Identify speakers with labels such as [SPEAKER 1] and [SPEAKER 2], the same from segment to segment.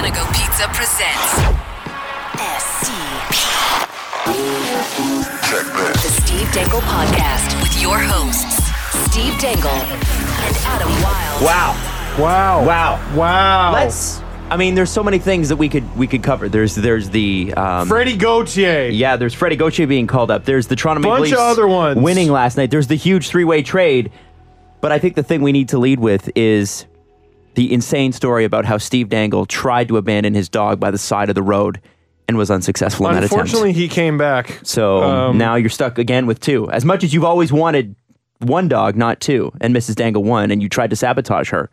[SPEAKER 1] Producer presents SCP.
[SPEAKER 2] Check this.
[SPEAKER 1] The Steve Dangle Podcast with your hosts, Steve Dangle and Adam Wilde.
[SPEAKER 3] Wow.
[SPEAKER 4] Wow.
[SPEAKER 3] Wow.
[SPEAKER 4] Wow.
[SPEAKER 3] Let's I mean there's so many things that we could we could cover. There's there's the um
[SPEAKER 4] Freddie Gautier.
[SPEAKER 3] yeah, there's Freddie Gauthier being called up. There's the Toronto Maple
[SPEAKER 4] Bunch of
[SPEAKER 3] Leafs
[SPEAKER 4] other ones.
[SPEAKER 3] winning last night. There's the huge three-way trade. But I think the thing we need to lead with is the insane story about how Steve Dangle tried to abandon his dog by the side of the road and was unsuccessful in that attempt.
[SPEAKER 4] Unfortunately, he came back.
[SPEAKER 3] So
[SPEAKER 4] Um,
[SPEAKER 3] now you're stuck again with two. As much as you've always wanted one dog, not two, and Mrs. Dangle won, and you tried to sabotage her,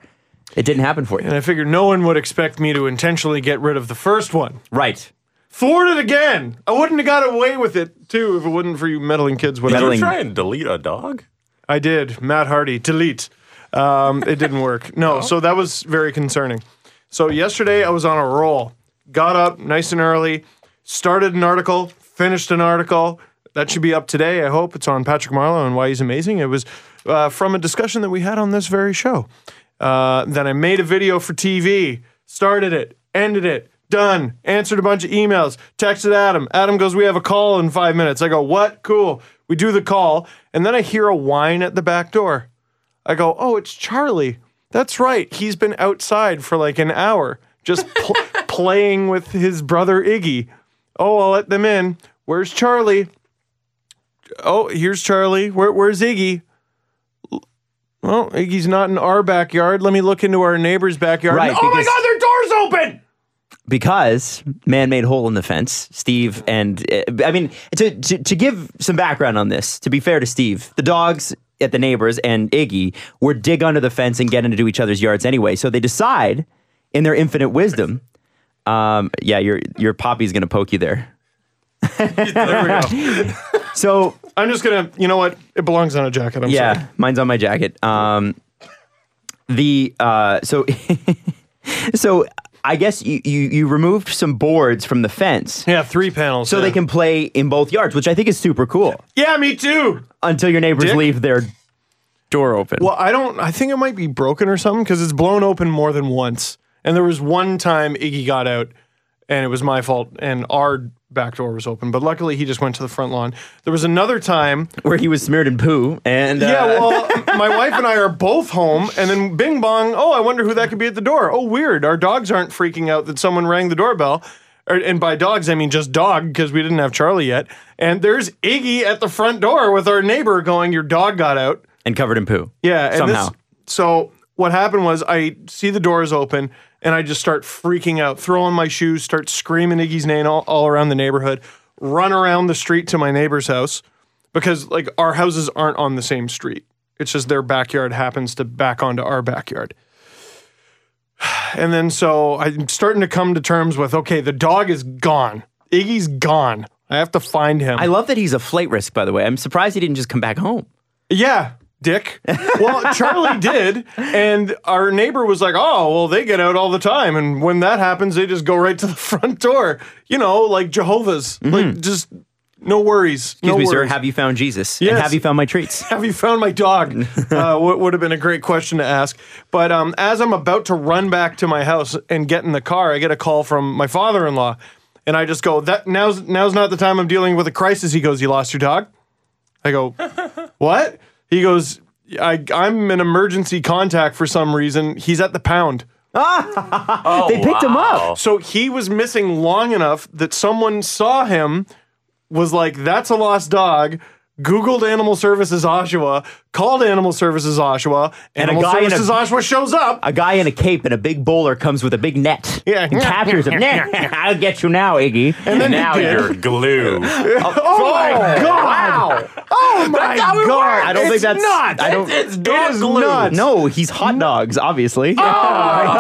[SPEAKER 3] it didn't happen for you.
[SPEAKER 4] And I figured no one would expect me to intentionally get rid of the first one.
[SPEAKER 3] Right.
[SPEAKER 4] Floored it again. I wouldn't have got away with it, too, if it wasn't for you meddling kids. Whatever.
[SPEAKER 3] Meddling-
[SPEAKER 5] try and delete a dog?
[SPEAKER 4] I did. Matt Hardy, delete. Um, it didn't work. No,
[SPEAKER 3] Oh.
[SPEAKER 4] so that was very concerning. So yesterday I was on a roll. Got up nice and early, started an article, finished an article. That should be up today, I hope. It's on Patrick Marlowe and why he's amazing. It was uh, from a discussion that we had on this very show. Uh, then I made a video for TV, started it, ended it, done, answered a bunch of emails, texted Adam. Adam goes, We have a call in five minutes. I go, What? Cool. We do the call. And then I hear a whine at the back door. I go, Oh, it's Charlie. That's right. He's been outside for like an hour just pl- playing with his brother Iggy. Oh, I'll let them in. Where's Charlie? Oh, here's Charlie. Where, where's Iggy? Well, Iggy's not in our backyard. Let me look into our neighbor's backyard.
[SPEAKER 3] Right,
[SPEAKER 4] oh my
[SPEAKER 3] because-
[SPEAKER 4] God, their door's open.
[SPEAKER 3] Because man made hole in the fence, Steve and uh, I mean, to, to, to give some background on this, to be fair to Steve, the dogs at the neighbors and Iggy were dig under the fence and get into each other's yards anyway. So they decide in their infinite wisdom. Um, yeah, your, your poppy's going to poke you there.
[SPEAKER 4] There we go.
[SPEAKER 3] So
[SPEAKER 4] I'm just gonna. You know what? It belongs on a jacket. I'm
[SPEAKER 3] yeah,
[SPEAKER 4] sorry.
[SPEAKER 3] mine's on my jacket. Um, the uh, so so I guess you, you you removed some boards from the fence
[SPEAKER 4] Yeah, three panels.
[SPEAKER 3] so
[SPEAKER 4] yeah.
[SPEAKER 3] they can play in both yards, which I think is super cool.
[SPEAKER 4] Yeah, me too.
[SPEAKER 3] Until your neighbors
[SPEAKER 4] Dick?
[SPEAKER 3] leave their door open.
[SPEAKER 4] Well, I don't. I think it might be broken or something because it's blown open more than once. And there was one time Iggy got out, and it was my fault. And our back door was open, but luckily he just went to the front lawn. There was another time.
[SPEAKER 3] Where he was smeared in poo and
[SPEAKER 4] Yeah,
[SPEAKER 3] uh,
[SPEAKER 4] well, my wife and I are both home, and then Bing Bong. Oh, I wonder who that could be at the door. Oh, weird. Our dogs aren't freaking out that someone rang the doorbell. Or- And by dogs, I mean just dog because we didn't have Charlie yet. And there's Iggy at the front door with our neighbor going, "Your dog got out."
[SPEAKER 3] and covered in poo.
[SPEAKER 4] Yeah, and
[SPEAKER 3] somehow.
[SPEAKER 4] This, so what happened was I see the doors open and I just start freaking out, throwing my shoes, start screaming Iggy's name all, all around the neighborhood, run around the street to my neighbor's house because like our houses aren't on the same street. It's just their backyard happens to back onto our backyard. And then so I'm starting to come to terms with okay, the dog is gone. Iggy's gone. I have to find him.
[SPEAKER 3] I love that he's a flight risk, by the way. I'm surprised he didn't just come back home.
[SPEAKER 4] Yeah, dick. Well, Charlie did. And our neighbor was like, oh, well, they get out all the time. And when that happens, they just go right to the front door. You know, like Jehovah's. Like, just no worries.
[SPEAKER 3] Mm-hmm. Excuse
[SPEAKER 4] no
[SPEAKER 3] me, sir.
[SPEAKER 4] worries.
[SPEAKER 3] Have you found Jesus? And
[SPEAKER 4] Yes.
[SPEAKER 3] have you found my treats?
[SPEAKER 4] Have you found my dog? Uh, what would have been a great question to ask. But um, as I'm about to run back to my house and get in the car, I get a call from my father-in-law, and I just go, "That now's now's not the time I'm dealing with a crisis." He goes, "You lost your dog." I go, "What?" He goes, I, "I'm an emergency contact for some reason. He's at the pound."
[SPEAKER 5] Oh,
[SPEAKER 3] they picked him up.
[SPEAKER 4] So he was missing long enough that someone saw him, was like, that's a lost dog. Googled Animal Services Oshawa, called Animal Services Oshawa,
[SPEAKER 3] And a
[SPEAKER 4] Animal
[SPEAKER 3] guy in a-
[SPEAKER 4] Services Oshawa shows up.
[SPEAKER 3] a guy in a cape and a big bowler comes with a big net
[SPEAKER 4] Yeah.
[SPEAKER 3] and captures him. I'll get you now, Iggy. And
[SPEAKER 4] then
[SPEAKER 3] now
[SPEAKER 4] he did.
[SPEAKER 5] You're glue.
[SPEAKER 4] oh my god! Wow! Oh my god!
[SPEAKER 3] I don't think that's
[SPEAKER 4] not.
[SPEAKER 3] I don't.
[SPEAKER 5] It's
[SPEAKER 4] it
[SPEAKER 5] dog
[SPEAKER 4] is
[SPEAKER 5] glue.
[SPEAKER 4] nuts.
[SPEAKER 3] no, he's hot dogs, obviously.
[SPEAKER 4] God!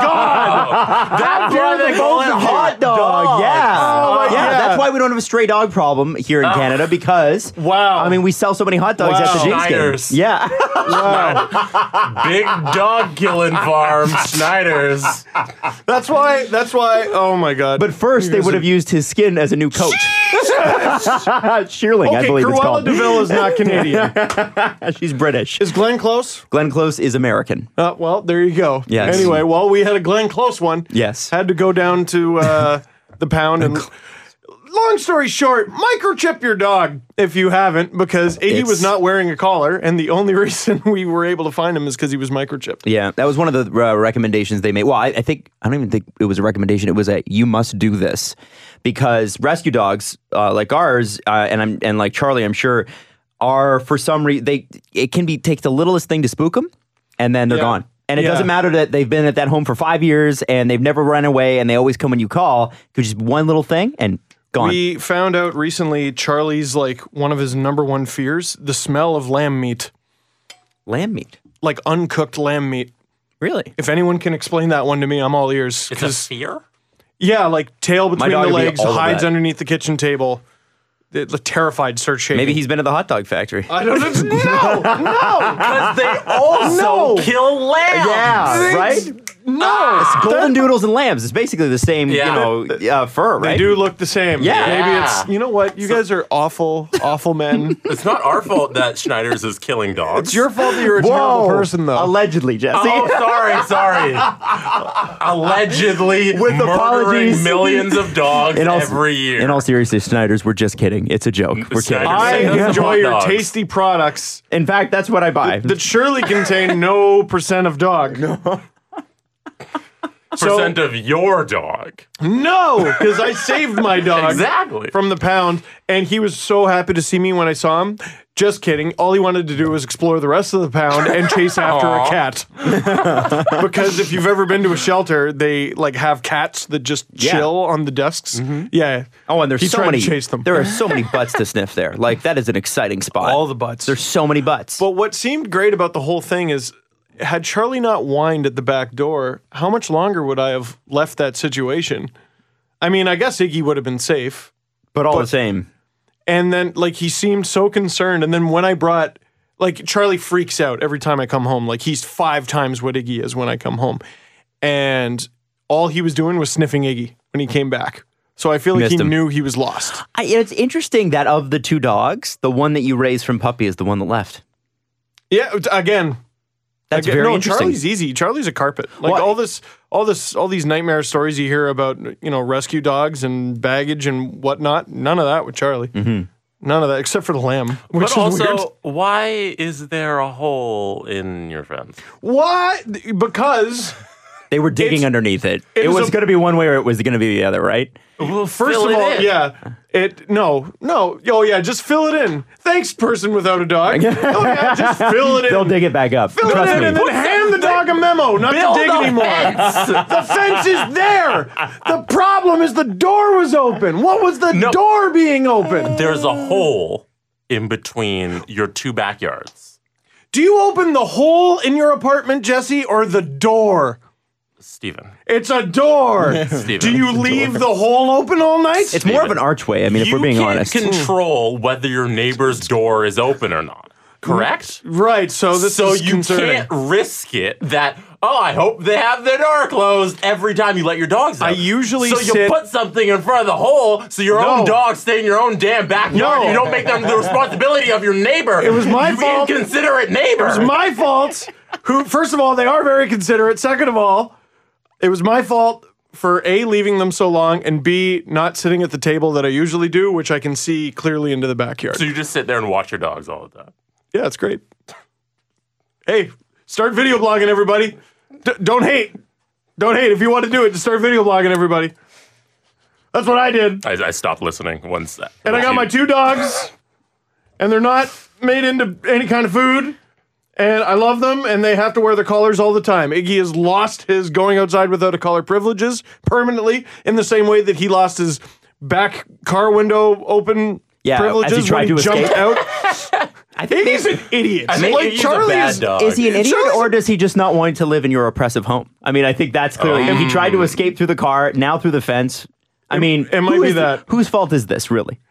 [SPEAKER 3] They're the
[SPEAKER 4] both hot
[SPEAKER 3] dog. Yeah.
[SPEAKER 4] Oh my
[SPEAKER 3] yeah,
[SPEAKER 4] Oh, God.
[SPEAKER 3] that's why why we don't have a stray dog problem here in Canada because
[SPEAKER 4] Wow.
[SPEAKER 3] I mean we sell so many hot dogs at the
[SPEAKER 4] Wow.
[SPEAKER 3] James
[SPEAKER 5] Schneiders.
[SPEAKER 3] game. Yeah.
[SPEAKER 5] Big dog killing farm, Snyder's.
[SPEAKER 4] That's why. That's why. Oh my god.
[SPEAKER 3] But first they
[SPEAKER 4] Here's
[SPEAKER 3] would
[SPEAKER 4] a-
[SPEAKER 3] have used his skin as a new coat. Shearling, I
[SPEAKER 4] Okay,
[SPEAKER 3] believe it's
[SPEAKER 4] Cruella
[SPEAKER 3] called.
[SPEAKER 4] Deville is not Canadian.
[SPEAKER 3] She's British.
[SPEAKER 4] is Glenn Close?
[SPEAKER 3] Glenn Close is American.
[SPEAKER 4] Uh, well, there you go.
[SPEAKER 3] Yes.
[SPEAKER 4] Anyway, well, we had a Glenn Close one.
[SPEAKER 3] Yes.
[SPEAKER 4] Had to go down to uh, the pound and. Long story short, microchip your dog if you haven't, because Iggy
[SPEAKER 3] It's-
[SPEAKER 4] was not wearing a collar, and the only reason we were able to find him is because he was microchipped.
[SPEAKER 3] Yeah, that was one of the uh, recommendations they made. Well, I, I think I don't even think it was a recommendation. It was a you must do this because rescue dogs uh, like ours uh, and I'm and like Charlie, I'm sure are for some reason they it can be take the littlest thing to spook them and then they're
[SPEAKER 4] Yeah.
[SPEAKER 3] gone. And it
[SPEAKER 4] Yeah.
[SPEAKER 3] doesn't matter that they've been at that home for five years and they've never run away and they always come when you call. Could just one little thing and gone.
[SPEAKER 4] We found out recently Charlie's like one of his number one fears the smell of lamb meat,
[SPEAKER 3] Lamb meat,
[SPEAKER 4] like uncooked lamb meat.
[SPEAKER 3] really?
[SPEAKER 4] If anyone can explain that one to me, I'm all ears.
[SPEAKER 5] It's a fear?
[SPEAKER 4] Yeah, like tail between
[SPEAKER 3] dog
[SPEAKER 4] the
[SPEAKER 3] would be
[SPEAKER 4] legs,
[SPEAKER 3] all of
[SPEAKER 4] hides
[SPEAKER 3] that.
[SPEAKER 4] underneath the kitchen table. The, the terrified starts shaking.
[SPEAKER 3] Maybe he's been at the hot dog factory.
[SPEAKER 4] I don't know. No, no,
[SPEAKER 5] Because they also
[SPEAKER 4] No.
[SPEAKER 5] kill lambs.
[SPEAKER 3] yeah, right. Ah.
[SPEAKER 4] no.
[SPEAKER 3] It's golden doodles and lambs. It's basically the same,
[SPEAKER 5] Yeah.
[SPEAKER 3] you know, uh, fur, right?
[SPEAKER 4] They do look the same.
[SPEAKER 3] Yeah.
[SPEAKER 4] Maybe it's, you know what? You guys are awful, awful men.
[SPEAKER 5] It's not our fault that Schneider's is killing dogs.
[SPEAKER 4] it's your fault that you're a terrible person, though.
[SPEAKER 3] Allegedly, Jesse.
[SPEAKER 5] Oh, sorry, sorry. Allegedly
[SPEAKER 3] With
[SPEAKER 5] murdering
[SPEAKER 3] apologies.
[SPEAKER 5] millions of dogs every year.
[SPEAKER 3] In all seriousness, Snyder's, we're just kidding. It's a joke. We're kidding.
[SPEAKER 5] Snyder's.
[SPEAKER 4] I
[SPEAKER 5] Same as
[SPEAKER 4] enjoy
[SPEAKER 5] hot
[SPEAKER 4] your
[SPEAKER 5] dogs.
[SPEAKER 4] tasty products
[SPEAKER 3] in fact, that's what I buy.
[SPEAKER 4] that surely contain no percent of dog. No. So-
[SPEAKER 5] percent of your dog.
[SPEAKER 4] No, because I saved my dog
[SPEAKER 5] Exactly.
[SPEAKER 4] from the pound, and he was so happy to see me when I saw him. Just kidding. All he wanted to do was explore the rest of the pound and chase after a
[SPEAKER 5] Aw.
[SPEAKER 4] cat. because if you've ever been to a shelter, they like have cats that just
[SPEAKER 3] Yeah.
[SPEAKER 4] chill on the desks. Yeah.
[SPEAKER 3] oh, and there's
[SPEAKER 4] he
[SPEAKER 3] so
[SPEAKER 4] tried
[SPEAKER 3] many.
[SPEAKER 4] to chase them.
[SPEAKER 3] There are so many butts to sniff there. Like that is an exciting spot.
[SPEAKER 4] all the butts.
[SPEAKER 3] There's so many butts.
[SPEAKER 4] But what seemed great about the whole thing is, had Charlie not whined at the back door, how much longer would I have left that situation? I mean, I guess Iggy would have been safe.
[SPEAKER 3] but all the same.
[SPEAKER 4] And then like he seemed so concerned. And then when I brought like Charlie freaks out every time I come home. Like he's five times what Iggy is when I come home. And all he was doing was sniffing Iggy when he came back. So I feel like
[SPEAKER 3] Missed
[SPEAKER 4] he
[SPEAKER 3] him.
[SPEAKER 4] knew he was lost.
[SPEAKER 3] I, it's interesting that of the two dogs, the one that you raised from puppy is the one that left.
[SPEAKER 4] Yeah, it's- again.
[SPEAKER 3] That's
[SPEAKER 4] again-
[SPEAKER 3] very
[SPEAKER 4] no,
[SPEAKER 3] interesting.
[SPEAKER 4] Charlie's easy. Charlie's a carpet. Like
[SPEAKER 3] Well,
[SPEAKER 4] all this all this all these nightmare stories you hear about, you know, rescue dogs and baggage and whatnot. None of that with Charlie.
[SPEAKER 3] Mm-hmm.
[SPEAKER 4] None of that except for the lamb. Which
[SPEAKER 5] But
[SPEAKER 4] is
[SPEAKER 5] also,
[SPEAKER 4] weird.
[SPEAKER 5] why is there a hole in your fence?
[SPEAKER 4] why? Because
[SPEAKER 3] they were digging underneath it. It,
[SPEAKER 4] was
[SPEAKER 3] was
[SPEAKER 4] a-
[SPEAKER 3] going to be one way or it was going to be the other, right?
[SPEAKER 5] Well,
[SPEAKER 4] First of all, yeah. It no, no. Oh yeah, just fill it in. Thanks, person without a dog. oh yeah, just fill it in.
[SPEAKER 3] They'll dig it back up.
[SPEAKER 4] Fill it
[SPEAKER 3] Trust
[SPEAKER 4] in
[SPEAKER 3] me.
[SPEAKER 4] and then hand the dog a memo not
[SPEAKER 5] Build
[SPEAKER 4] to dig
[SPEAKER 5] a
[SPEAKER 4] anymore. the fence is there. The problem is the door was open. What was the
[SPEAKER 5] No.
[SPEAKER 4] door being open?
[SPEAKER 5] There's a hole in between your two backyards.
[SPEAKER 4] Do you open the hole in your apartment, Jesse, or the door?
[SPEAKER 5] Steven.
[SPEAKER 4] It's a door.
[SPEAKER 5] Steven.
[SPEAKER 4] Do you leave the hole open all night?
[SPEAKER 3] It's more of an archway. I mean, if
[SPEAKER 5] you
[SPEAKER 3] we're being
[SPEAKER 5] can't
[SPEAKER 3] honest.
[SPEAKER 5] control whether your neighbor's door is open or not. Correct?
[SPEAKER 4] right. So this
[SPEAKER 5] so
[SPEAKER 4] is
[SPEAKER 5] you
[SPEAKER 4] concerning.
[SPEAKER 5] can't risk it that oh I hope they have their door closed every time you let your dogs out.
[SPEAKER 4] I usually
[SPEAKER 5] so
[SPEAKER 4] sit-
[SPEAKER 5] you put something in front of the hole so your
[SPEAKER 4] No.
[SPEAKER 5] own dogs stay in your own damn backyard.
[SPEAKER 4] No.
[SPEAKER 5] You don't make them the responsibility of your neighbor. It
[SPEAKER 4] was my
[SPEAKER 5] you
[SPEAKER 4] fault.
[SPEAKER 5] Inconsiderate neighbor.
[SPEAKER 4] It was my fault. Who, first of all, they are very considerate. Second of all, it was my fault for A, leaving them so long, and B, not sitting at the table that I usually do, which I can see clearly into the backyard.
[SPEAKER 5] so you just sit there and watch your dogs all the time.
[SPEAKER 4] yeah, it's great. Hey, start video blogging, everybody. D- don't hate. Don't hate. If you want to do it, just start video blogging, everybody. That's what I did.
[SPEAKER 5] I, I stopped listening once. that-
[SPEAKER 4] And I
[SPEAKER 5] once
[SPEAKER 4] got
[SPEAKER 5] you-
[SPEAKER 4] my two dogs, and they're not made into any kind of food. And I love them, and they have to wear their collars all the time. Iggy has lost his going outside without a collar privileges permanently, in the same way that he lost his back car window open
[SPEAKER 3] Yeah, as he
[SPEAKER 4] privileges
[SPEAKER 3] tried
[SPEAKER 4] when
[SPEAKER 3] to
[SPEAKER 4] he jumped
[SPEAKER 3] escape.
[SPEAKER 4] out.
[SPEAKER 3] I think
[SPEAKER 4] He's
[SPEAKER 3] they-
[SPEAKER 4] an idiot.
[SPEAKER 5] I think
[SPEAKER 4] like
[SPEAKER 5] he's a
[SPEAKER 4] Charlie
[SPEAKER 5] bad
[SPEAKER 4] is.
[SPEAKER 5] dog.
[SPEAKER 3] Is he an idiot
[SPEAKER 4] Charlie's-
[SPEAKER 3] or does he just not want to live in your oppressive home? I mean, I think that's clearly he tried to escape through the car, now through the fence. I mean,
[SPEAKER 4] Oh. it might
[SPEAKER 3] who
[SPEAKER 4] be
[SPEAKER 3] is the-
[SPEAKER 4] that.
[SPEAKER 3] whose fault is this really?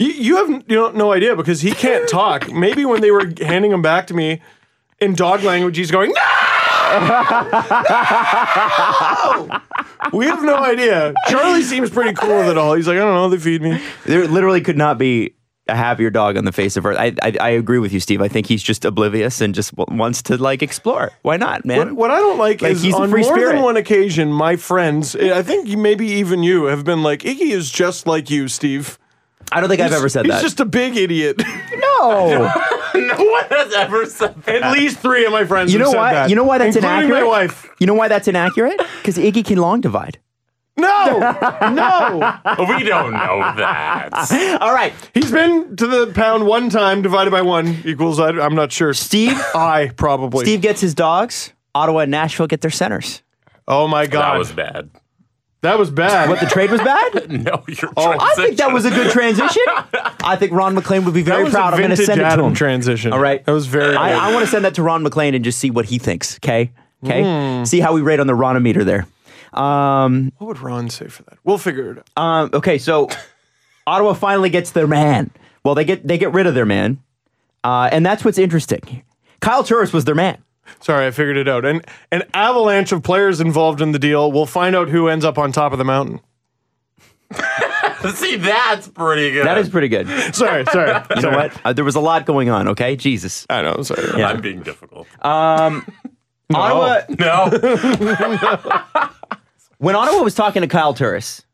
[SPEAKER 4] You, you have you don't no idea because he can't talk. Maybe when they were handing him back to me in dog language, he's going, no! no! We have no idea. Charlie seems pretty cool with it all. He's like, I don't know, they feed me.
[SPEAKER 3] There literally could not be a happier dog on the face of earth. I, I, I agree with you, Steve. I think he's just oblivious and just w- wants to like explore. Why not, man?
[SPEAKER 4] What, what I don't like,
[SPEAKER 3] Like,
[SPEAKER 4] is
[SPEAKER 3] he's a
[SPEAKER 4] on
[SPEAKER 3] free
[SPEAKER 4] more
[SPEAKER 3] spirit.
[SPEAKER 4] than one occasion, my friends, eh, I think you- maybe even you, have been like, Iggy is just like you, Steve.
[SPEAKER 3] I don't think I've ever said
[SPEAKER 4] he's
[SPEAKER 3] that.
[SPEAKER 4] just a big idiot.
[SPEAKER 3] no.
[SPEAKER 5] no one has ever said that.
[SPEAKER 4] At least three of my friends
[SPEAKER 3] You know
[SPEAKER 4] have said
[SPEAKER 3] why?
[SPEAKER 4] that.
[SPEAKER 3] You know why that's
[SPEAKER 4] including
[SPEAKER 3] inaccurate?
[SPEAKER 4] my wife.
[SPEAKER 3] You know why that's inaccurate? Because Iggy can long divide.
[SPEAKER 4] No! no!
[SPEAKER 5] we don't know that.
[SPEAKER 3] All right,
[SPEAKER 4] He's been to the pound one time divided by one equals, I, I'm not sure.
[SPEAKER 3] Steve.
[SPEAKER 4] I probably.
[SPEAKER 3] Steve gets his dogs. Ottawa and Nashville get their centers.
[SPEAKER 4] Oh my God.
[SPEAKER 5] That was bad.
[SPEAKER 4] bad.
[SPEAKER 3] What the trade was bad.
[SPEAKER 5] No, you're.
[SPEAKER 4] Oh,
[SPEAKER 3] I think that was a good transition. I think Ron McLean would be
[SPEAKER 4] that
[SPEAKER 3] very
[SPEAKER 4] was
[SPEAKER 3] proud.
[SPEAKER 4] a
[SPEAKER 3] I'm going to
[SPEAKER 4] vintage
[SPEAKER 3] send it to
[SPEAKER 4] Adam
[SPEAKER 3] him.
[SPEAKER 4] transition.
[SPEAKER 3] All right.
[SPEAKER 4] That was very.
[SPEAKER 3] I, I want to send that to Ron McLean and just see what he thinks. Okay. Okay. See how we rate on the Ronometer there. Um,
[SPEAKER 4] what would Ron say for that? We'll figure it out.
[SPEAKER 3] um, okay. So Ottawa finally gets their man. Well, they get they get rid of their man, uh, and that's what's interesting. Kyle Turris was their man.
[SPEAKER 4] Sorry, I figured it out. And an avalanche of players involved in the deal. We'll find out who ends up on top of the mountain.
[SPEAKER 5] See, that's pretty good.
[SPEAKER 3] That is pretty good.
[SPEAKER 4] Sorry, sorry.
[SPEAKER 3] You know what? Uh, there was a lot going on. Okay, Jesus.
[SPEAKER 4] I know. I'm sorry.
[SPEAKER 5] I'm being difficult.
[SPEAKER 4] Um,
[SPEAKER 3] Ottawa.
[SPEAKER 5] no,
[SPEAKER 3] When Ottawa was talking to Kyle Turris,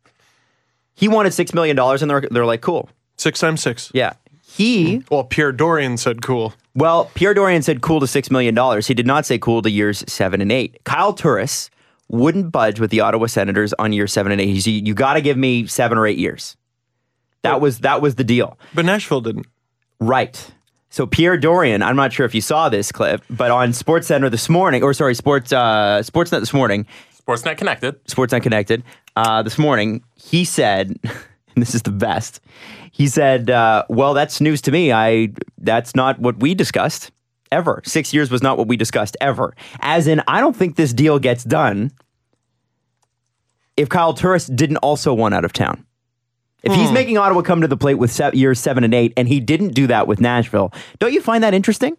[SPEAKER 3] he wanted six million dollars, and they're they're like, cool.
[SPEAKER 4] Six times six.
[SPEAKER 3] Yeah. He
[SPEAKER 4] Well, Pierre Dorian said cool.
[SPEAKER 3] Well, Pierre Dorian said cool to $6 million. He did not say cool to years seven and eight. Kyle Turris wouldn't budge with the Ottawa Senators on year seven and eight. He's, you got to give me seven or eight years. That was that was the deal.
[SPEAKER 4] But Nashville didn't.
[SPEAKER 3] Right. So Pierre Dorian, I'm not sure if you saw this clip, but on SportsCenter this morning, or sorry, Sports uh, Sportsnet this morning,
[SPEAKER 5] Sportsnet connected.
[SPEAKER 3] Sportsnet Connected uh, this morning, he said, and this is the best. He said, uh, "Well, that's news to me. I that's not what we discussed ever. Six years was not what we discussed ever. As in, I don't think this deal gets done if Kyle Turris didn't also want out of town." If he's making Ottawa come to the plate with se- years seven and eight, and he didn't do that with Nashville, don't you find that interesting?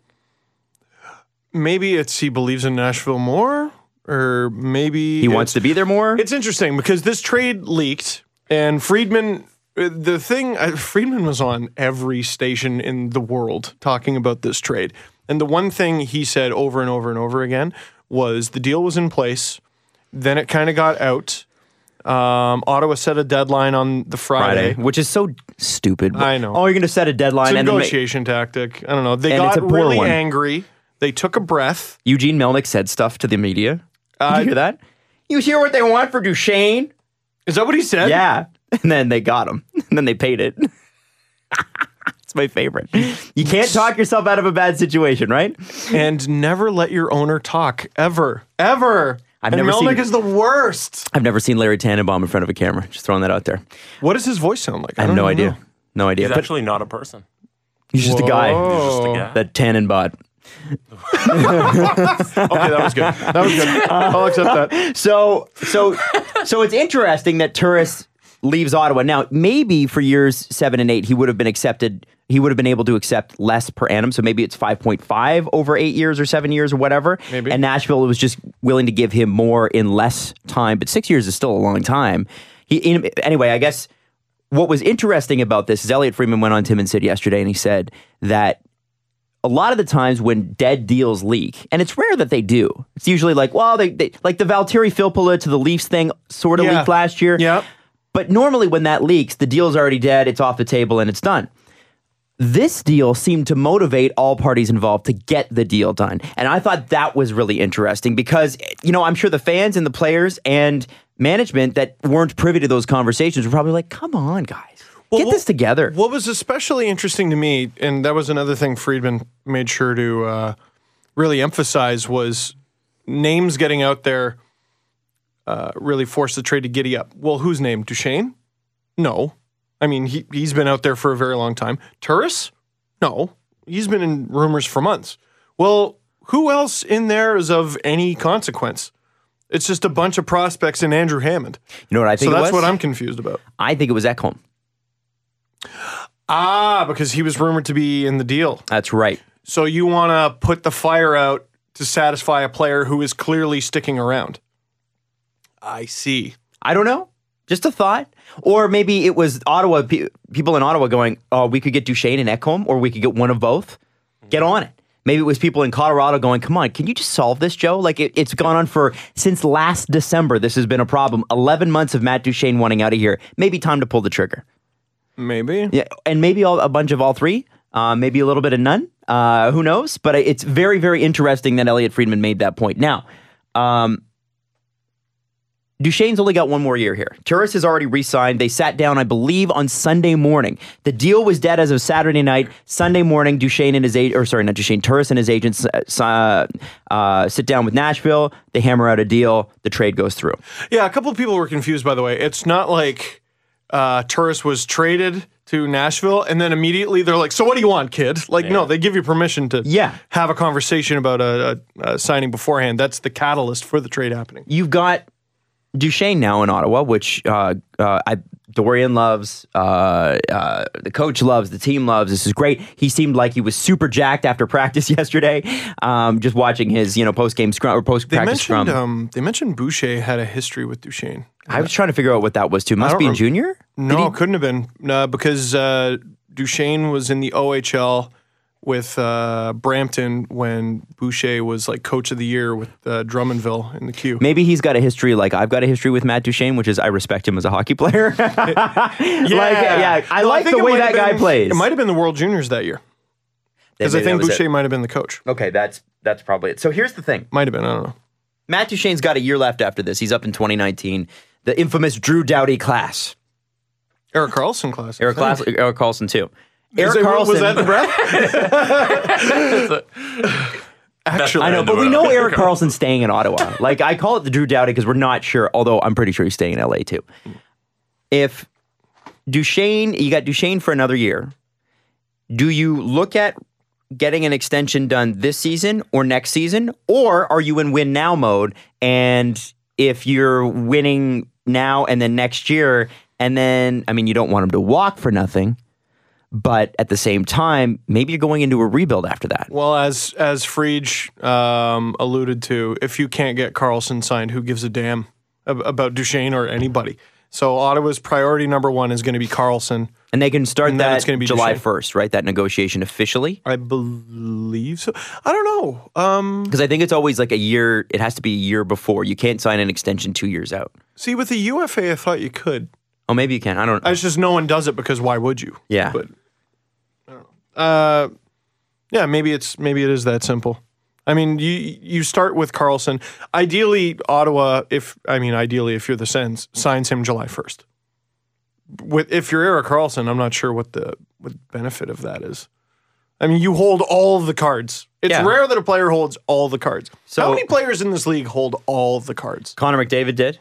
[SPEAKER 4] Maybe it's he believes in Nashville more, or maybe
[SPEAKER 3] He wants to be there more.
[SPEAKER 4] It's interesting because this trade leaked, and Friedman, uh, the thing, uh, Friedman was on every station in the world talking about this trade. And the one thing he said over and over and over again was the deal was in place, then it kind of got out. Um, Ottawa set a deadline on the Friday.
[SPEAKER 3] Friday, which is so stupid.
[SPEAKER 4] I know.
[SPEAKER 3] Oh, you're going to set a deadline
[SPEAKER 4] It's a
[SPEAKER 3] and then make-
[SPEAKER 4] negotiation tactic. I don't know. They
[SPEAKER 3] And it's
[SPEAKER 4] got
[SPEAKER 3] a poor
[SPEAKER 4] really
[SPEAKER 3] one.
[SPEAKER 4] angry. They took a breath.
[SPEAKER 3] Eugene Melnick said stuff to the media. Did
[SPEAKER 4] Uh,
[SPEAKER 3] you hear that? You hear what they want for Duchesne?
[SPEAKER 4] Is that what he said?
[SPEAKER 3] Yeah. And then they got him. And then they paid it. it's my favorite. You can't talk yourself out of a bad situation, right?
[SPEAKER 4] And never let your owner talk ever, ever.
[SPEAKER 3] I've
[SPEAKER 4] and
[SPEAKER 3] never seen-
[SPEAKER 4] Melnick is the worst.
[SPEAKER 3] I've never seen Larry Tannenbaum in front of a camera. Just throwing that out there.
[SPEAKER 4] What does his voice sound like?
[SPEAKER 3] I have
[SPEAKER 4] don't
[SPEAKER 3] no
[SPEAKER 4] even
[SPEAKER 3] idea.
[SPEAKER 4] know.
[SPEAKER 3] No idea.
[SPEAKER 5] He's
[SPEAKER 3] But
[SPEAKER 5] actually not a person.
[SPEAKER 3] he's just a guy.
[SPEAKER 5] Just
[SPEAKER 4] Oh.
[SPEAKER 5] a guy.
[SPEAKER 3] That Tannenbot.
[SPEAKER 4] Okay, that was good. That was good. I'll accept that.
[SPEAKER 3] So so so it's interesting that Turris leaves Ottawa. Now, maybe for years seven and eight, he would have been accepted. He would have been able to accept less per annum. So maybe it's five point five over eight years or seven years or whatever.
[SPEAKER 4] Maybe.
[SPEAKER 3] And Nashville was just willing to give him more in less time. But six years is still a long time. He in, anyway. I guess what was interesting about this is Elliot Freeman went on Tim and Sid yesterday, and he said that a lot of the times when dead deals leak, and it's rare that they do. It's usually like, well, they, they like the Valtteri Filppula to the Leafs thing sort of
[SPEAKER 4] Yeah.
[SPEAKER 3] leaked last year.
[SPEAKER 4] Yep.
[SPEAKER 3] But normally when that leaks, the deal's already dead, it's off the table, and it's done. This deal seemed to motivate all parties involved to get the deal done. And I thought that was really interesting because, you know, I'm sure the fans and the players and management that weren't privy to those conversations were probably like, come on, guys, get
[SPEAKER 4] what-
[SPEAKER 3] this together.
[SPEAKER 4] What was especially interesting to me, and that was another thing Friedman made sure to uh, really emphasize, was names getting out there uh, really forced the trade to giddy up. Well, whose name? Duchesne? No. I mean, he, he's been out there for a very long time. Turris? No. He's been in rumors for months. Well, who else in there is of any consequence? It's just a bunch of prospects and Andrew Hammond.
[SPEAKER 3] You know what I
[SPEAKER 4] So
[SPEAKER 3] think? it
[SPEAKER 4] that's
[SPEAKER 3] was?
[SPEAKER 4] what I'm confused about.
[SPEAKER 3] I think it was Ekholm.
[SPEAKER 4] Ah, because he was rumored to be in the deal.
[SPEAKER 3] That's right.
[SPEAKER 4] So you want to put the fire out to satisfy a player who is clearly sticking around. I see.
[SPEAKER 3] I don't know. Just a thought. Or maybe it was Ottawa pe- people in Ottawa going, "Oh, we could get Duchesne and Ekholm, or we could get one of both. Get on it." Maybe it was people in Colorado going, "Come on, can you just solve this, Joe? Like it, it's gone on for since last December. This has been a problem. Eleven months of Matt Duchesne wanting out of here. Maybe time to pull the trigger.
[SPEAKER 4] Maybe.
[SPEAKER 3] Yeah, and maybe all, a bunch of all three. Uh, maybe a little bit of none. Uh, who knows? But it's very, very interesting that Elliot Friedman made that point. Now, um, Duchesne's only got one more year here. Turris has already re signed. They sat down, I believe, on Sunday morning. The deal was dead as of Saturday night. Sunday morning, Duchesne and his agent, or sorry, not Duchesne, Turris and his agents uh, uh, sit down with Nashville. They hammer out a deal. The trade goes through.
[SPEAKER 4] Yeah, a couple of people were confused, by the way. It's not like uh, Turris was traded to Nashville and then immediately they're like, So what do you want, kid? Like, no, they give you permission to
[SPEAKER 3] Yeah.
[SPEAKER 4] have a conversation about a, a, a signing beforehand. That's the catalyst for the trade happening.
[SPEAKER 3] you've got Duchesne now in Ottawa, which uh, uh, I, Dorian loves, uh, uh, the coach loves, the team loves. This is great. He seemed like he was super jacked after practice yesterday. Um, just watching his, you know, post game scrum or post
[SPEAKER 4] They
[SPEAKER 3] practice
[SPEAKER 4] mentioned
[SPEAKER 3] scrum.
[SPEAKER 4] um, they mentioned Boucher had a history with Duchesne.
[SPEAKER 3] I was trying to figure out what that was too. Must
[SPEAKER 4] don't
[SPEAKER 3] be in
[SPEAKER 4] rem-
[SPEAKER 3] junior.
[SPEAKER 4] No, it couldn't have been no, because uh, Duchesne was in the OHL with uh, Brampton when Boucher was like coach of the year with uh, Drummondville in the queue.
[SPEAKER 3] Maybe he's got a history like I've got a history with Matt Duchesne, which is I respect him as a hockey player. like, yeah, I
[SPEAKER 4] No,
[SPEAKER 3] like
[SPEAKER 4] think
[SPEAKER 3] the
[SPEAKER 4] it
[SPEAKER 3] way
[SPEAKER 4] might
[SPEAKER 3] that
[SPEAKER 4] have
[SPEAKER 3] guy
[SPEAKER 4] been-
[SPEAKER 3] plays.
[SPEAKER 4] It might have been the World Juniors that year because I
[SPEAKER 3] Maybe that
[SPEAKER 4] think
[SPEAKER 3] was it.
[SPEAKER 4] Boucher might have been the coach.
[SPEAKER 3] Okay, that's that's probably it. So here's the thing.
[SPEAKER 4] Might have been. I don't know.
[SPEAKER 3] Matt Duchesne's got a year left after this. He's up in 2019. The infamous Drew Doughty class.
[SPEAKER 4] Eric Carlson class.
[SPEAKER 3] Eric,
[SPEAKER 4] I
[SPEAKER 3] Class-
[SPEAKER 4] think.
[SPEAKER 3] Eric Carlson, too.
[SPEAKER 4] Is
[SPEAKER 3] Eric
[SPEAKER 4] it-
[SPEAKER 3] Carlson.
[SPEAKER 4] Was that the breath? Actually,
[SPEAKER 5] I
[SPEAKER 3] I know, but we
[SPEAKER 5] Brando.
[SPEAKER 3] know Eric Carlson's staying in Ottawa. Like, I call it the Drew Doughty because we're not sure, although I'm pretty sure he's staying in LA, too. If Duchesne, you got Duchesne for another year, do you look at getting an extension done this season or next season? Or are you in win now mode? And if you're winning now and then next year, and then, I mean, you don't want him to walk for nothing, but at the same time, maybe you're going into a rebuild after that.
[SPEAKER 4] Well, as as Frege um, alluded to, if you can't get Carlson signed, who gives a damn ab- about Duchesne or anybody? So Ottawa's priority number one is going to be Carlson.
[SPEAKER 3] And they can start
[SPEAKER 4] And then
[SPEAKER 3] that
[SPEAKER 4] it's gonna be
[SPEAKER 3] July
[SPEAKER 4] Duchesne.
[SPEAKER 3] 1st, right? That negotiation officially.
[SPEAKER 4] I believe so. I don't know. Um,
[SPEAKER 3] Because I think it's always like a year, it has to be a year before. You can't sign an extension two years out.
[SPEAKER 4] see, with the UFA, I thought you could.
[SPEAKER 3] Oh, maybe you can. I don't know.
[SPEAKER 4] It's just no one does it because why would you?
[SPEAKER 3] Yeah.
[SPEAKER 4] But I don't know. Uh, yeah, maybe it's maybe it is that simple. I mean, you you start with Carlson. Ideally, Ottawa. If I mean, ideally, if you're the Sens, signs him July first. With if you're Eric Carlson, I'm not sure what the what benefit of that is. I mean, you hold all of the cards. It's
[SPEAKER 3] Yeah.
[SPEAKER 4] rare that a player holds all the cards.
[SPEAKER 3] So-
[SPEAKER 4] How many players in this league hold all the cards?
[SPEAKER 3] Connor McDavid did.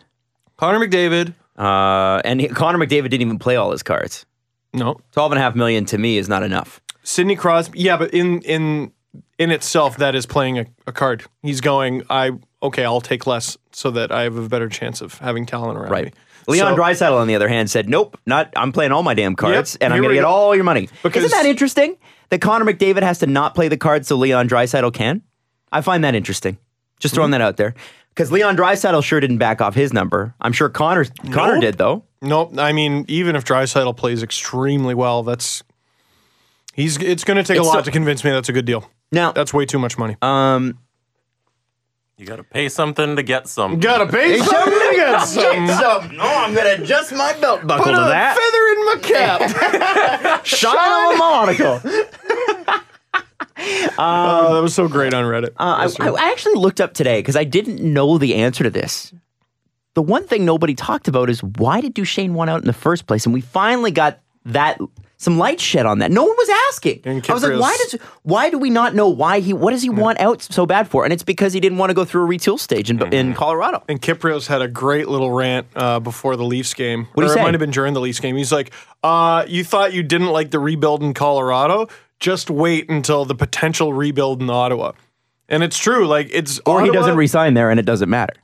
[SPEAKER 4] Connor McDavid.
[SPEAKER 3] Uh, and he, Connor McDavid didn't even play all his cards.
[SPEAKER 4] No,
[SPEAKER 3] 12.5 million to me is not enough.
[SPEAKER 4] Sidney Crosby. Yeah, but in in in itself, that is playing a, a card. He's going. I okay. I'll take less so that I have a better chance of having talent around me.
[SPEAKER 3] Right. Leon
[SPEAKER 4] So-
[SPEAKER 3] Draisaitl, on the other hand, said, "Nope, not. I'm playing all my damn cards, and I'm
[SPEAKER 4] here
[SPEAKER 3] going to
[SPEAKER 4] we
[SPEAKER 3] get
[SPEAKER 4] go.
[SPEAKER 3] all your money."
[SPEAKER 4] Because-
[SPEAKER 3] Isn't that interesting? That Connor McDavid has to not play the cards so Leon Draisaitl can. I find that interesting. Just throwing that out there, because Leon Draisaitl sure didn't back off his number. I'm sure Connor Connor
[SPEAKER 4] Nope.
[SPEAKER 3] did though.
[SPEAKER 4] Nope. I mean, even if Drysaitel plays extremely well, that's he's. It's going to take
[SPEAKER 3] It's
[SPEAKER 4] a lot
[SPEAKER 3] so-
[SPEAKER 4] to convince me that's a good deal.
[SPEAKER 3] Now,
[SPEAKER 4] That's way too much money.
[SPEAKER 3] um,
[SPEAKER 5] You gotta pay something to get something.
[SPEAKER 4] Gotta pay something to get some.
[SPEAKER 3] so no, I'm going to adjust my belt buckle
[SPEAKER 4] Put a feather in my cap.
[SPEAKER 3] Shine on my monocle.
[SPEAKER 4] oh, that was so great on Reddit.
[SPEAKER 3] Uh, I, I actually looked up today because I didn't know the answer to this. The one thing nobody talked about is why did Duchesne want out in the first place? And we finally got that some light shed on that. No one was asking.
[SPEAKER 4] And
[SPEAKER 3] I was like,
[SPEAKER 4] Kiprios-
[SPEAKER 3] why does why do we not know why he what does he want out so bad for? And it's because he didn't want to go through a retool stage in, in Colorado.
[SPEAKER 4] And Kiprios had a great little rant uh, before the Leafs game.
[SPEAKER 3] What'd he
[SPEAKER 4] or
[SPEAKER 3] say?
[SPEAKER 4] it might have been during the Leafs game. He's like, uh, you thought you didn't like the rebuild in Colorado? Just wait until the potential rebuild in Ottawa. And it's true. Like it's
[SPEAKER 3] Or he
[SPEAKER 4] Ottawa-
[SPEAKER 3] doesn't resign there and it doesn't matter.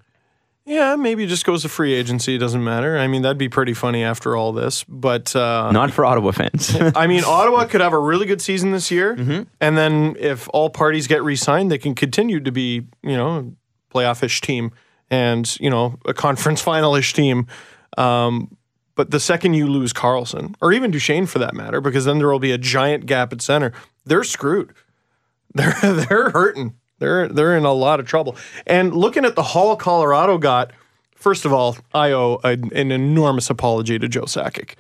[SPEAKER 4] Yeah, maybe it just goes to free agency. Doesn't matter. I mean, that'd be pretty funny after all this. But uh,
[SPEAKER 3] Not for Ottawa fans.
[SPEAKER 4] I mean, Ottawa could have a really good season this year, and then if all parties get re-signed, they can continue to be you know a playoff-ish team and you know a conference final-ish team. Um, but the second you lose Carlson or even Duchesne for that matter, because then there will be a giant gap at center. They're screwed. They're they're hurting. They're they're in a lot of trouble. And looking at the haul Colorado got. First of all, I owe an, an enormous apology to Joe Sakic.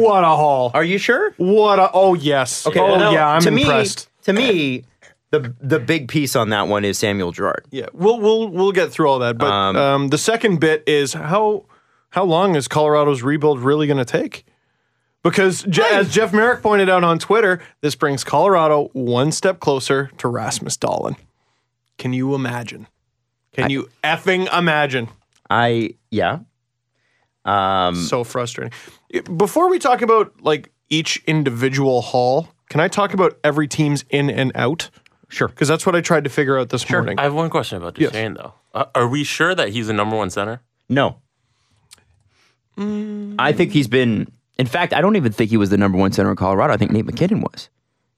[SPEAKER 4] what a haul!
[SPEAKER 3] Are you sure?
[SPEAKER 4] What? A, oh yes. Okay. Oh
[SPEAKER 3] Well, no,
[SPEAKER 4] yeah. I'm
[SPEAKER 3] to
[SPEAKER 4] impressed.
[SPEAKER 3] Me, to me, the the big piece on that one is Samuel Gerard.
[SPEAKER 4] yeah. We'll we'll we'll get through all that. But um, the second bit is how how long is Colorado's rebuild really going to take? Because Je- as Jeff Merrick pointed out on Twitter, this brings Colorado one step closer to Rasmus Dahlin. Can you imagine? Can you effing imagine?
[SPEAKER 3] I yeah. Um,
[SPEAKER 4] so frustrating. Before we talk about like each individual haul, can I talk about every team's in and out?
[SPEAKER 3] Sure.
[SPEAKER 4] Because that's what I tried to figure out this morning.
[SPEAKER 5] I have one question about Duchesne, though. Uh, are we sure that he's the number one center?
[SPEAKER 3] No.
[SPEAKER 2] Mm.
[SPEAKER 3] I think he's been. In fact, I don't even think he was the number one center in Colorado. I think Nate McKinnon was.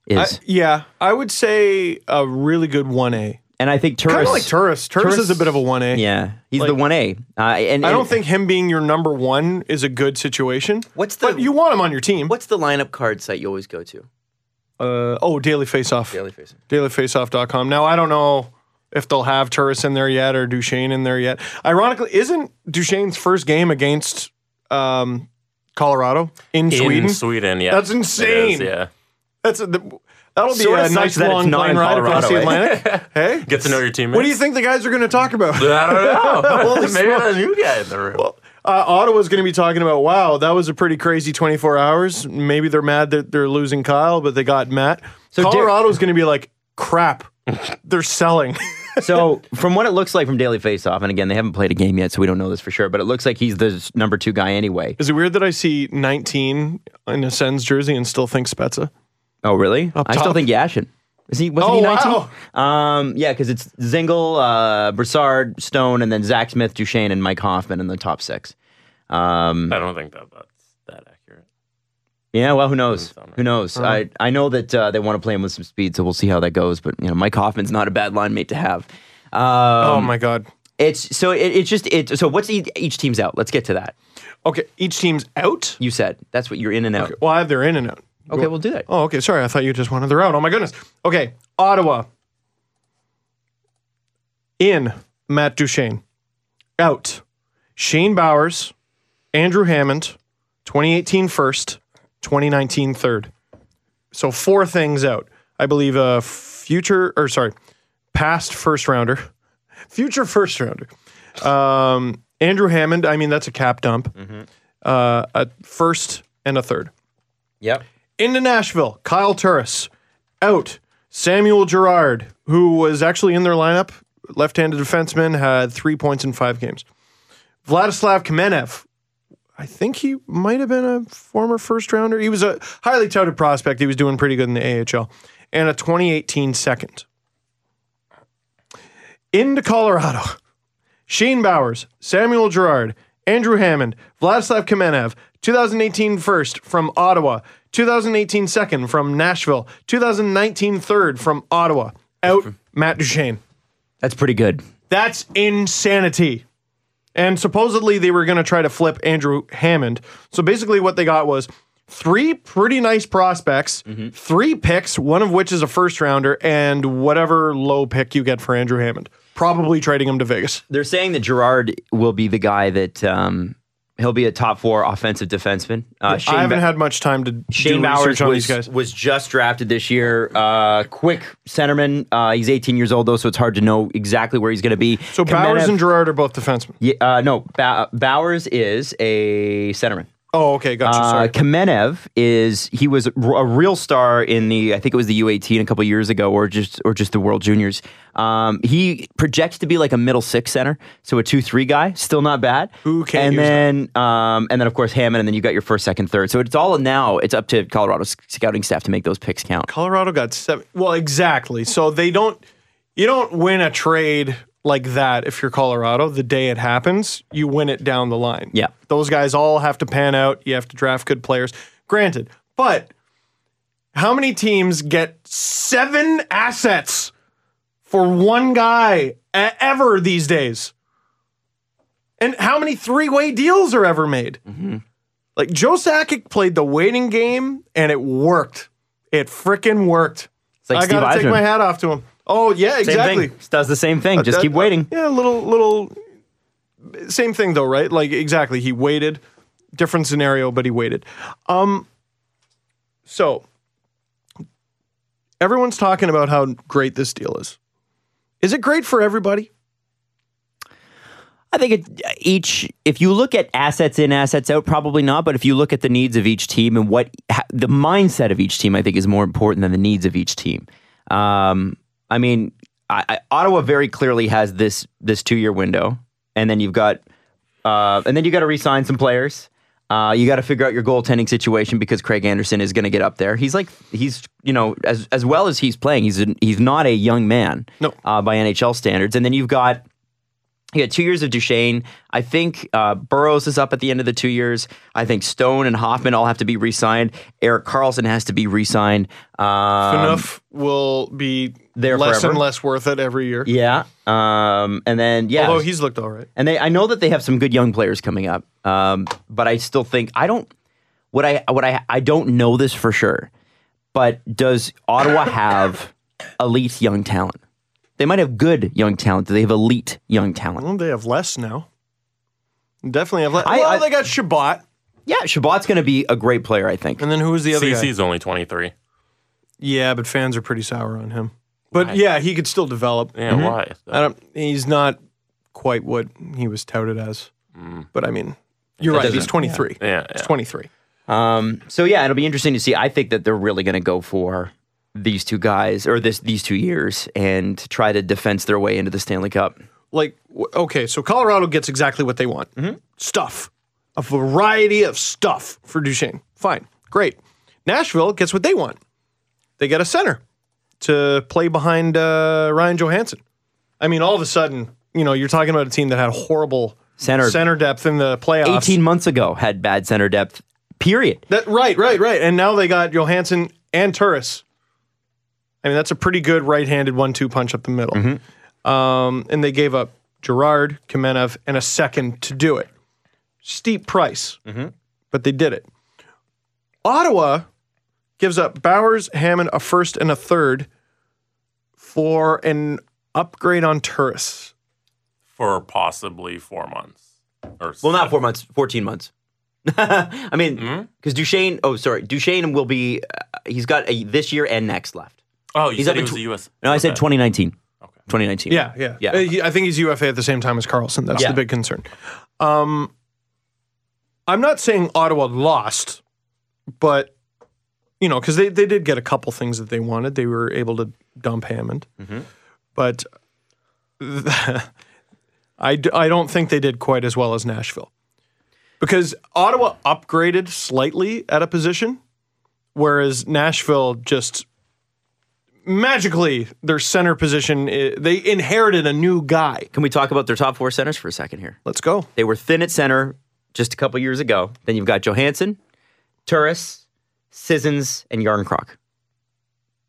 [SPEAKER 3] Is
[SPEAKER 4] Yeah, I would say a really good one A.
[SPEAKER 3] and I think
[SPEAKER 4] Kind
[SPEAKER 3] Turris.
[SPEAKER 4] of like Turris. Turris is a bit of a one A.
[SPEAKER 3] Yeah, he's the one A. Uh, and
[SPEAKER 4] I don't
[SPEAKER 3] and-
[SPEAKER 4] think him being your number one is a good situation.
[SPEAKER 2] What's the-
[SPEAKER 4] But you want him on your team.
[SPEAKER 2] What's the lineup card site you always go to?
[SPEAKER 4] Uh, oh, Daily Faceoff.
[SPEAKER 2] Daily Facing.
[SPEAKER 4] DailyFaceoff.com. Now I don't know if they'll have Turris in there yet or Duchesne in there yet. Ironically, isn't Duchesne's first game against um, Colorado in, Sweden?
[SPEAKER 5] In Sweden, yeah.
[SPEAKER 4] That's
[SPEAKER 5] It is,
[SPEAKER 4] insane.
[SPEAKER 5] yeah.
[SPEAKER 4] That's a, the, that'll be
[SPEAKER 3] Sorta
[SPEAKER 4] a
[SPEAKER 3] sucks
[SPEAKER 4] nice
[SPEAKER 3] that it's
[SPEAKER 4] long
[SPEAKER 3] not
[SPEAKER 4] plane
[SPEAKER 3] in
[SPEAKER 4] ride across the
[SPEAKER 3] Colorado, eh?
[SPEAKER 4] Atlantic. hey,
[SPEAKER 5] Get to know your teammates.
[SPEAKER 4] what do you think the guys are going to talk about?
[SPEAKER 5] I don't know. Maybe there's a new guy in the room.
[SPEAKER 4] uh, Ottawa's going to be talking about, wow, that was a pretty crazy 24 hours. Maybe they're mad that they're losing Kyle, but they got Matt.
[SPEAKER 3] Dar-
[SPEAKER 4] Colorado's going to be like, crap, they're selling.
[SPEAKER 3] so from what it looks like from Daily Faceoff, and again, they haven't played a game yet, so we don't know this for sure. But it looks like he's the s- number two guy anyway.
[SPEAKER 4] Is it weird that I see 19 in a Sens jersey and still think Spezza?
[SPEAKER 3] Oh, really? I still
[SPEAKER 4] top.
[SPEAKER 3] think Yashin. Is he? Wasn't
[SPEAKER 4] Oh,
[SPEAKER 3] he nineteen? Um, yeah, because it's Zingle, uh, Broussard, Stone, and then Zach Smith, Duchesne, and Mike Hoffman in the top six.
[SPEAKER 5] I don't think that that's that accurate.
[SPEAKER 3] Yeah, well, who knows? Who knows? I, I know that uh, they want to play him with some speed, so we'll see how that goes. But you know, Mike Hoffman's not a bad line mate to have. Uh,
[SPEAKER 4] oh my God.
[SPEAKER 3] it's so it, it's just it. So what's each, each team's out? Let's get to that.
[SPEAKER 4] Okay, each team's out?
[SPEAKER 3] You said that's what you're in and out.
[SPEAKER 4] Well, I have their in and out.
[SPEAKER 3] Okay, we'll do that.
[SPEAKER 4] Oh, okay. Sorry. I thought you just wanted their out. Oh my goodness. Okay, Ottawa. In Matt Duchesne. Out. Shane Bowers, Andrew Hammond, 2018 first, 2019 third. So four things out. I believe a future or sorry, past first rounder, future first rounder. Um, Andrew Hammond, I mean that's a cap dump. Uh, a first and a third
[SPEAKER 3] Yep.
[SPEAKER 4] into Nashville. Kyle Turris out. Samuel Gerard, who was actually in their lineup, left-handed defenseman, had three points in five games. Vladislav Kamenev, I think he might have been a former first rounder. He was a highly touted prospect. He was doing pretty good in the AHL, and a 2018 second. Into Colorado, Shane Bowers, Samuel Gerard, Andrew Hammond, Vladislav Kamenev, 2018 first from Ottawa, 2018 second from Nashville, 2019 third from Ottawa. Out Matt Duchesne.
[SPEAKER 3] That's pretty good.
[SPEAKER 4] That's insanity. And supposedly they were going to try to flip Andrew Hammond. So basically, what they got was three pretty nice prospects, three picks, one of which is a first rounder, and whatever low pick you get for Andrew Hammond. Probably trading him to Vegas.
[SPEAKER 3] They're saying that Gerard will be the guy that um, he'll be a top four offensive defenseman. Uh, Shane
[SPEAKER 4] I haven't
[SPEAKER 3] Ba-
[SPEAKER 4] had much time to
[SPEAKER 3] Shane
[SPEAKER 4] do
[SPEAKER 3] Bowers
[SPEAKER 4] research on
[SPEAKER 3] was,
[SPEAKER 4] these guys.
[SPEAKER 3] was just drafted this year. Uh, quick centerman. Uh, he's 18 years old though, so it's hard to know exactly where he's going to be.
[SPEAKER 4] So Bowers and Gerard are both defensemen.
[SPEAKER 3] Yeah, uh, no, ba- Bowers is a centerman.
[SPEAKER 4] Oh, okay, gotcha.
[SPEAKER 3] Uh,
[SPEAKER 4] sorry.
[SPEAKER 3] Kamenev is he was r- a real star in the I think it was the U18 a couple years ago or just or just the World Juniors. Um, he projects to be like a middle six center, so a two three guy, still not bad.
[SPEAKER 4] Who can't
[SPEAKER 3] And
[SPEAKER 4] use
[SPEAKER 3] then um, and then of course Hammond, and then you got your first, second, third. So it's all now. It's up to Colorado's scouting staff to make those picks count.
[SPEAKER 4] Colorado got seven. Well, exactly. So they don't. You don't win a trade like that if you're Colorado, the day it happens, you win it down the line.
[SPEAKER 3] Yeah.
[SPEAKER 4] Those guys all have to pan out. You have to draft good players. Granted, but how many teams get seven assets for one guy e- ever these days? And how many three way deals are ever made?
[SPEAKER 3] Mm-hmm.
[SPEAKER 4] Like Joe Sakic played the waiting game and it worked. It freaking worked.
[SPEAKER 3] It's like
[SPEAKER 4] I
[SPEAKER 3] Steve
[SPEAKER 4] gotta take
[SPEAKER 3] Eisman.
[SPEAKER 4] my hat off to him. Oh yeah,
[SPEAKER 3] Same
[SPEAKER 4] exactly.
[SPEAKER 3] thing. Does the same thing. Just
[SPEAKER 4] That-
[SPEAKER 3] keep waiting.
[SPEAKER 4] Yeah, little little same thing though, right? Like exactly. He waited. Different scenario, but he waited. Um so everyone's talking about how great this deal is. Is it great for everybody?
[SPEAKER 3] I think it, each, if you look at assets in, assets out, probably not. But if you look at the needs of each team and what ha- the mindset of each team, I think is more important than the needs of each team. Um, I mean, I, I, Ottawa very clearly has this this two year window, and then you've got, uh, and then you got to re-sign some players. Uh, you got to figure out your goaltending situation because Craig Anderson is going to get up there. He's like he's you know as as well as he's playing, he's an, he's not a young man
[SPEAKER 4] No.
[SPEAKER 3] uh, by NHL standards. And then you've got yeah, two years of Duchesne. I think uh, Burrows is up at the end of the two years. I think Stone and Hoffman all have to be re-signed. Eric Carlson has to be re-signed. Um,
[SPEAKER 4] Enough will be
[SPEAKER 3] there
[SPEAKER 4] less
[SPEAKER 3] forever.
[SPEAKER 4] and less worth it every year.
[SPEAKER 3] Yeah. Um, and then yeah,
[SPEAKER 4] Although he's looked all right.
[SPEAKER 3] and they I know that they have some good young players coming up. Um, but I still think I don't. What I what I I don't know this for sure. But does Ottawa have elite young talent? They might have good young talent. Do they have elite young talent?
[SPEAKER 4] Well, they have less now. Definitely have less.
[SPEAKER 3] I-
[SPEAKER 4] well,
[SPEAKER 3] I-
[SPEAKER 4] they got Shabbat.
[SPEAKER 3] Yeah, Shabbat's going to be a great player, I think.
[SPEAKER 4] And then who was the other guy?
[SPEAKER 5] CC's only 23.
[SPEAKER 4] Yeah, but fans are pretty sour on him. But
[SPEAKER 5] Why?
[SPEAKER 4] yeah, he could still develop.
[SPEAKER 5] Yeah, why?
[SPEAKER 4] I don't. He's not quite what he was touted as. But I mean, you're right. He's
[SPEAKER 3] doesn't-
[SPEAKER 4] 23.
[SPEAKER 5] Mm. Yeah,
[SPEAKER 4] he's
[SPEAKER 5] yeah.
[SPEAKER 4] 23.
[SPEAKER 3] Um, so yeah, it'll be interesting to see. I think that they're really going to go for these two guys or this these two years and try to defense their way into the Stanley Cup.
[SPEAKER 4] Like, w- okay, so Colorado gets exactly what they want.
[SPEAKER 5] Mm-hmm.
[SPEAKER 4] Stuff, a variety of stuff for Duchesne. Fine, great. Nashville gets what they want. They get a center to play behind uh, Ryan Johansson. I mean, all of a sudden, you know, you're talking about a team that had horrible
[SPEAKER 3] Center-
[SPEAKER 4] center depth in the playoffs.
[SPEAKER 3] 18 months ago had bad center depth. Period.
[SPEAKER 4] That right, right, right. And now they got Johansson and Turris. I mean, that's a pretty good right-handed one-two punch up the middle. Um, and they gave up Gerard, Kamenev, and a second to do it. Steep price, but they did it. Ottawa gives up Bowers, Hammond, a first and a third for an upgrade on Turris.
[SPEAKER 5] For possibly four months. Or
[SPEAKER 3] Well, not 4 months, 14 months. I mean,
[SPEAKER 5] Mm-hmm.
[SPEAKER 3] cuz Duchesne, oh sorry, Duchesne will be uh, he's got a, this year and next left.
[SPEAKER 5] Oh, you
[SPEAKER 3] He's up
[SPEAKER 5] said he
[SPEAKER 3] in
[SPEAKER 5] was
[SPEAKER 3] tw-
[SPEAKER 5] a U.S.
[SPEAKER 3] No, I said
[SPEAKER 5] Okay.
[SPEAKER 3] 2019. 2019.
[SPEAKER 4] Yeah, yeah.
[SPEAKER 3] Yeah.
[SPEAKER 4] Uh, he- I think he's UFA at the same time as Carlson. That's
[SPEAKER 3] Yeah.
[SPEAKER 4] the big concern. Um, I'm not saying Ottawa lost, but you know, because they, they did get a couple things that they wanted. They were able to dump Hammond,
[SPEAKER 3] Mm-hmm.
[SPEAKER 4] but I, d- I don't think they did quite as well as Nashville because Ottawa upgraded slightly at a position, whereas Nashville just magically their center position i- they inherited a new guy.
[SPEAKER 3] Can we talk about their top 4 centers for a second here?
[SPEAKER 4] Let's go.
[SPEAKER 3] They were thin at center just a couple years ago. Then you've got Johansson, Turris, Sissons, and Yarncroc.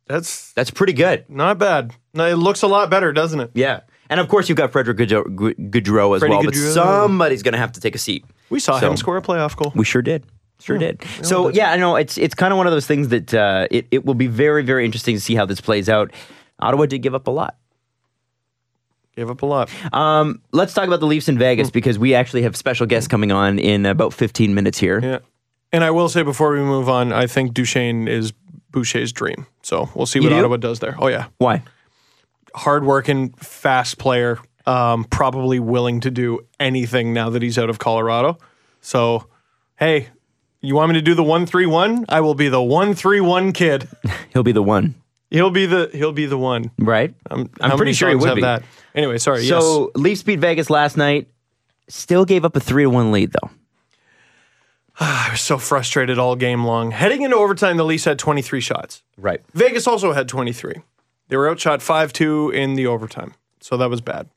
[SPEAKER 4] That's
[SPEAKER 3] That's pretty good.
[SPEAKER 4] not bad. No, it looks a lot better, doesn't it?
[SPEAKER 3] Yeah. And of course, you've got Frederick Goudreau, Gou- Goudreau as
[SPEAKER 4] Freddie
[SPEAKER 3] well, but
[SPEAKER 4] Goudreau.
[SPEAKER 3] somebody's going to have to take a seat.
[SPEAKER 4] We saw
[SPEAKER 3] So-
[SPEAKER 4] him score a playoff goal.
[SPEAKER 3] We sure did. Sure did. So yeah, I know it's it's kind of one of those things that uh, it it will be very very interesting to see how this plays out. Ottawa did give up a lot.
[SPEAKER 4] Gave up a lot.
[SPEAKER 3] Um, let's talk about the Leafs in
[SPEAKER 4] Hmm.
[SPEAKER 3] Vegas because we actually have special guests coming on in about 15 minutes here.
[SPEAKER 4] Yeah. And I will say before we move on, I think Duchesne is Boucher's dream. So we'll see what
[SPEAKER 3] do?
[SPEAKER 4] Ottawa does there. Oh yeah.
[SPEAKER 3] Why?
[SPEAKER 4] hardworking, fast player, um, probably willing to do anything now that he's out of Colorado. So, hey, you want me to do the one three one? I will be the one three one kid.
[SPEAKER 3] He'll be the one,
[SPEAKER 4] He'll be the he'll be the one.
[SPEAKER 3] right? I'm,
[SPEAKER 4] How
[SPEAKER 3] pretty
[SPEAKER 4] many
[SPEAKER 3] sure he
[SPEAKER 4] songs
[SPEAKER 3] would
[SPEAKER 4] have
[SPEAKER 3] be.
[SPEAKER 4] that. Anyway, sorry. yes.
[SPEAKER 3] So Leafs beat Vegas last night. Still gave up a three to one lead though.
[SPEAKER 4] I was so frustrated all game long. Heading into overtime, the Leafs had twenty three shots.
[SPEAKER 3] Right.
[SPEAKER 4] Vegas also had 23. They were outshot 5 2 in the overtime. So that was bad.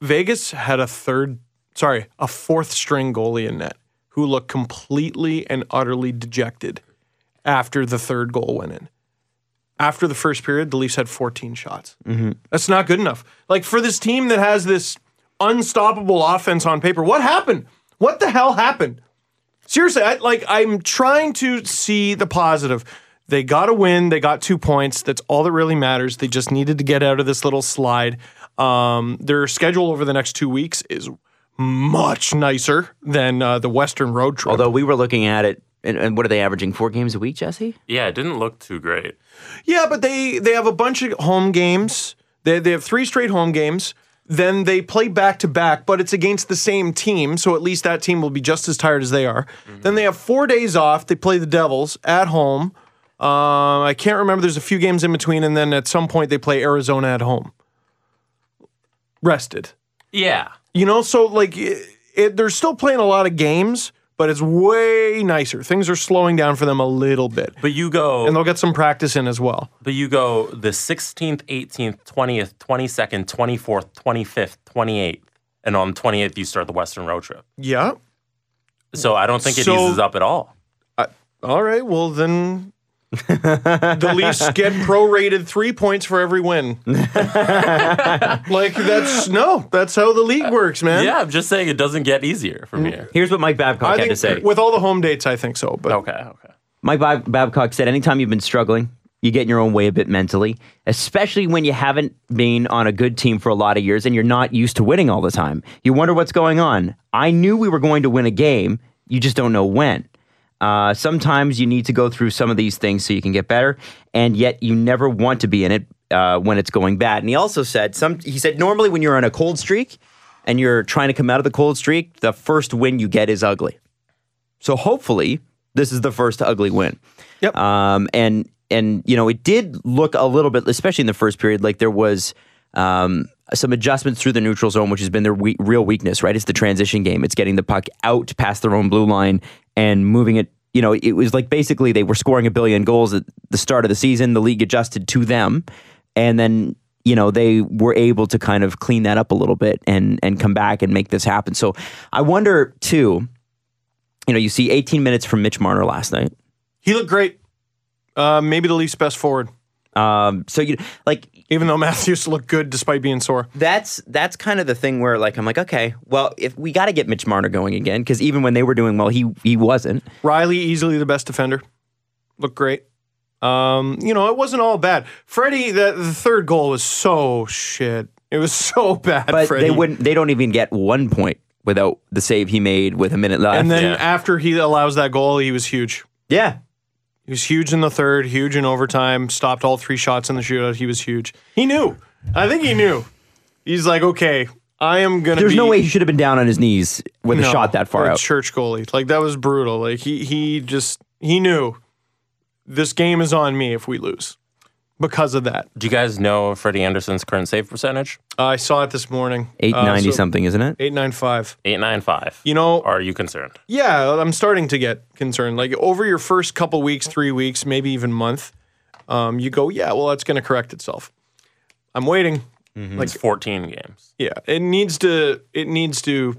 [SPEAKER 4] Vegas had a third, sorry, a fourth string goalie in net who looked completely and utterly dejected after the third goal went in. After the first period, the Leafs had 14 shots. That's not good enough. Like for this team that has this unstoppable offense on paper, what happened? What the hell happened? Seriously, I, like I'm trying to see the positive. They got a win. They got two points. That's all that really matters. They just needed to get out of this little slide. Um, their schedule over the next two weeks is much nicer than uh, the Western road trip.
[SPEAKER 2] Although we were looking at it, and, and what are they averaging? Four games a week, Jesse?
[SPEAKER 5] Yeah, it didn't look too great.
[SPEAKER 4] Yeah, but they they have a bunch of home games. They they have three straight home games. Then they play back to back, but it's against the same team, so at least that team will be just as tired as they are. Then they have four days off. They play the Devils at home. Uh, I can't remember. There's a few games in between, and then at some point they play Arizona at home. Rested,
[SPEAKER 5] Yeah.
[SPEAKER 4] you know. So like, it, it, they're still playing a lot of games, but it's way nicer. Things are slowing down for them a little bit,
[SPEAKER 5] But you go
[SPEAKER 4] and they'll get some practice in as well.
[SPEAKER 5] But you go the 16th, 18th, 20th, 22nd, 24th, 25th, 28th, and on 28th you start the Western road trip.
[SPEAKER 4] Yeah.
[SPEAKER 5] So I don't think it
[SPEAKER 4] So-
[SPEAKER 5] eases up at all.
[SPEAKER 4] All right, well then the Leafs get prorated three points for every win. like that's no, that's how the league works, man.
[SPEAKER 5] Yeah, I'm just saying it doesn't get easier
[SPEAKER 4] Mm,
[SPEAKER 5] from here.
[SPEAKER 3] Here's what Mike Babcock
[SPEAKER 4] I
[SPEAKER 3] had
[SPEAKER 4] think
[SPEAKER 3] to say.
[SPEAKER 4] with all the home dates, I think so. But
[SPEAKER 5] Okay, okay.
[SPEAKER 3] Mike Bab- Babcock said, anytime you've been struggling, you get in your own way a bit mentally, especially when you haven't been on a good team for a lot of years and you're not used to winning all the time. You wonder what's going on. I knew we were going to win a game, you just don't know when. Uh, sometimes you need to go through some of these things so you can get better, and yet you never want to be in it uh, when it's going bad. And he also said, some. He said normally when you're on a cold streak and you're trying to come out of the cold streak, the first win you get is ugly. So hopefully, this is the first ugly win.
[SPEAKER 4] Yep.
[SPEAKER 3] Um, and and you know, it did look a little bit, especially in the first period, like there was um, some adjustments through the neutral zone, which has been their we- real weakness. Right? It's the transition game. It's getting the puck out past their own blue line and moving it. You know, it was like basically they were scoring a billion goals at the start of the season. The league adjusted to them, and then you know they were able to kind of clean that up a little bit and and come back and make this happen. So I wonder too you know, you see 18 minutes from Mitch Marner last night.
[SPEAKER 4] he looked great. Uh, maybe the Leafs best forward,
[SPEAKER 3] Um, so you like
[SPEAKER 4] even though Matthews looked good despite being sore.
[SPEAKER 3] that's that's kind of the thing where like I'm like, okay, well, if we got to get Mitch Marner going again, because even when they were doing well, he he wasn't.
[SPEAKER 4] Riley easily the best defender. Looked great. Um, you know, it wasn't all bad. Freddie, the, the third goal was so shit. It was so bad.
[SPEAKER 3] But
[SPEAKER 4] Freddie.
[SPEAKER 3] they wouldn't. They don't even get one point without the save he made with a minute left.
[SPEAKER 4] And then
[SPEAKER 5] Yeah.
[SPEAKER 4] after he allows that goal, he was huge.
[SPEAKER 3] yeah,
[SPEAKER 4] He was huge in the third, huge in overtime, stopped all three shots in the shootout. He was huge. He knew. I think he knew. He's like, okay, I am gonna.
[SPEAKER 3] there's
[SPEAKER 4] be
[SPEAKER 3] no way he should have been down on his knees with
[SPEAKER 4] No,
[SPEAKER 3] a shot that far
[SPEAKER 4] a
[SPEAKER 3] out.
[SPEAKER 4] Church goalie, like that was brutal. Like he he just he knew this game is on me if we lose because of that.
[SPEAKER 5] Do you guys know Freddie Anderson's current save percentage?
[SPEAKER 4] I saw it this morning. Uh,
[SPEAKER 3] Eight ninety something, isn't it?
[SPEAKER 4] Eight nine five.
[SPEAKER 5] 895.
[SPEAKER 4] You know,
[SPEAKER 5] Are you concerned?
[SPEAKER 4] Yeah, I'm starting to get concerned. Like over your first couple weeks, three weeks, maybe even month, um, you go, yeah, well, that's going to correct itself. I'm waiting.
[SPEAKER 5] Like 14 games.
[SPEAKER 4] Yeah, it needs to. It needs to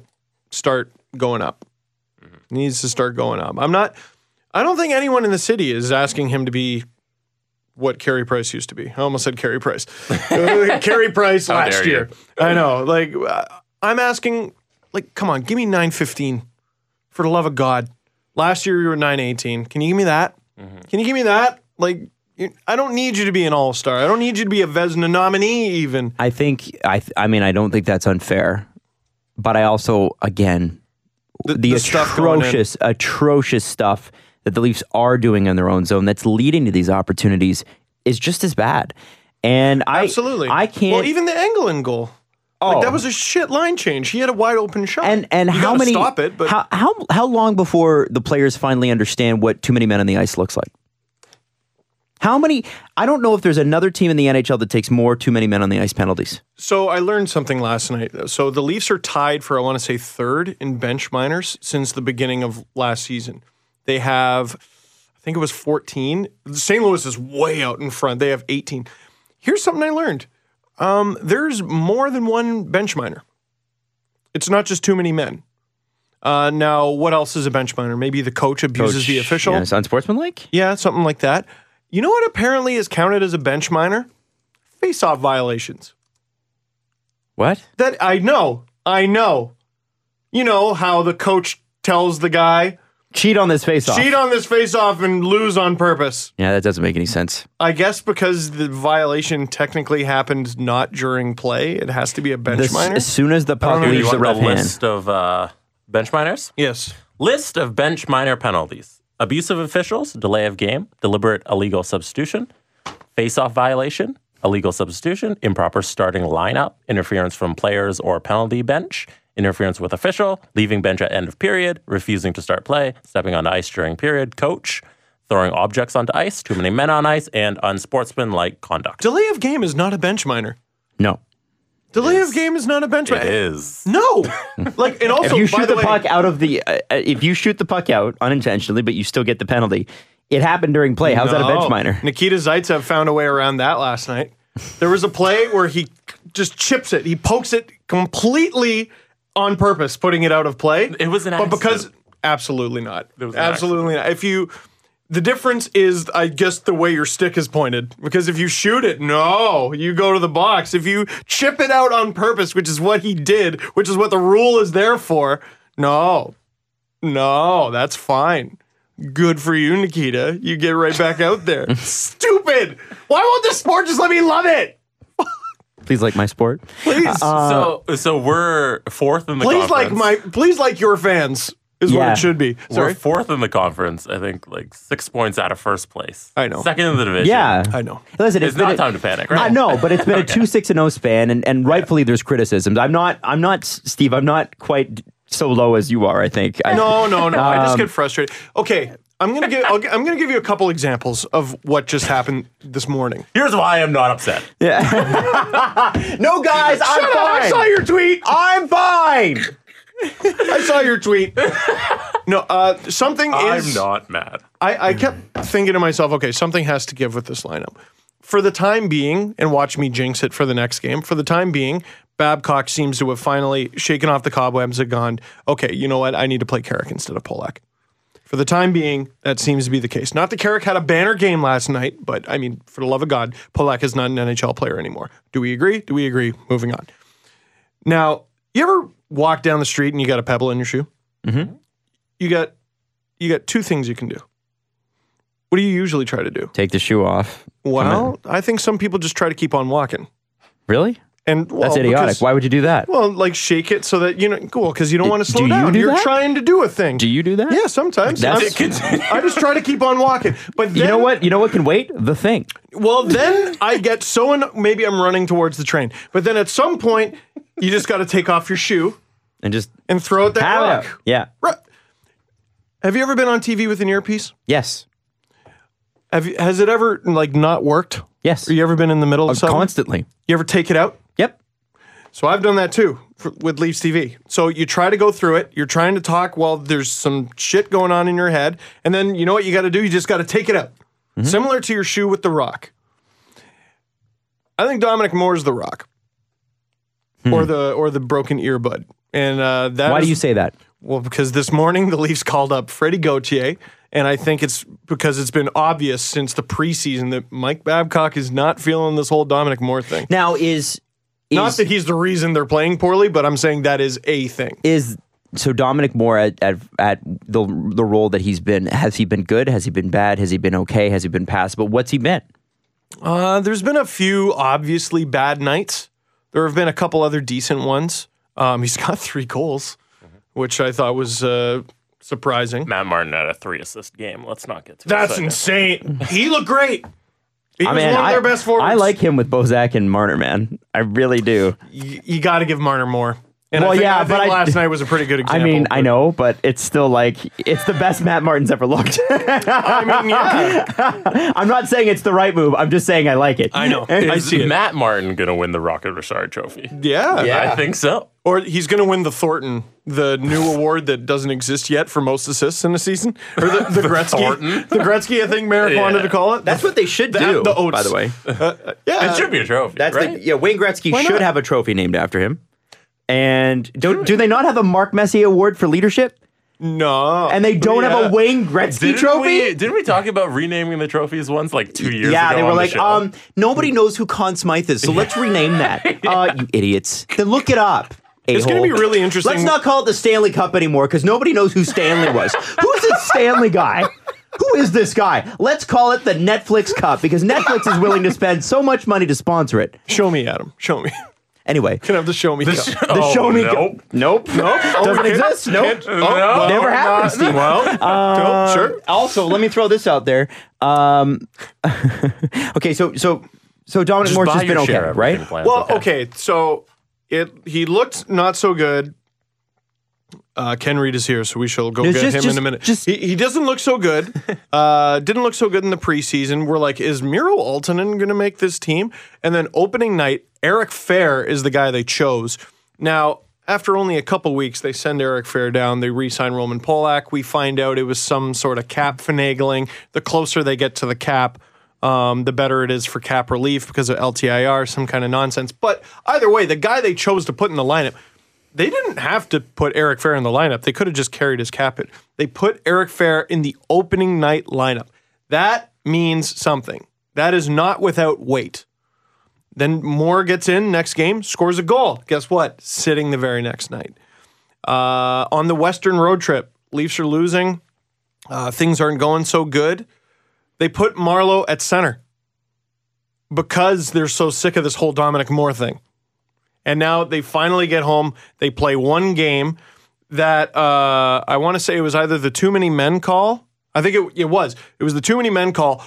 [SPEAKER 4] start going up.
[SPEAKER 5] Mm-hmm.
[SPEAKER 4] It needs to start going up. I'm not. I don't think anyone in the city is asking him to be what Carey Price used to be. I almost said Carey Price. Uh, Carey Price last
[SPEAKER 5] dare you.
[SPEAKER 4] year. I know. Like uh, I'm asking. Like, come on, give me 915 for the love of God. Last year you were 918. Can you give me that?
[SPEAKER 5] Mm-hmm.
[SPEAKER 4] Can you give me that? Like, you, I don't need you to be an all star. I don't need you to be a Vesna nominee even.
[SPEAKER 3] I think I. th- I mean, I don't think that's unfair, but I also again the,
[SPEAKER 4] the stuff going in.
[SPEAKER 3] atrocious, atrocious stuff that the Leafs are doing on their own zone that's leading to these opportunities is just as bad. And I
[SPEAKER 4] Absolutely.
[SPEAKER 3] I can't.
[SPEAKER 4] Well, even the Engelin goal. Oh.
[SPEAKER 3] Oh.
[SPEAKER 4] Like, that was a shit line change. He had a wide open shot.
[SPEAKER 3] and and
[SPEAKER 4] You
[SPEAKER 3] how
[SPEAKER 4] gotta
[SPEAKER 3] many
[SPEAKER 4] stop it? But
[SPEAKER 3] how how how long before the players finally understand what too many men on the ice looks like? How many? I don't know if there's another team in the NHL that takes more too many men on the ice penalties.
[SPEAKER 4] so I learned something last night. though. So the Leafs are tied for I want to say third in bench minors since the beginning of last season. They have, I think it was 14. St. Louis is way out in front. They have 18. Here's something I learned. Um, there's more than one bench minor. It's not just too many men. Uh, now, what else is a bench minor? Maybe the coach abuses the official.
[SPEAKER 2] Yeah, it's unsportsmanlike.
[SPEAKER 4] Yeah, something like that. You know what apparently is counted as a bench minor? Face off violations.
[SPEAKER 2] What?
[SPEAKER 4] That I know. I know. You know how the coach tells the guy,
[SPEAKER 3] Cheat on this face off.
[SPEAKER 4] cheat on this face off and lose on purpose.
[SPEAKER 2] Yeah, that doesn't make any sense.
[SPEAKER 4] I guess because the violation technically happened not during play, it has to be a bench
[SPEAKER 3] This-
[SPEAKER 4] minor.
[SPEAKER 3] as soon as the puck
[SPEAKER 5] Do you
[SPEAKER 3] leaves the
[SPEAKER 5] want the
[SPEAKER 3] ref hand.
[SPEAKER 5] list of uh, bench minors?
[SPEAKER 4] yes.
[SPEAKER 5] List of bench minor penalties abusive officials, delay of game, deliberate illegal substitution, face off violation, illegal substitution, improper starting lineup, interference from players or penalty bench, interference with official, leaving bench at end of period, refusing to start play, stepping on ice during period, coach, throwing objects onto ice, too many men on ice, and unsportsmanlike conduct.
[SPEAKER 4] Delay of game is not a bench minor.
[SPEAKER 2] No.
[SPEAKER 4] Delay of game is not a bench
[SPEAKER 5] It
[SPEAKER 4] minor.
[SPEAKER 5] is.
[SPEAKER 4] No. like and also
[SPEAKER 3] if you
[SPEAKER 4] by
[SPEAKER 3] shoot
[SPEAKER 4] the,
[SPEAKER 3] the,
[SPEAKER 4] way,
[SPEAKER 3] puck out of the, uh, uh, if you shoot the puck out unintentionally, but you still get the penalty, it happened during play. How's that a
[SPEAKER 4] No.
[SPEAKER 3] bench minor?
[SPEAKER 4] Nikita Zaitsev found a way around that last night. There was a play where he just chips it. He pokes it completely on purpose, putting it out of play.
[SPEAKER 5] It was an
[SPEAKER 4] but because
[SPEAKER 5] accident.
[SPEAKER 4] absolutely not.
[SPEAKER 5] was an
[SPEAKER 4] absolutely not. If you the difference is, I guess, the way your stick is pointed. Because if you shoot it, no, you go to the box. If you chip it out on purpose, which is what he did, which is what the rule is there for, no, no, that's fine. Good for you, Nikita. You get right back out there. Stupid. Why won't the sport just let me love it?
[SPEAKER 3] Please like my sport.
[SPEAKER 4] Please,
[SPEAKER 5] so, so we're fourth in the
[SPEAKER 4] please like
[SPEAKER 5] Uh, conference.
[SPEAKER 4] my, please like your fans is what
[SPEAKER 3] Yeah.
[SPEAKER 4] it should be.
[SPEAKER 5] We're
[SPEAKER 4] Sorry,
[SPEAKER 5] fourth in the conference, I think, like six points out of first place.
[SPEAKER 4] I know.
[SPEAKER 5] Second in the division.
[SPEAKER 3] Yeah,
[SPEAKER 4] I know.
[SPEAKER 3] Listen,
[SPEAKER 5] It's
[SPEAKER 3] been
[SPEAKER 5] not
[SPEAKER 3] a-
[SPEAKER 5] time to panic, right?
[SPEAKER 3] I know, but it's been a two six and zero span, and, and rightfully there's criticisms. I'm not, I'm not Steve. I'm not quite so low as you are. I think. I,
[SPEAKER 4] No, no, no. I just get frustrated. Okay, I'm gonna give. I'll, gi- I'm gonna give you a couple examples of what just happened this morning.
[SPEAKER 5] Here's why I'm not upset.
[SPEAKER 3] no, guys, I'm
[SPEAKER 4] Shut up,
[SPEAKER 3] fine.
[SPEAKER 4] I saw your tweet.
[SPEAKER 3] I'm fine.
[SPEAKER 4] I saw your tweet. No, uh, something
[SPEAKER 5] I'm
[SPEAKER 4] is.
[SPEAKER 5] not mad.
[SPEAKER 4] I, I kept thinking to myself, okay, something has to give with this lineup. For the time being, and watch me jinx it for the next game, for the time being, Babcock seems to have finally shaken off the cobwebs and gone, okay, you know what? I need to play Carrick instead of Polak. For the time being, that seems to be the case. Not that Carrick had a banner game last night, but I mean, for the love of God, Polak is not an NHL player anymore. Do we agree? Do we agree? Moving on. Now, you ever walk down the street and you got a pebble in your shoe? Mm-hmm. You got you got two things you can do. What do you usually try to do?
[SPEAKER 2] Take the shoe off.
[SPEAKER 4] Well, I think some people just try to keep on walking.
[SPEAKER 2] Really?
[SPEAKER 4] And well,
[SPEAKER 2] That's idiotic.
[SPEAKER 4] because-
[SPEAKER 2] Why would you do that?
[SPEAKER 4] Well, like shake it so that you know, cool, because you don't want to slow
[SPEAKER 2] you
[SPEAKER 4] down.
[SPEAKER 2] do
[SPEAKER 4] You're
[SPEAKER 2] that?
[SPEAKER 4] trying to do a thing.
[SPEAKER 2] do you do that?
[SPEAKER 4] yeah, sometimes.
[SPEAKER 2] That's-
[SPEAKER 4] I'm- I just try to keep on walking. But then,
[SPEAKER 3] You know what? You know what can wait? The thing.
[SPEAKER 4] Well, then I get so anno- maybe I'm running towards the train. But then at some point, you just got to take off your shoe
[SPEAKER 3] And just
[SPEAKER 4] and throw it that
[SPEAKER 3] have
[SPEAKER 4] rock.
[SPEAKER 3] it. Yeah.
[SPEAKER 4] Right. Have you ever been on TV with an earpiece?
[SPEAKER 3] Yes.
[SPEAKER 4] Have you, has it ever like not worked?
[SPEAKER 3] Yes.
[SPEAKER 4] Or you ever been in the middle of something?
[SPEAKER 3] Constantly.
[SPEAKER 4] you ever take it out?
[SPEAKER 3] Yep.
[SPEAKER 4] So I've done that too for, with Leafs TV. So you try to go through it. You're trying to talk while there's some shit going on in your head, and then you know what you got to do? You just got to take it out.
[SPEAKER 3] Mm-hmm.
[SPEAKER 4] Similar to your shoe with the rock. I think Dominic Moore's the rock, or the or the broken earbud. And uh, that
[SPEAKER 3] Hmm. Why do
[SPEAKER 4] is-
[SPEAKER 3] you say that?
[SPEAKER 4] Well, because this morning the Leafs called up Freddie Gauthier, and I think it's because it's been obvious since the preseason that Mike Babcock is not feeling this whole Dominic Moore thing.
[SPEAKER 3] Now is is,
[SPEAKER 4] not that he's the reason they're playing poorly, but I'm saying that is a thing.
[SPEAKER 3] is so Dominic Moore at, at at the the role that he's been has he been good? Has he been bad? Has he been okay? Has he been passed? But what's he been?
[SPEAKER 4] Uh, there's been a few obviously bad nights. There have been a couple other decent ones. Um, he's got three goals, which I thought was uh, surprising.
[SPEAKER 5] Matt Martin had a three assist game. Let's not get to
[SPEAKER 4] That's insane. He looked great. He was one of their best forwards.
[SPEAKER 3] I like him with Bozak and Marner, man. I really do.
[SPEAKER 4] you, you got to give Marner more. And
[SPEAKER 3] Well,
[SPEAKER 4] I think,
[SPEAKER 3] yeah,
[SPEAKER 4] I think
[SPEAKER 3] but I-
[SPEAKER 4] last night was a pretty good
[SPEAKER 3] I
[SPEAKER 4] example.
[SPEAKER 3] mean, I
[SPEAKER 4] but-
[SPEAKER 3] know, but it's still like it's the best Matt Martin's ever looked.
[SPEAKER 4] I mean, yeah,
[SPEAKER 3] I'm not saying it's the right move. I'm just saying I like it.
[SPEAKER 4] I know. I
[SPEAKER 5] Is
[SPEAKER 4] see it.
[SPEAKER 5] Matt Martin going to win the Rocket Richard trophy?
[SPEAKER 4] Yeah.
[SPEAKER 5] I think so.
[SPEAKER 4] Or he's going to win the Thornton, the new award that doesn't exist yet for most assists in a season, or the, the, Gretzky.
[SPEAKER 5] Thornton?
[SPEAKER 4] The Gretzky, I think Merrick
[SPEAKER 5] Yeah.
[SPEAKER 4] wanted to call it.
[SPEAKER 2] That's what they should
[SPEAKER 4] That-
[SPEAKER 2] do.
[SPEAKER 4] the oats.
[SPEAKER 2] by the way,
[SPEAKER 4] yeah.
[SPEAKER 5] it should be a trophy.
[SPEAKER 2] that's
[SPEAKER 5] right?
[SPEAKER 2] the yeah. Wayne Gretzky should have a trophy named after him.
[SPEAKER 3] And do, do they not have a Mark Messier Award for leadership?
[SPEAKER 4] No.
[SPEAKER 3] And they don't have a
[SPEAKER 4] way.
[SPEAKER 3] Wayne Gretzky
[SPEAKER 5] Didn't
[SPEAKER 3] trophy?
[SPEAKER 5] we, didn't we talk about renaming the trophies once like two years
[SPEAKER 3] yeah,
[SPEAKER 5] ago?
[SPEAKER 3] they were
[SPEAKER 5] on the
[SPEAKER 3] like,
[SPEAKER 5] show?
[SPEAKER 3] um, nobody knows who Conn Smythe is, so let's rename that. Uh, you idiots. Then look it up.
[SPEAKER 4] It's gonna
[SPEAKER 3] a-hole.
[SPEAKER 4] be really interesting.
[SPEAKER 3] Let's not call it the Stanley Cup anymore because nobody knows who Stanley was. Who's this Stanley guy? Who is this guy? Let's call it the Netflix Cup because Netflix is willing to spend so much money to sponsor it.
[SPEAKER 4] Show me, Adam. Show me.
[SPEAKER 3] Anyway,
[SPEAKER 4] Can I have the show me? The
[SPEAKER 3] the
[SPEAKER 5] Oh,
[SPEAKER 3] Show Me
[SPEAKER 5] nope.
[SPEAKER 3] Nope.
[SPEAKER 4] Nope. Oh,
[SPEAKER 3] Doesn't
[SPEAKER 4] we can't-
[SPEAKER 3] exist. Nope.
[SPEAKER 4] can't- oh, well,
[SPEAKER 3] Never happened, Uh, Steve.
[SPEAKER 4] Well, nope, sure.
[SPEAKER 3] Also, let me throw this out there. Um, okay, so so so Dominic Morris
[SPEAKER 5] buy
[SPEAKER 3] has been
[SPEAKER 5] your share
[SPEAKER 3] okay,
[SPEAKER 5] of
[SPEAKER 3] right?
[SPEAKER 5] everything, Plans,
[SPEAKER 4] Well, okay. So it he looked not so good. Uh, Ken Reed is here, so we shall go
[SPEAKER 3] No,
[SPEAKER 4] get
[SPEAKER 3] just-
[SPEAKER 4] him
[SPEAKER 3] just-
[SPEAKER 4] in a minute.
[SPEAKER 3] just-
[SPEAKER 4] he, he doesn't look so good. uh, didn't look so good in the preseason. We're like, is Miro Altonen going to make this team? And then opening night, Eric Fair is the guy they chose. Now, after only a couple weeks, they send Eric Fair down. They re-sign Roman Polak. We find out it was some sort of cap finagling. The closer they get to the cap, um, the better it is for cap relief because of LTIR, some kind of nonsense. But either way, the guy they chose to put in the lineup, they didn't have to put Eric Fair in the lineup. They could have just carried his cap in. They put Eric Fair in the opening night lineup. That means something. That is not without weight. Then Moore gets in next game, scores a goal. Guess what? Sitting the very next night. Uh, on the Western road trip, Leafs are losing. Uh, things aren't going so good. They put Marlowe at center because they're so sick of this whole Dominic Moore thing. And now they finally get home. They play one game that uh, I want to say it was either the too many men call. I think it, it was. It was the too many men call.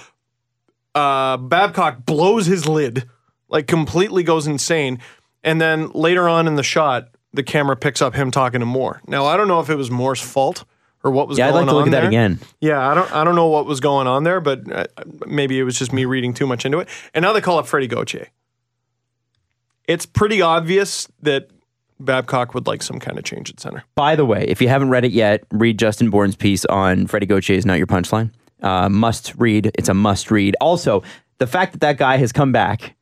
[SPEAKER 4] Uh, Babcock blows his lid, like completely goes insane. And then later on in the shot, the camera picks up him talking to Moore. Now I don't know if it was Moore's fault or what was
[SPEAKER 3] Yeah, I'd
[SPEAKER 4] going
[SPEAKER 3] like
[SPEAKER 4] on
[SPEAKER 3] to look at that
[SPEAKER 4] there.
[SPEAKER 3] again.
[SPEAKER 4] Yeah, I don't I don't know what was going on there, but uh, maybe it was just me reading too much into it. And now they call up Freddie Gauthier. It's pretty obvious that Babcock would like some kind of change at center.
[SPEAKER 3] By the way, if you haven't read it yet, read Justin Bourne's piece on Freddie Gauthier is not your punchline. Uh, must read. It's a must read. Also, the fact that that guy has come back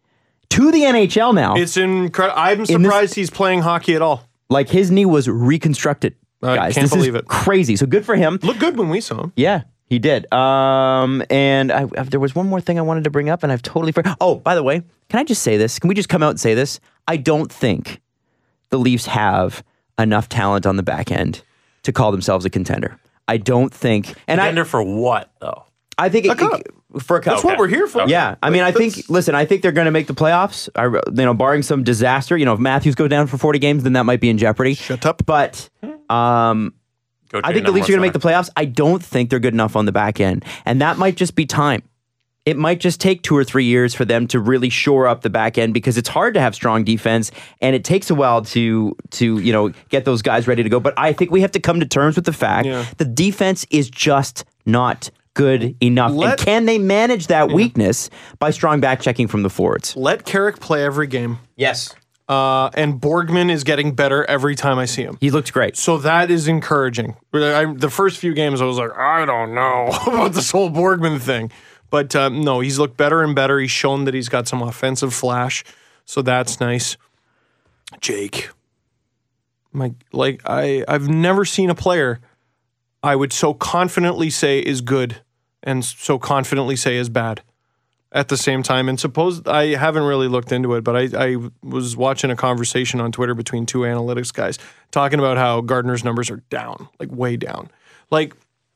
[SPEAKER 3] to the NHL now,
[SPEAKER 4] It's incredible. I'm
[SPEAKER 3] In this-
[SPEAKER 4] surprised he's playing hockey at all.
[SPEAKER 3] like his knee was reconstructed.
[SPEAKER 4] I
[SPEAKER 3] guys,
[SPEAKER 4] can't
[SPEAKER 3] this
[SPEAKER 4] believe
[SPEAKER 3] is
[SPEAKER 4] it.
[SPEAKER 3] crazy. So good for him.
[SPEAKER 4] Looked good when we saw him.
[SPEAKER 3] Yeah, he did. Um, and I, I- there was one more thing I wanted to bring up, and I've totally forgotten. Oh, by the way, can I just say this? Can we just come out and say this? I don't think the Leafs have enough talent on the back end to call themselves a contender. I don't think, and
[SPEAKER 5] Contender for what though?
[SPEAKER 3] I, I think it,
[SPEAKER 4] cup.
[SPEAKER 3] it- for a cup.
[SPEAKER 4] That's what we're here for.
[SPEAKER 3] Yeah, I mean, I think. Listen, I think they're going to make the playoffs. I, you know, barring some disaster, you know, if Matthews go down for forty games, then that might be in jeopardy.
[SPEAKER 4] Shut up.
[SPEAKER 3] But
[SPEAKER 5] Go
[SPEAKER 3] I think the Leafs are going to make the playoffs. I don't think they're good enough on the back end, and that might just be time. It might just take two or three years for them to really shore up the back end because it's hard to have strong defense, and it takes a while to to you know get those guys ready to go. But I think we have to come to terms with the fact
[SPEAKER 4] Yeah.
[SPEAKER 3] the defense is just not good enough. and
[SPEAKER 4] Let-
[SPEAKER 3] can they manage that weakness by strong back checking from the forwards?
[SPEAKER 4] Let Carrick play every game.
[SPEAKER 3] Yes,
[SPEAKER 4] Uh, and Borgman is getting better every time I see him.
[SPEAKER 3] he looked great.
[SPEAKER 4] So that is encouraging. I, the first few games, I was like, I don't know about this whole Borgman thing. But um, no, he's looked better and better. He's shown that he's got some offensive flash. So that's nice. Jake. My, like, I, I've never seen a player I would so confidently say is good and so confidently say is bad at the same time. And suppose I haven't really looked into it, but I, I was watching a conversation on Twitter between two analytics guys talking about how Gardner's numbers are down, like way down. Like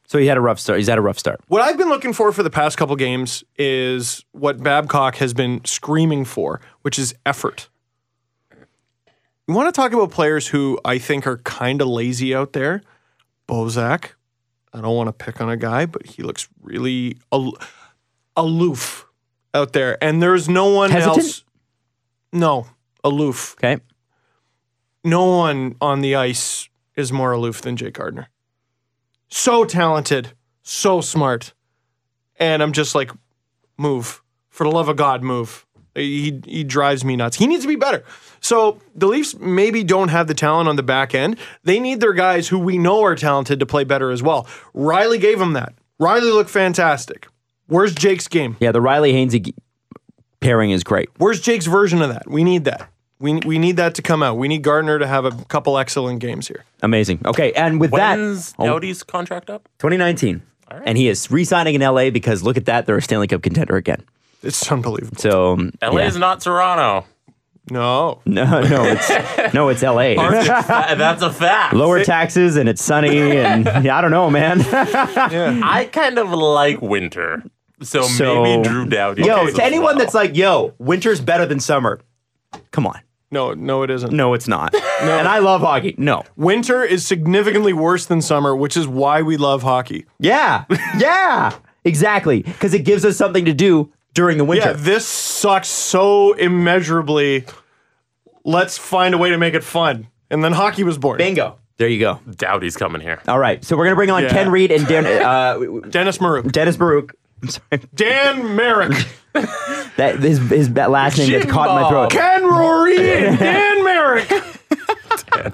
[SPEAKER 3] So he had a rough start. He's had a rough start.
[SPEAKER 4] what I've been looking for for the past couple games is what Babcock has been screaming for, which is effort. You want to talk about players who I think are kind of lazy out there? Bozak. I don't want to pick on a guy, but he looks really al- aloof out there. And there's no one
[SPEAKER 3] Hesitant?
[SPEAKER 4] else. No, aloof.
[SPEAKER 3] Okay,
[SPEAKER 4] No one on the ice is more aloof than Jake Gardner. So talented, so smart. And I'm just like, move. For the love of God, move. He, he drives me nuts. He needs to be better. So the Leafs maybe don't have the talent on the back end. They need their guys who we know are talented to play better as well. Riley gave him that. Riley looked fantastic. Where's Jake's game?
[SPEAKER 3] yeah, the Riley Hainsey pairing is great.
[SPEAKER 4] Where's Jake's version of that? We need that. We, we need that to come out. We need Gardner to have a couple excellent games here.
[SPEAKER 3] Amazing. Okay, and with
[SPEAKER 5] When's
[SPEAKER 3] that, oh,
[SPEAKER 5] Doughty's contract up?
[SPEAKER 3] 2019, and he is re-signing in LA because look at that, they're a Stanley Cup contender again.
[SPEAKER 4] It's unbelievable.
[SPEAKER 3] So um,
[SPEAKER 5] LA
[SPEAKER 3] yeah.
[SPEAKER 5] is not Toronto.
[SPEAKER 4] No.
[SPEAKER 3] no, no, it's no, it's LA.
[SPEAKER 5] That- That's a fact.
[SPEAKER 3] Lower taxes and it's sunny and yeah, I don't know, man.
[SPEAKER 5] I kind of like winter. So,
[SPEAKER 3] So-
[SPEAKER 5] maybe Drew Doughty.
[SPEAKER 3] yo,
[SPEAKER 5] does
[SPEAKER 3] to
[SPEAKER 5] as
[SPEAKER 3] anyone
[SPEAKER 5] well.
[SPEAKER 3] that's like, yo, winter's better than summer. Come on.
[SPEAKER 4] No, no, it isn't.
[SPEAKER 3] No, it's not. And I love hockey. No.
[SPEAKER 4] Winter is significantly worse than summer, which is why we love hockey.
[SPEAKER 3] Yeah. Yeah. exactly. Because it gives us something to do during the winter.
[SPEAKER 4] Yeah, this sucks so immeasurably. Let's find a way to make it fun. And then hockey was born.
[SPEAKER 3] Bingo. There you go.
[SPEAKER 5] Doughty's coming here.
[SPEAKER 3] All right. So we're going to bring on
[SPEAKER 4] Yeah.
[SPEAKER 3] Ken Reed and Dan, uh,
[SPEAKER 4] Dennis Marouk.
[SPEAKER 3] Dennis Baruch. I'm sorry.
[SPEAKER 4] Dan Merrick.
[SPEAKER 3] That, his, his that last name gets caught in my throat.
[SPEAKER 4] Ken Rory and Dan Merrick.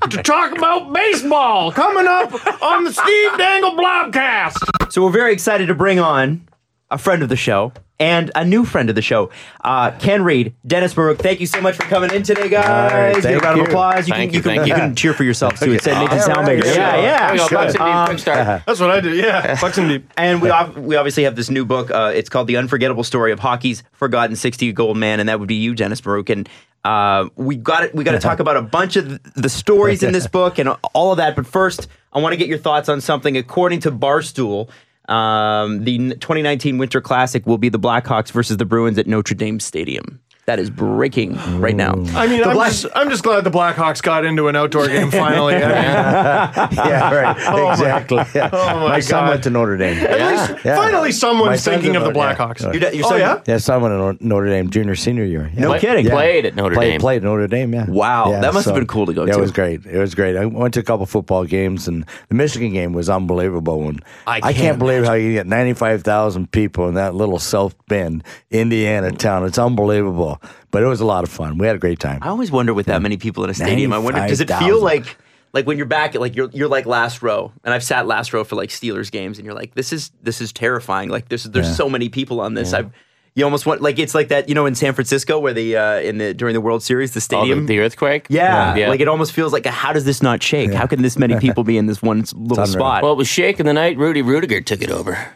[SPEAKER 4] to talk about baseball coming up on the Steve Dangle Blobcast.
[SPEAKER 3] So we're very excited to bring on a friend of the show and a new friend of the show, uh, Ken Reed, Dennis Baruch. Thank you so much for coming in today, guys. Give a
[SPEAKER 6] thank
[SPEAKER 3] round of
[SPEAKER 6] you.
[SPEAKER 3] applause. You
[SPEAKER 6] Thank
[SPEAKER 3] can,
[SPEAKER 6] you,
[SPEAKER 3] can,
[SPEAKER 6] thank
[SPEAKER 3] you
[SPEAKER 6] you.
[SPEAKER 3] can cheer for yourself too. Instead, make it sound
[SPEAKER 6] right,
[SPEAKER 3] bigger.
[SPEAKER 6] yeah.
[SPEAKER 3] Yeah, yeah.
[SPEAKER 6] There we go, Bucks and Deep, quick start.
[SPEAKER 4] That's what I do. Yeah, Bucks and Deep.
[SPEAKER 3] And we ob- we obviously have this new book. Uh, it's called The Unforgettable Story of Hockey's Forgotten 60 Gold Man, and that would be you, Dennis Baruch. And uh, we got it. We got to talk about a bunch of th- the stories in this book and all of that. But first, I want to get your thoughts on something. According to Barstool, um, the n- 2019 Winter Classic will be the Blackhawks versus the Bruins at Notre Dame Stadium. That is breaking right now.
[SPEAKER 4] I mean, I'm,
[SPEAKER 6] Black-
[SPEAKER 4] just, I'm just glad the Blackhawks got into an outdoor game finally. I mean,
[SPEAKER 6] Um, yeah, right. exactly. Yeah.
[SPEAKER 4] Oh, my
[SPEAKER 6] son
[SPEAKER 4] God.
[SPEAKER 6] went to Notre Dame.
[SPEAKER 4] At least, finally, someone's thinking of the Blackhawks.
[SPEAKER 6] Yeah.
[SPEAKER 3] You're d- you're
[SPEAKER 4] oh,
[SPEAKER 3] saying-
[SPEAKER 4] yeah?
[SPEAKER 6] Yeah, son went to Nor- Notre Dame junior senior year. Yeah.
[SPEAKER 3] No kidding.
[SPEAKER 2] Played at Notre
[SPEAKER 6] Played,
[SPEAKER 2] Dame.
[SPEAKER 6] played at Notre Dame, yeah.
[SPEAKER 3] Wow,
[SPEAKER 6] Yeah,
[SPEAKER 3] that must have been cool to go
[SPEAKER 6] yeah,
[SPEAKER 3] to.
[SPEAKER 6] It was great. It was great. I went to a couple football games, and the Michigan game was unbelievable. When I can't, believe how you get ninety five thousand people in that little South Bend, Indiana town. It's unbelievable, but it was a lot of fun. We had a great time.
[SPEAKER 3] I always wonder with that many people in a stadium. I wonder does it feel
[SPEAKER 6] 95,000.
[SPEAKER 3] like like when you're back like you're you're like last row and I've sat last row for like Steelers games and you're like this is this is terrifying. Like there's there's so many people on this. I've you almost want like it's like that you know in San Francisco where the uh, in the during the World Series the
[SPEAKER 2] Oh, the,
[SPEAKER 3] stadium.
[SPEAKER 2] the earthquake?
[SPEAKER 3] yeah, like it almost feels like how does this not shake? How can this many people be in this one s- little
[SPEAKER 6] unreal.
[SPEAKER 3] spot?
[SPEAKER 2] Well, it was shaking the night Rudy Rudiger took it over.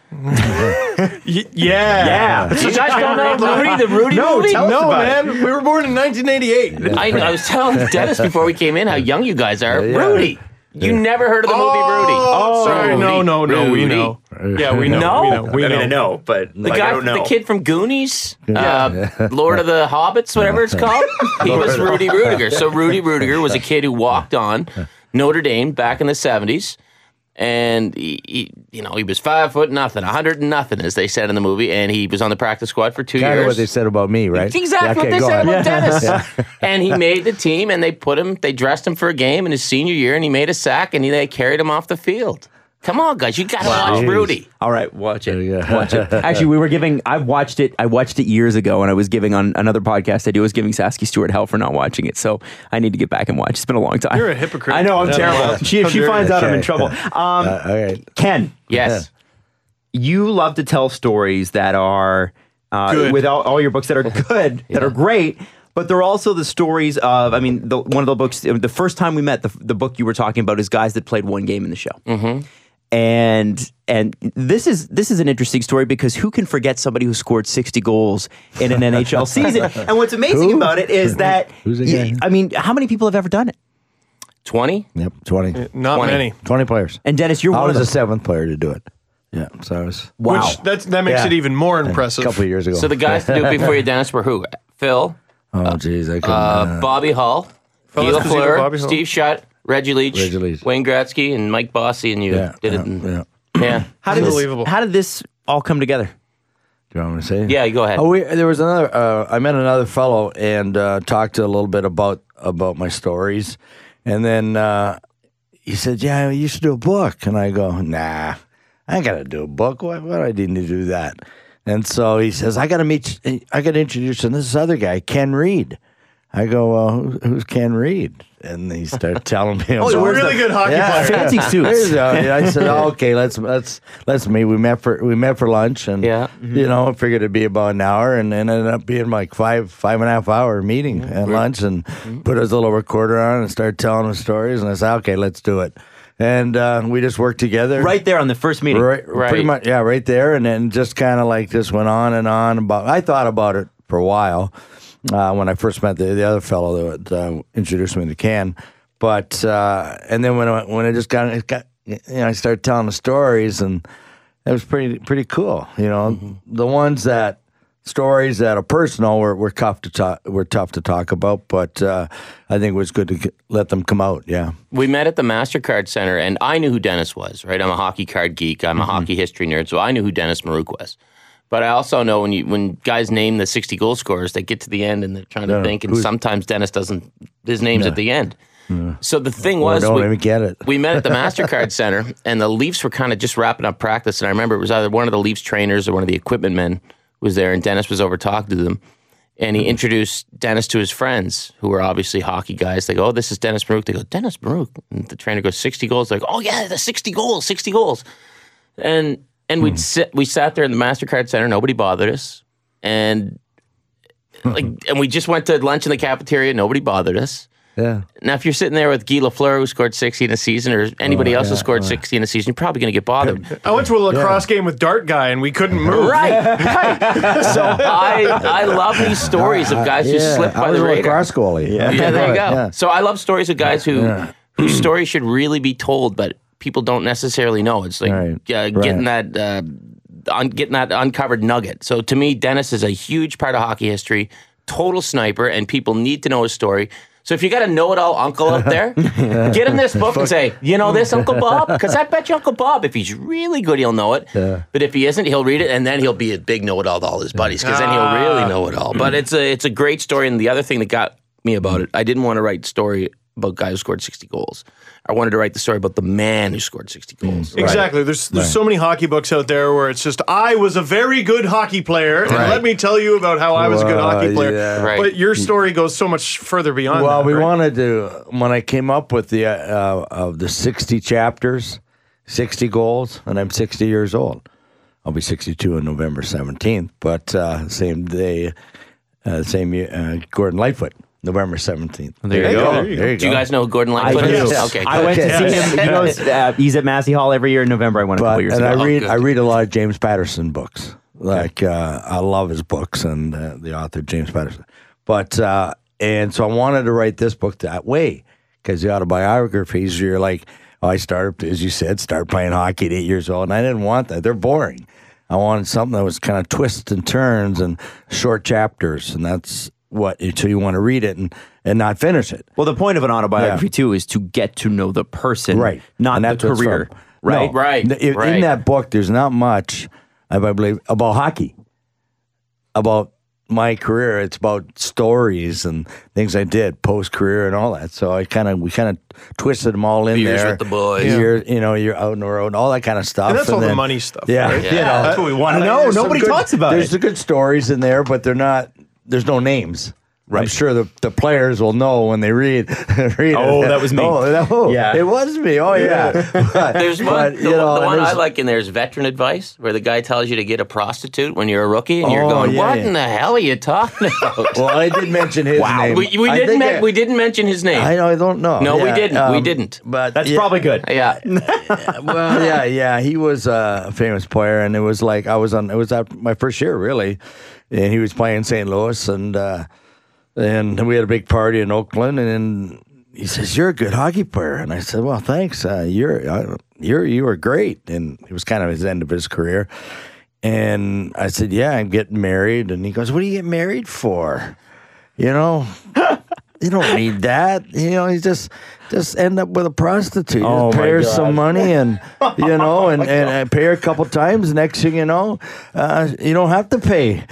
[SPEAKER 4] Y- yeah.
[SPEAKER 3] yeah,
[SPEAKER 2] You guys don't know Rudy, the Rudy
[SPEAKER 3] No,
[SPEAKER 2] movie?
[SPEAKER 3] tell us
[SPEAKER 4] No,
[SPEAKER 3] about it.
[SPEAKER 4] man. We were born in 1988.
[SPEAKER 2] I, know, I was telling Dennis before we came in how young you guys are.
[SPEAKER 6] Yeah.
[SPEAKER 2] Rudy. You never heard of the movie Rudy.
[SPEAKER 4] Oh, sorry. No, no, no. We
[SPEAKER 2] Rudy.
[SPEAKER 4] know. Yeah, we know.
[SPEAKER 2] No?
[SPEAKER 4] We know. We
[SPEAKER 3] I mean I
[SPEAKER 4] know.
[SPEAKER 3] know, but
[SPEAKER 2] The
[SPEAKER 3] like, I
[SPEAKER 2] guy,
[SPEAKER 3] don't know.
[SPEAKER 2] the kid from Goonies,
[SPEAKER 6] Yeah.
[SPEAKER 2] uh, Lord of the Hobbits, whatever it's called. He was Rudy Rudiger. So Rudy Rudiger was a kid who walked on Notre Dame back in the seventies, and he, he, you know, he was five foot nothing, a hundred and nothing, as they said in the movie, and he was on the practice squad for two
[SPEAKER 6] Kind of
[SPEAKER 2] years.
[SPEAKER 6] what they said about me, right?
[SPEAKER 2] It's Exactly
[SPEAKER 6] Yeah, okay,
[SPEAKER 2] what they
[SPEAKER 6] go
[SPEAKER 2] said
[SPEAKER 6] on.
[SPEAKER 2] about Dennis. And he made the team, and they put him, they dressed him for a game in his senior year, and he made a sack, and he, they carried him off the field. Come on, guys, you got to watch
[SPEAKER 6] Jeez.
[SPEAKER 2] Rudy.
[SPEAKER 3] All right, watch it.
[SPEAKER 6] Yeah.
[SPEAKER 3] Watch it. Actually, we were giving. I watched it. I watched it years ago, and I was giving on another podcast I do. I was giving Saskia Stewart hell for not watching it, so I need to get back and watch. It's been a long time.
[SPEAKER 4] You're a hypocrite.
[SPEAKER 3] I know. I'm
[SPEAKER 4] Yeah.
[SPEAKER 3] terrible.
[SPEAKER 4] Yeah.
[SPEAKER 3] She, if she
[SPEAKER 4] Okay.
[SPEAKER 3] finds out, I'm in
[SPEAKER 6] Okay.
[SPEAKER 3] trouble. Um,
[SPEAKER 6] Uh, all right.
[SPEAKER 3] Ken,
[SPEAKER 2] Yes.
[SPEAKER 3] you love to tell stories that are uh,
[SPEAKER 4] Good.
[SPEAKER 3] with all, all your books that are good, that are great, but they're also the stories of. I mean, the, one of the books, the first time we met, the, the book you were talking about is guys that played one game in the show. Mm-hmm. And and this is this is an interesting story because who can forget somebody who scored sixty goals in an NHL season? And what's amazing
[SPEAKER 6] Who?
[SPEAKER 3] about it is that
[SPEAKER 6] Who's that guy?
[SPEAKER 3] I mean, how many people have ever done it?
[SPEAKER 2] 20?
[SPEAKER 6] Yep. 20.
[SPEAKER 4] Not
[SPEAKER 2] 20.
[SPEAKER 4] many.
[SPEAKER 6] 20 players.
[SPEAKER 3] And Dennis, you're
[SPEAKER 6] I
[SPEAKER 3] one of
[SPEAKER 6] was
[SPEAKER 3] the
[SPEAKER 6] the seventh player to do it. Yeah. So I was
[SPEAKER 3] wow.
[SPEAKER 4] Which that's, that makes
[SPEAKER 6] Yeah.
[SPEAKER 4] it even more
[SPEAKER 6] a
[SPEAKER 4] impressive.
[SPEAKER 6] couple of years ago.
[SPEAKER 2] So the guys to do it before you, Dennis, were who? Phil,
[SPEAKER 6] oh, jeez. I couldn't.
[SPEAKER 2] uh, Bobby Hall, Guy
[SPEAKER 4] Esposito, Bobby
[SPEAKER 2] Lafleur,
[SPEAKER 4] Hull.
[SPEAKER 2] Steve Shutt, Reggie Leach,
[SPEAKER 6] Reggie Leach.
[SPEAKER 2] Wayne Gretzky, and Mike Bossy, and you
[SPEAKER 6] yeah.
[SPEAKER 2] did
[SPEAKER 6] yeah,
[SPEAKER 2] it. in-
[SPEAKER 6] yeah.
[SPEAKER 2] yeah.
[SPEAKER 3] how did
[SPEAKER 4] Unbelievable.
[SPEAKER 3] This, how did this all come together?
[SPEAKER 6] Do you want me to say?
[SPEAKER 2] Yeah, go ahead.
[SPEAKER 6] Oh, we, there was another. Uh, I met another fellow and uh, talked a little bit about about my stories, and then uh, he said, "Yeah, you should do a book." And I go, "Nah, I ain't gotta do a book. Why would I need to do that?" And so he says, "I gotta meet. I gotta introduce you to this other guy, Ken Reed." I go, well, who, who's Ken Reed? And they start telling me. Oh,
[SPEAKER 4] he's a really good hockey player.
[SPEAKER 3] Fancy suits.
[SPEAKER 6] I said, oh, okay, let's let's let's meet. We met for we met for lunch, and
[SPEAKER 2] Yeah.
[SPEAKER 6] Mm-hmm. you know, I figured it'd be about an hour, and it ended up being like five five and a half hour meeting at lunch, and put his little recorder on and started telling him stories, and I said, okay, let's do it, and uh, we just worked together
[SPEAKER 3] Right there on the first meeting.
[SPEAKER 6] Right,
[SPEAKER 2] Right.
[SPEAKER 6] pretty much, yeah, right there, and then just kind of like just went on and on about. I thought about it for a while uh, when I first met the, the other fellow that uh, introduced me to Can, but uh, and then when I, when I just got it got you know I started telling the stories and it was pretty pretty cool, you know, the ones that stories that are personal were, were tough to talk were tough to talk about, but uh, I think it was good to get, let them come out, yeah.
[SPEAKER 2] we met at the MasterCard Center, and I knew who Dennis was, right? I'm a hockey card geek.
[SPEAKER 6] Mm-hmm.
[SPEAKER 2] I'm a hockey history nerd, so I knew who Dennis Marouk was. But I also know when you when guys name the 60 goal scorers, they get to the end and they're trying to think, and sometimes Dennis doesn't, his name's at the end. So the thing
[SPEAKER 6] I
[SPEAKER 2] was,
[SPEAKER 6] don't
[SPEAKER 2] we,
[SPEAKER 6] even get it.
[SPEAKER 2] we met at the MasterCard Center, and the Leafs were kind of just wrapping up practice. And I remember it was either one of the Leafs trainers or one of the equipment men was there, and Dennis was over talking to them. And he introduced Dennis to his friends, who were obviously hockey guys. They go, Oh, this is Dennis Marouk. They go, Dennis Marouk. And the trainer goes, 60 goals. They go, Oh, yeah, the 60 goals, 60 goals. And and we'd sit, we sat there in the MasterCard Center. Nobody bothered us. And like, and we just went to lunch in the cafeteria. Nobody bothered us.
[SPEAKER 6] Yeah.
[SPEAKER 2] Now, if you're sitting there with Guy Lafleur, who scored 60 in a season, or
[SPEAKER 6] Oh,
[SPEAKER 2] anybody else who scored 60 in a season, you're probably going to get bothered.
[SPEAKER 4] I went to a lacrosse game with dart guy and we couldn't move.
[SPEAKER 2] right, right. So I, I love these stories of guys who
[SPEAKER 6] Yeah,
[SPEAKER 2] slip
[SPEAKER 6] I
[SPEAKER 2] by
[SPEAKER 6] was
[SPEAKER 2] the
[SPEAKER 6] a
[SPEAKER 2] radar.
[SPEAKER 6] lacrosse goalie. Yeah,
[SPEAKER 2] Yeah, there you go.
[SPEAKER 6] Yeah.
[SPEAKER 2] So I love stories of guys who whose stories should really be told, but people don't necessarily know. It's like
[SPEAKER 6] Right,
[SPEAKER 2] uh,
[SPEAKER 6] right.
[SPEAKER 2] getting that. Uh, Un- getting that uncovered nugget. So to me, Dennis is a huge part of hockey history. Total sniper, and people need to know his story. So if you got a know-it-all uncle out there, get him this book and say, "You know this, Uncle Bob," because I bet you Uncle Bob, if he's really good, he'll know it. But if he isn't, he'll read it, and then he'll be a big know-it-all to all his buddies, because then he'll really know it all. But it's a it's a great story. And the other thing that got me about it, I didn't want to write story about guy who scored sixty goals. I wanted to write the story about the man who scored sixty goals.
[SPEAKER 4] Exactly. There's there's so many hockey books out there where it's just I was a very good hockey player, and
[SPEAKER 2] Right.
[SPEAKER 4] let me tell you about how I was a good
[SPEAKER 6] Well,
[SPEAKER 4] hockey player.
[SPEAKER 6] yeah.
[SPEAKER 2] Right.
[SPEAKER 4] But your story goes so much further beyond.
[SPEAKER 6] Well,
[SPEAKER 4] that,
[SPEAKER 6] we
[SPEAKER 4] right?
[SPEAKER 6] wanted to when I came up with the uh, uh, of the sixty chapters, sixty goals, and I'm sixty years old. I'll be sixty-two on November seventeenth, but uh, same day, uh, same year. Uh, Gordon Lightfoot, November seventeenth.
[SPEAKER 3] There you
[SPEAKER 4] go.
[SPEAKER 6] There you,
[SPEAKER 4] There
[SPEAKER 2] Do you guys know who Gordon
[SPEAKER 3] I,
[SPEAKER 2] Lightfoot is?
[SPEAKER 4] do.
[SPEAKER 2] Okay, good.
[SPEAKER 3] I went to see him. He goes, uh, he's at Massey Hall every year in November. I went a couple
[SPEAKER 6] But
[SPEAKER 3] years
[SPEAKER 6] and
[SPEAKER 3] ago. Oh,
[SPEAKER 6] I read
[SPEAKER 2] good.
[SPEAKER 6] I read a lot of James Patterson books. Like uh, I love his books and uh, the author James Patterson. But uh, and so I wanted to write this book that way because the autobiographies you're like "Oh, I started as you said start playing hockey at eight years old and I didn't want that. They're boring. I wanted something that was kind of twists and turns and short chapters and that's what so you want to read it and and not finish it.
[SPEAKER 3] Well, the point of an autobiography
[SPEAKER 6] Yeah.
[SPEAKER 3] too is to get to know the person,
[SPEAKER 6] right?
[SPEAKER 3] Not
[SPEAKER 6] And
[SPEAKER 3] the
[SPEAKER 6] that's what it's
[SPEAKER 3] career,
[SPEAKER 6] from.
[SPEAKER 3] right?
[SPEAKER 6] No.
[SPEAKER 2] Right,
[SPEAKER 6] Th- In,
[SPEAKER 2] right.
[SPEAKER 6] in that book, there's not much, I believe, about hockey. About my career, it's about stories and things I did post career and all that. So I kind of we kind of twisted them all in
[SPEAKER 2] Beers
[SPEAKER 6] there.
[SPEAKER 2] with the boys.
[SPEAKER 6] You're, you know, you're out on the road, and all that kind of stuff.
[SPEAKER 4] And that's all the
[SPEAKER 6] then-
[SPEAKER 4] money stuff,
[SPEAKER 6] Yeah,
[SPEAKER 4] right?
[SPEAKER 6] you
[SPEAKER 2] Yeah.
[SPEAKER 6] know.
[SPEAKER 4] That's what we wanted.
[SPEAKER 6] No,
[SPEAKER 4] There's some
[SPEAKER 6] nobody
[SPEAKER 4] good-
[SPEAKER 6] talks about
[SPEAKER 3] it.
[SPEAKER 6] There's the Uh, good stories in there, but they're not. There's no names. I'm sure the, the players will know when they read. read
[SPEAKER 3] Oh,
[SPEAKER 6] it.
[SPEAKER 3] that was me.
[SPEAKER 6] Oh, that- oh,
[SPEAKER 3] Yeah.
[SPEAKER 6] it was me. Oh, yeah. But-
[SPEAKER 2] There's one,
[SPEAKER 6] but,
[SPEAKER 2] the,
[SPEAKER 6] you know,
[SPEAKER 2] one- the one I
[SPEAKER 6] there's-
[SPEAKER 2] like in there is veteran advice, where the guy tells you to get a prostitute when you're a rookie, and you're
[SPEAKER 6] Oh,
[SPEAKER 2] going,
[SPEAKER 6] yeah,
[SPEAKER 2] "What
[SPEAKER 6] yeah.
[SPEAKER 2] in the hell are you talking about?"
[SPEAKER 6] Well, I did mention his name.
[SPEAKER 2] we, we
[SPEAKER 6] I
[SPEAKER 2] didn't
[SPEAKER 6] think
[SPEAKER 2] men-
[SPEAKER 6] I-
[SPEAKER 2] we didn't mention his name.
[SPEAKER 6] I, I don't know. um,
[SPEAKER 2] No, we didn't. We didn't.
[SPEAKER 6] But
[SPEAKER 3] That's
[SPEAKER 6] yeah.
[SPEAKER 3] probably good.
[SPEAKER 2] yeah,
[SPEAKER 6] well, yeah, yeah. He was uh, a famous player, and it was like I was on. It was at my first year, really, and he was playing St. Louis, and uh, and we had a big party in Oakland, and then he says, "You're a good hockey player," and I said, "Well, thanks. Uh, you're uh, you're you were great." And it was kind of his end of his career, and I said, "Yeah, I'm getting married," and he goes, "What do you get married for?" You know, You don't need that. You know, you just just end up with a prostitute.
[SPEAKER 3] Oh,
[SPEAKER 6] just
[SPEAKER 3] my
[SPEAKER 6] pay her
[SPEAKER 3] God.
[SPEAKER 6] some money and you know,
[SPEAKER 4] Oh
[SPEAKER 6] and, and, and pay her a couple times. Next thing you know, uh, you don't have to pay.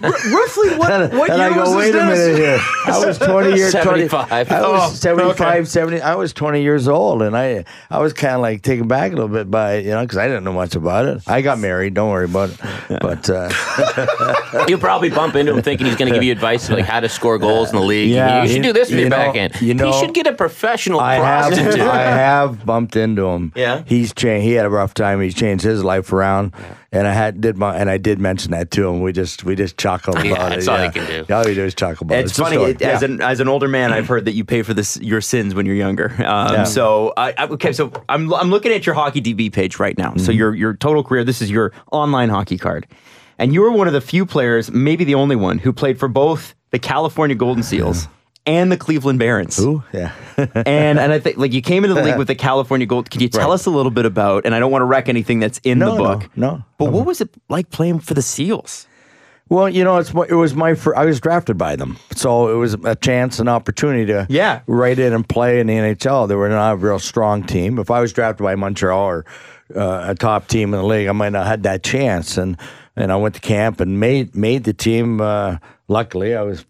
[SPEAKER 4] Roughly what, what
[SPEAKER 6] and
[SPEAKER 4] year
[SPEAKER 6] I go,
[SPEAKER 4] was
[SPEAKER 6] wait
[SPEAKER 4] this?
[SPEAKER 6] a minute here. I was 20 years
[SPEAKER 2] 75.
[SPEAKER 6] 20, I was
[SPEAKER 4] Oh,
[SPEAKER 6] 75,
[SPEAKER 4] okay.
[SPEAKER 6] 70. I was 20 years old, and I I was kind of like taken back a little bit by it, you know, because I didn't know much about it. I got married. Don't worry about it. But uh,
[SPEAKER 2] You'll probably bump into him thinking he's going to give you advice like how to score goals in the league.
[SPEAKER 6] Yeah.
[SPEAKER 2] you should do this with
[SPEAKER 6] You
[SPEAKER 2] your
[SPEAKER 6] know-
[SPEAKER 2] back end.
[SPEAKER 6] you know-
[SPEAKER 2] he should get a professional
[SPEAKER 6] I have
[SPEAKER 2] prostitute.
[SPEAKER 6] I have bumped into him.
[SPEAKER 2] Yeah.
[SPEAKER 6] he's changed. He had a rough time. He's changed his life around, and I had did my and I did mention that to him. We just we just chuckled about
[SPEAKER 2] Yeah,
[SPEAKER 6] it.
[SPEAKER 2] that's all
[SPEAKER 6] yeah.
[SPEAKER 2] you can do.
[SPEAKER 6] All you do is chuckle about
[SPEAKER 3] It's,
[SPEAKER 6] it. a
[SPEAKER 3] funny.
[SPEAKER 6] story.
[SPEAKER 3] it- as an as an older man, I've heard that you pay for this your sins when you're younger. Um,
[SPEAKER 6] Yeah.
[SPEAKER 3] So I, I, okay, so I'm I'm looking at your hockey DB page right now.
[SPEAKER 6] Mm-hmm.
[SPEAKER 3] So your your total career. This is your online hockey card, and you were one of the few players, maybe the only one, who played for both the California Golden Seals. And the Cleveland Barons.
[SPEAKER 6] Ooh, yeah.
[SPEAKER 3] and and I think like you came into the league with the California Gold. Can you tell
[SPEAKER 6] Right.
[SPEAKER 3] us a little bit about? And I don't want to wreck anything that's in
[SPEAKER 6] No,
[SPEAKER 3] the
[SPEAKER 6] no,
[SPEAKER 3] book.
[SPEAKER 6] no.
[SPEAKER 3] But what was it like playing for the Seals?
[SPEAKER 6] Well, you know, it's my- it was my fir- I was drafted by them, so it was a chance, an opportunity to
[SPEAKER 3] Yeah.
[SPEAKER 6] right in and play in the NHL. They were not a real strong team. If I was drafted by Montreal or uh, a top team in the league, I might not have had that chance. And and I went to camp and made made the team. Uh, luckily, I was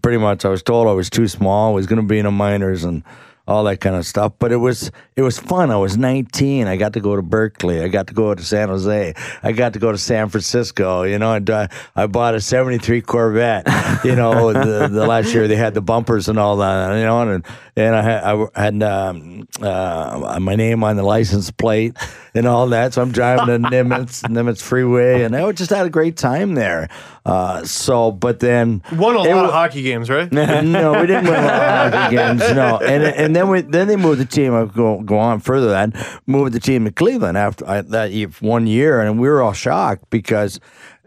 [SPEAKER 6] pretty much I was told I was too small, I was going to be in the minors and all that kind of stuff. But it was it was fun. I was 19. I got to go to Berkeley. I got to go to San Jose. I got to go to San Francisco. You know, and uh, I bought a 73 Corvette. You know, the, the last year they had the bumpers and all that. You know, and and I had, I had um, uh, my name on the license plate and all that. So I'm driving the Nimitz Nimitz Freeway, and I just had a great time there. Uh, so, but then
[SPEAKER 4] Won a lot
[SPEAKER 6] it
[SPEAKER 4] of
[SPEAKER 6] wa-
[SPEAKER 4] hockey games, right?
[SPEAKER 6] no, we didn't win a lot of hockey games. No, and and then we then they moved the team. I'll go go on further than moved the team to Cleveland after I, that year- one year, and we were all shocked because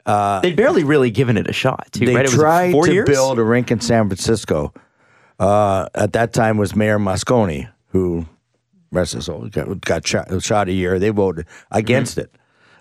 [SPEAKER 3] They'd barely really given it a shot, too,
[SPEAKER 6] Uh, they
[SPEAKER 3] right? It was
[SPEAKER 6] tried
[SPEAKER 3] four
[SPEAKER 6] to
[SPEAKER 3] years?
[SPEAKER 6] build a rink in San Francisco. Uh, at that time was Mayor Moscone, who rest his soul, got, got shot, shot a year. They voted against it,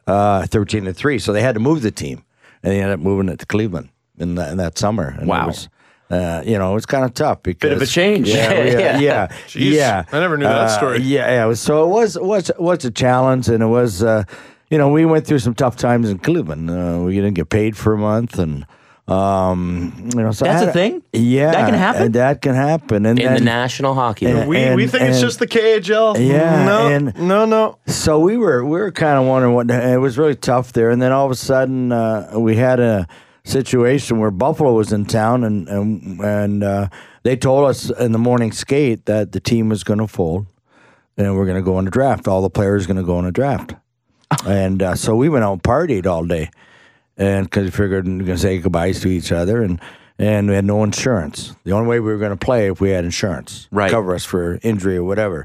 [SPEAKER 6] uh, thirteen to three. So they had to move the team, and they ended up moving it to Cleveland in that, in that summer. And it
[SPEAKER 3] Wow.
[SPEAKER 6] was, uh, you know, it's kind of tough because
[SPEAKER 3] of a change.
[SPEAKER 6] Yeah, yeah, yeah. yeah,
[SPEAKER 4] Jeez, I never knew that
[SPEAKER 6] Uh,
[SPEAKER 4] story.
[SPEAKER 6] yeah, yeah. it was- So it was was was a challenge, and it was uh, you know we went through some tough times in Cleveland. Uh, we didn't get paid for a month, and um, you know so I
[SPEAKER 3] That's
[SPEAKER 6] had
[SPEAKER 3] a thing?
[SPEAKER 6] Yeah,
[SPEAKER 3] That can happen?
[SPEAKER 6] and that can happen, and
[SPEAKER 2] in
[SPEAKER 6] then,
[SPEAKER 2] the National Hockey
[SPEAKER 6] Yeah.
[SPEAKER 2] League.
[SPEAKER 4] We, we
[SPEAKER 6] and-
[SPEAKER 4] think it's
[SPEAKER 6] and-
[SPEAKER 4] just the KHL.
[SPEAKER 6] Yeah,
[SPEAKER 4] No,
[SPEAKER 6] and-
[SPEAKER 4] no, no.
[SPEAKER 6] so we were we were kind of wondering what it was really tough there, and then all of a sudden uh, we had a situation where Buffalo was in town, and and and uh, they told us in the morning skate that the team was going to fold, and we're going to go on a draft. All the players going to go on a draft, and uh, so we went out and partied all day, and because we figured we were going to say goodbyes to each other, and and we had no insurance. The only way we were going to play if we had insurance,
[SPEAKER 3] Right.
[SPEAKER 6] cover us for injury or whatever.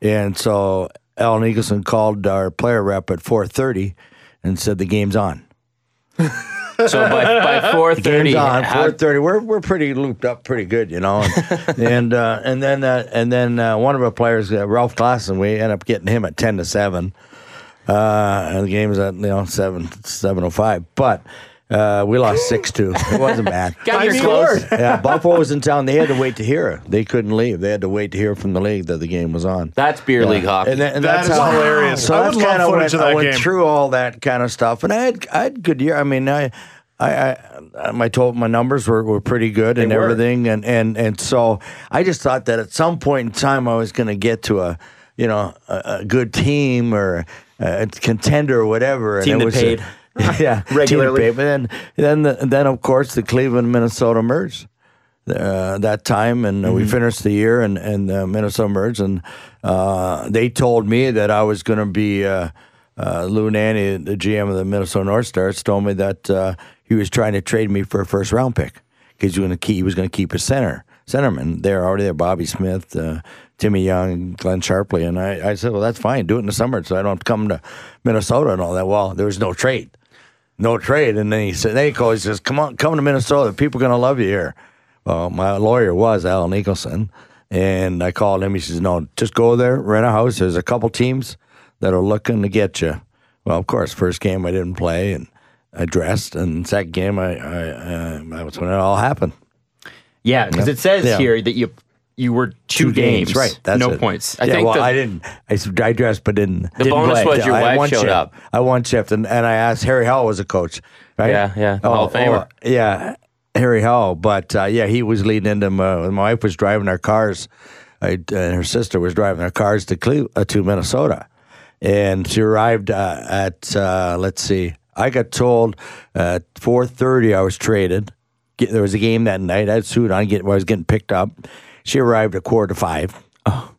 [SPEAKER 6] And so Al Nicholson called our player rep at 4:30 and said the game's on.
[SPEAKER 2] So by, by four thirty,
[SPEAKER 6] Game's on.
[SPEAKER 2] how-
[SPEAKER 6] 4:30. We're we're pretty looped up, pretty good, you know. And and, uh, and then uh, and then uh, one of our players, uh, Ralph Klassen, we end up getting him at 10 to 7. Uh, and the game was at you know 7 7:05, but uh, we lost 6-2. It wasn't bad.
[SPEAKER 2] got your clothes.
[SPEAKER 6] yeah, Buffalo was in town. They had to wait to hear it. They couldn't leave. They had to wait to hear from the league that the game was on.
[SPEAKER 2] That's beer league hockey.
[SPEAKER 6] And, that, and
[SPEAKER 4] That
[SPEAKER 6] that's
[SPEAKER 4] is
[SPEAKER 6] how-
[SPEAKER 4] hilarious.
[SPEAKER 6] So
[SPEAKER 4] I
[SPEAKER 6] that's
[SPEAKER 4] would love
[SPEAKER 6] kinda
[SPEAKER 4] footage
[SPEAKER 6] went,
[SPEAKER 4] of that
[SPEAKER 6] I went
[SPEAKER 4] game.
[SPEAKER 6] through all that kind of stuff, and I had I had good year. I mean, I I, um, I my total my numbers were, were pretty good and
[SPEAKER 3] were.
[SPEAKER 6] everything, and and and so I just thought that at some point in time I was going to get to a you know a, a good team or a contender or whatever.
[SPEAKER 3] Team
[SPEAKER 6] and
[SPEAKER 3] that
[SPEAKER 6] it was
[SPEAKER 3] paid.
[SPEAKER 6] yeah, team that
[SPEAKER 3] Regularly.
[SPEAKER 6] paid. But then then the, then of course the Cleveland Minnesota merged uh, that time, and uh, we finished the year and and uh, Minnesota merged, and uh, they told me that I was going to be uh, uh, Lou Nanny, the GM of the Minnesota North Stars, told me that uh, he was trying to trade me for a first round pick because he was going to keep a center centerman. They're already there, Bobby Smith, uh, Timmy Young, Glenn Sharpley, and I, I said, well, that's fine, do it in the summer, so I don't have to come to Minnesota and all that. Well, there was no trade no trade. And then he said, "Hey, Cole, he says, come on, come to Minnesota. People gonna love you here." Well, my lawyer was Al Nicholson, and I called him. He says, "No, just go there, rent a house. There's a couple teams that are looking to get you." Well, of course, first game I didn't play, and I dressed, and second game I, I, uh, that was when it all happened.
[SPEAKER 3] Yeah, because it says
[SPEAKER 6] Yeah.
[SPEAKER 3] here that you you were two, games.
[SPEAKER 6] right? That's
[SPEAKER 3] no
[SPEAKER 6] it.
[SPEAKER 3] points.
[SPEAKER 2] I
[SPEAKER 6] yeah,
[SPEAKER 2] think
[SPEAKER 6] well,
[SPEAKER 2] the-
[SPEAKER 6] I didn't. I, s- I dressed, but didn't. The didn't
[SPEAKER 2] bonus
[SPEAKER 6] play.
[SPEAKER 2] was your
[SPEAKER 6] I
[SPEAKER 2] wife
[SPEAKER 6] won
[SPEAKER 2] showed
[SPEAKER 6] shift.
[SPEAKER 2] up.
[SPEAKER 6] I one shift, and, and I asked Harry Howell was a coach, right? Oh,
[SPEAKER 2] Yeah, yeah, the Hall of Famer.
[SPEAKER 6] yeah, Harry Howell. But uh, yeah, he was leading into my, my wife was driving our cars, I, and her sister was driving their cars to Cle- uh, to Minnesota, and she arrived uh, at uh, let's see, I got told uh, four thirty I was traded. Get, there was a game that night. I had a suit on. Get, I was getting picked up. She arrived at quarter to five.
[SPEAKER 2] Oh.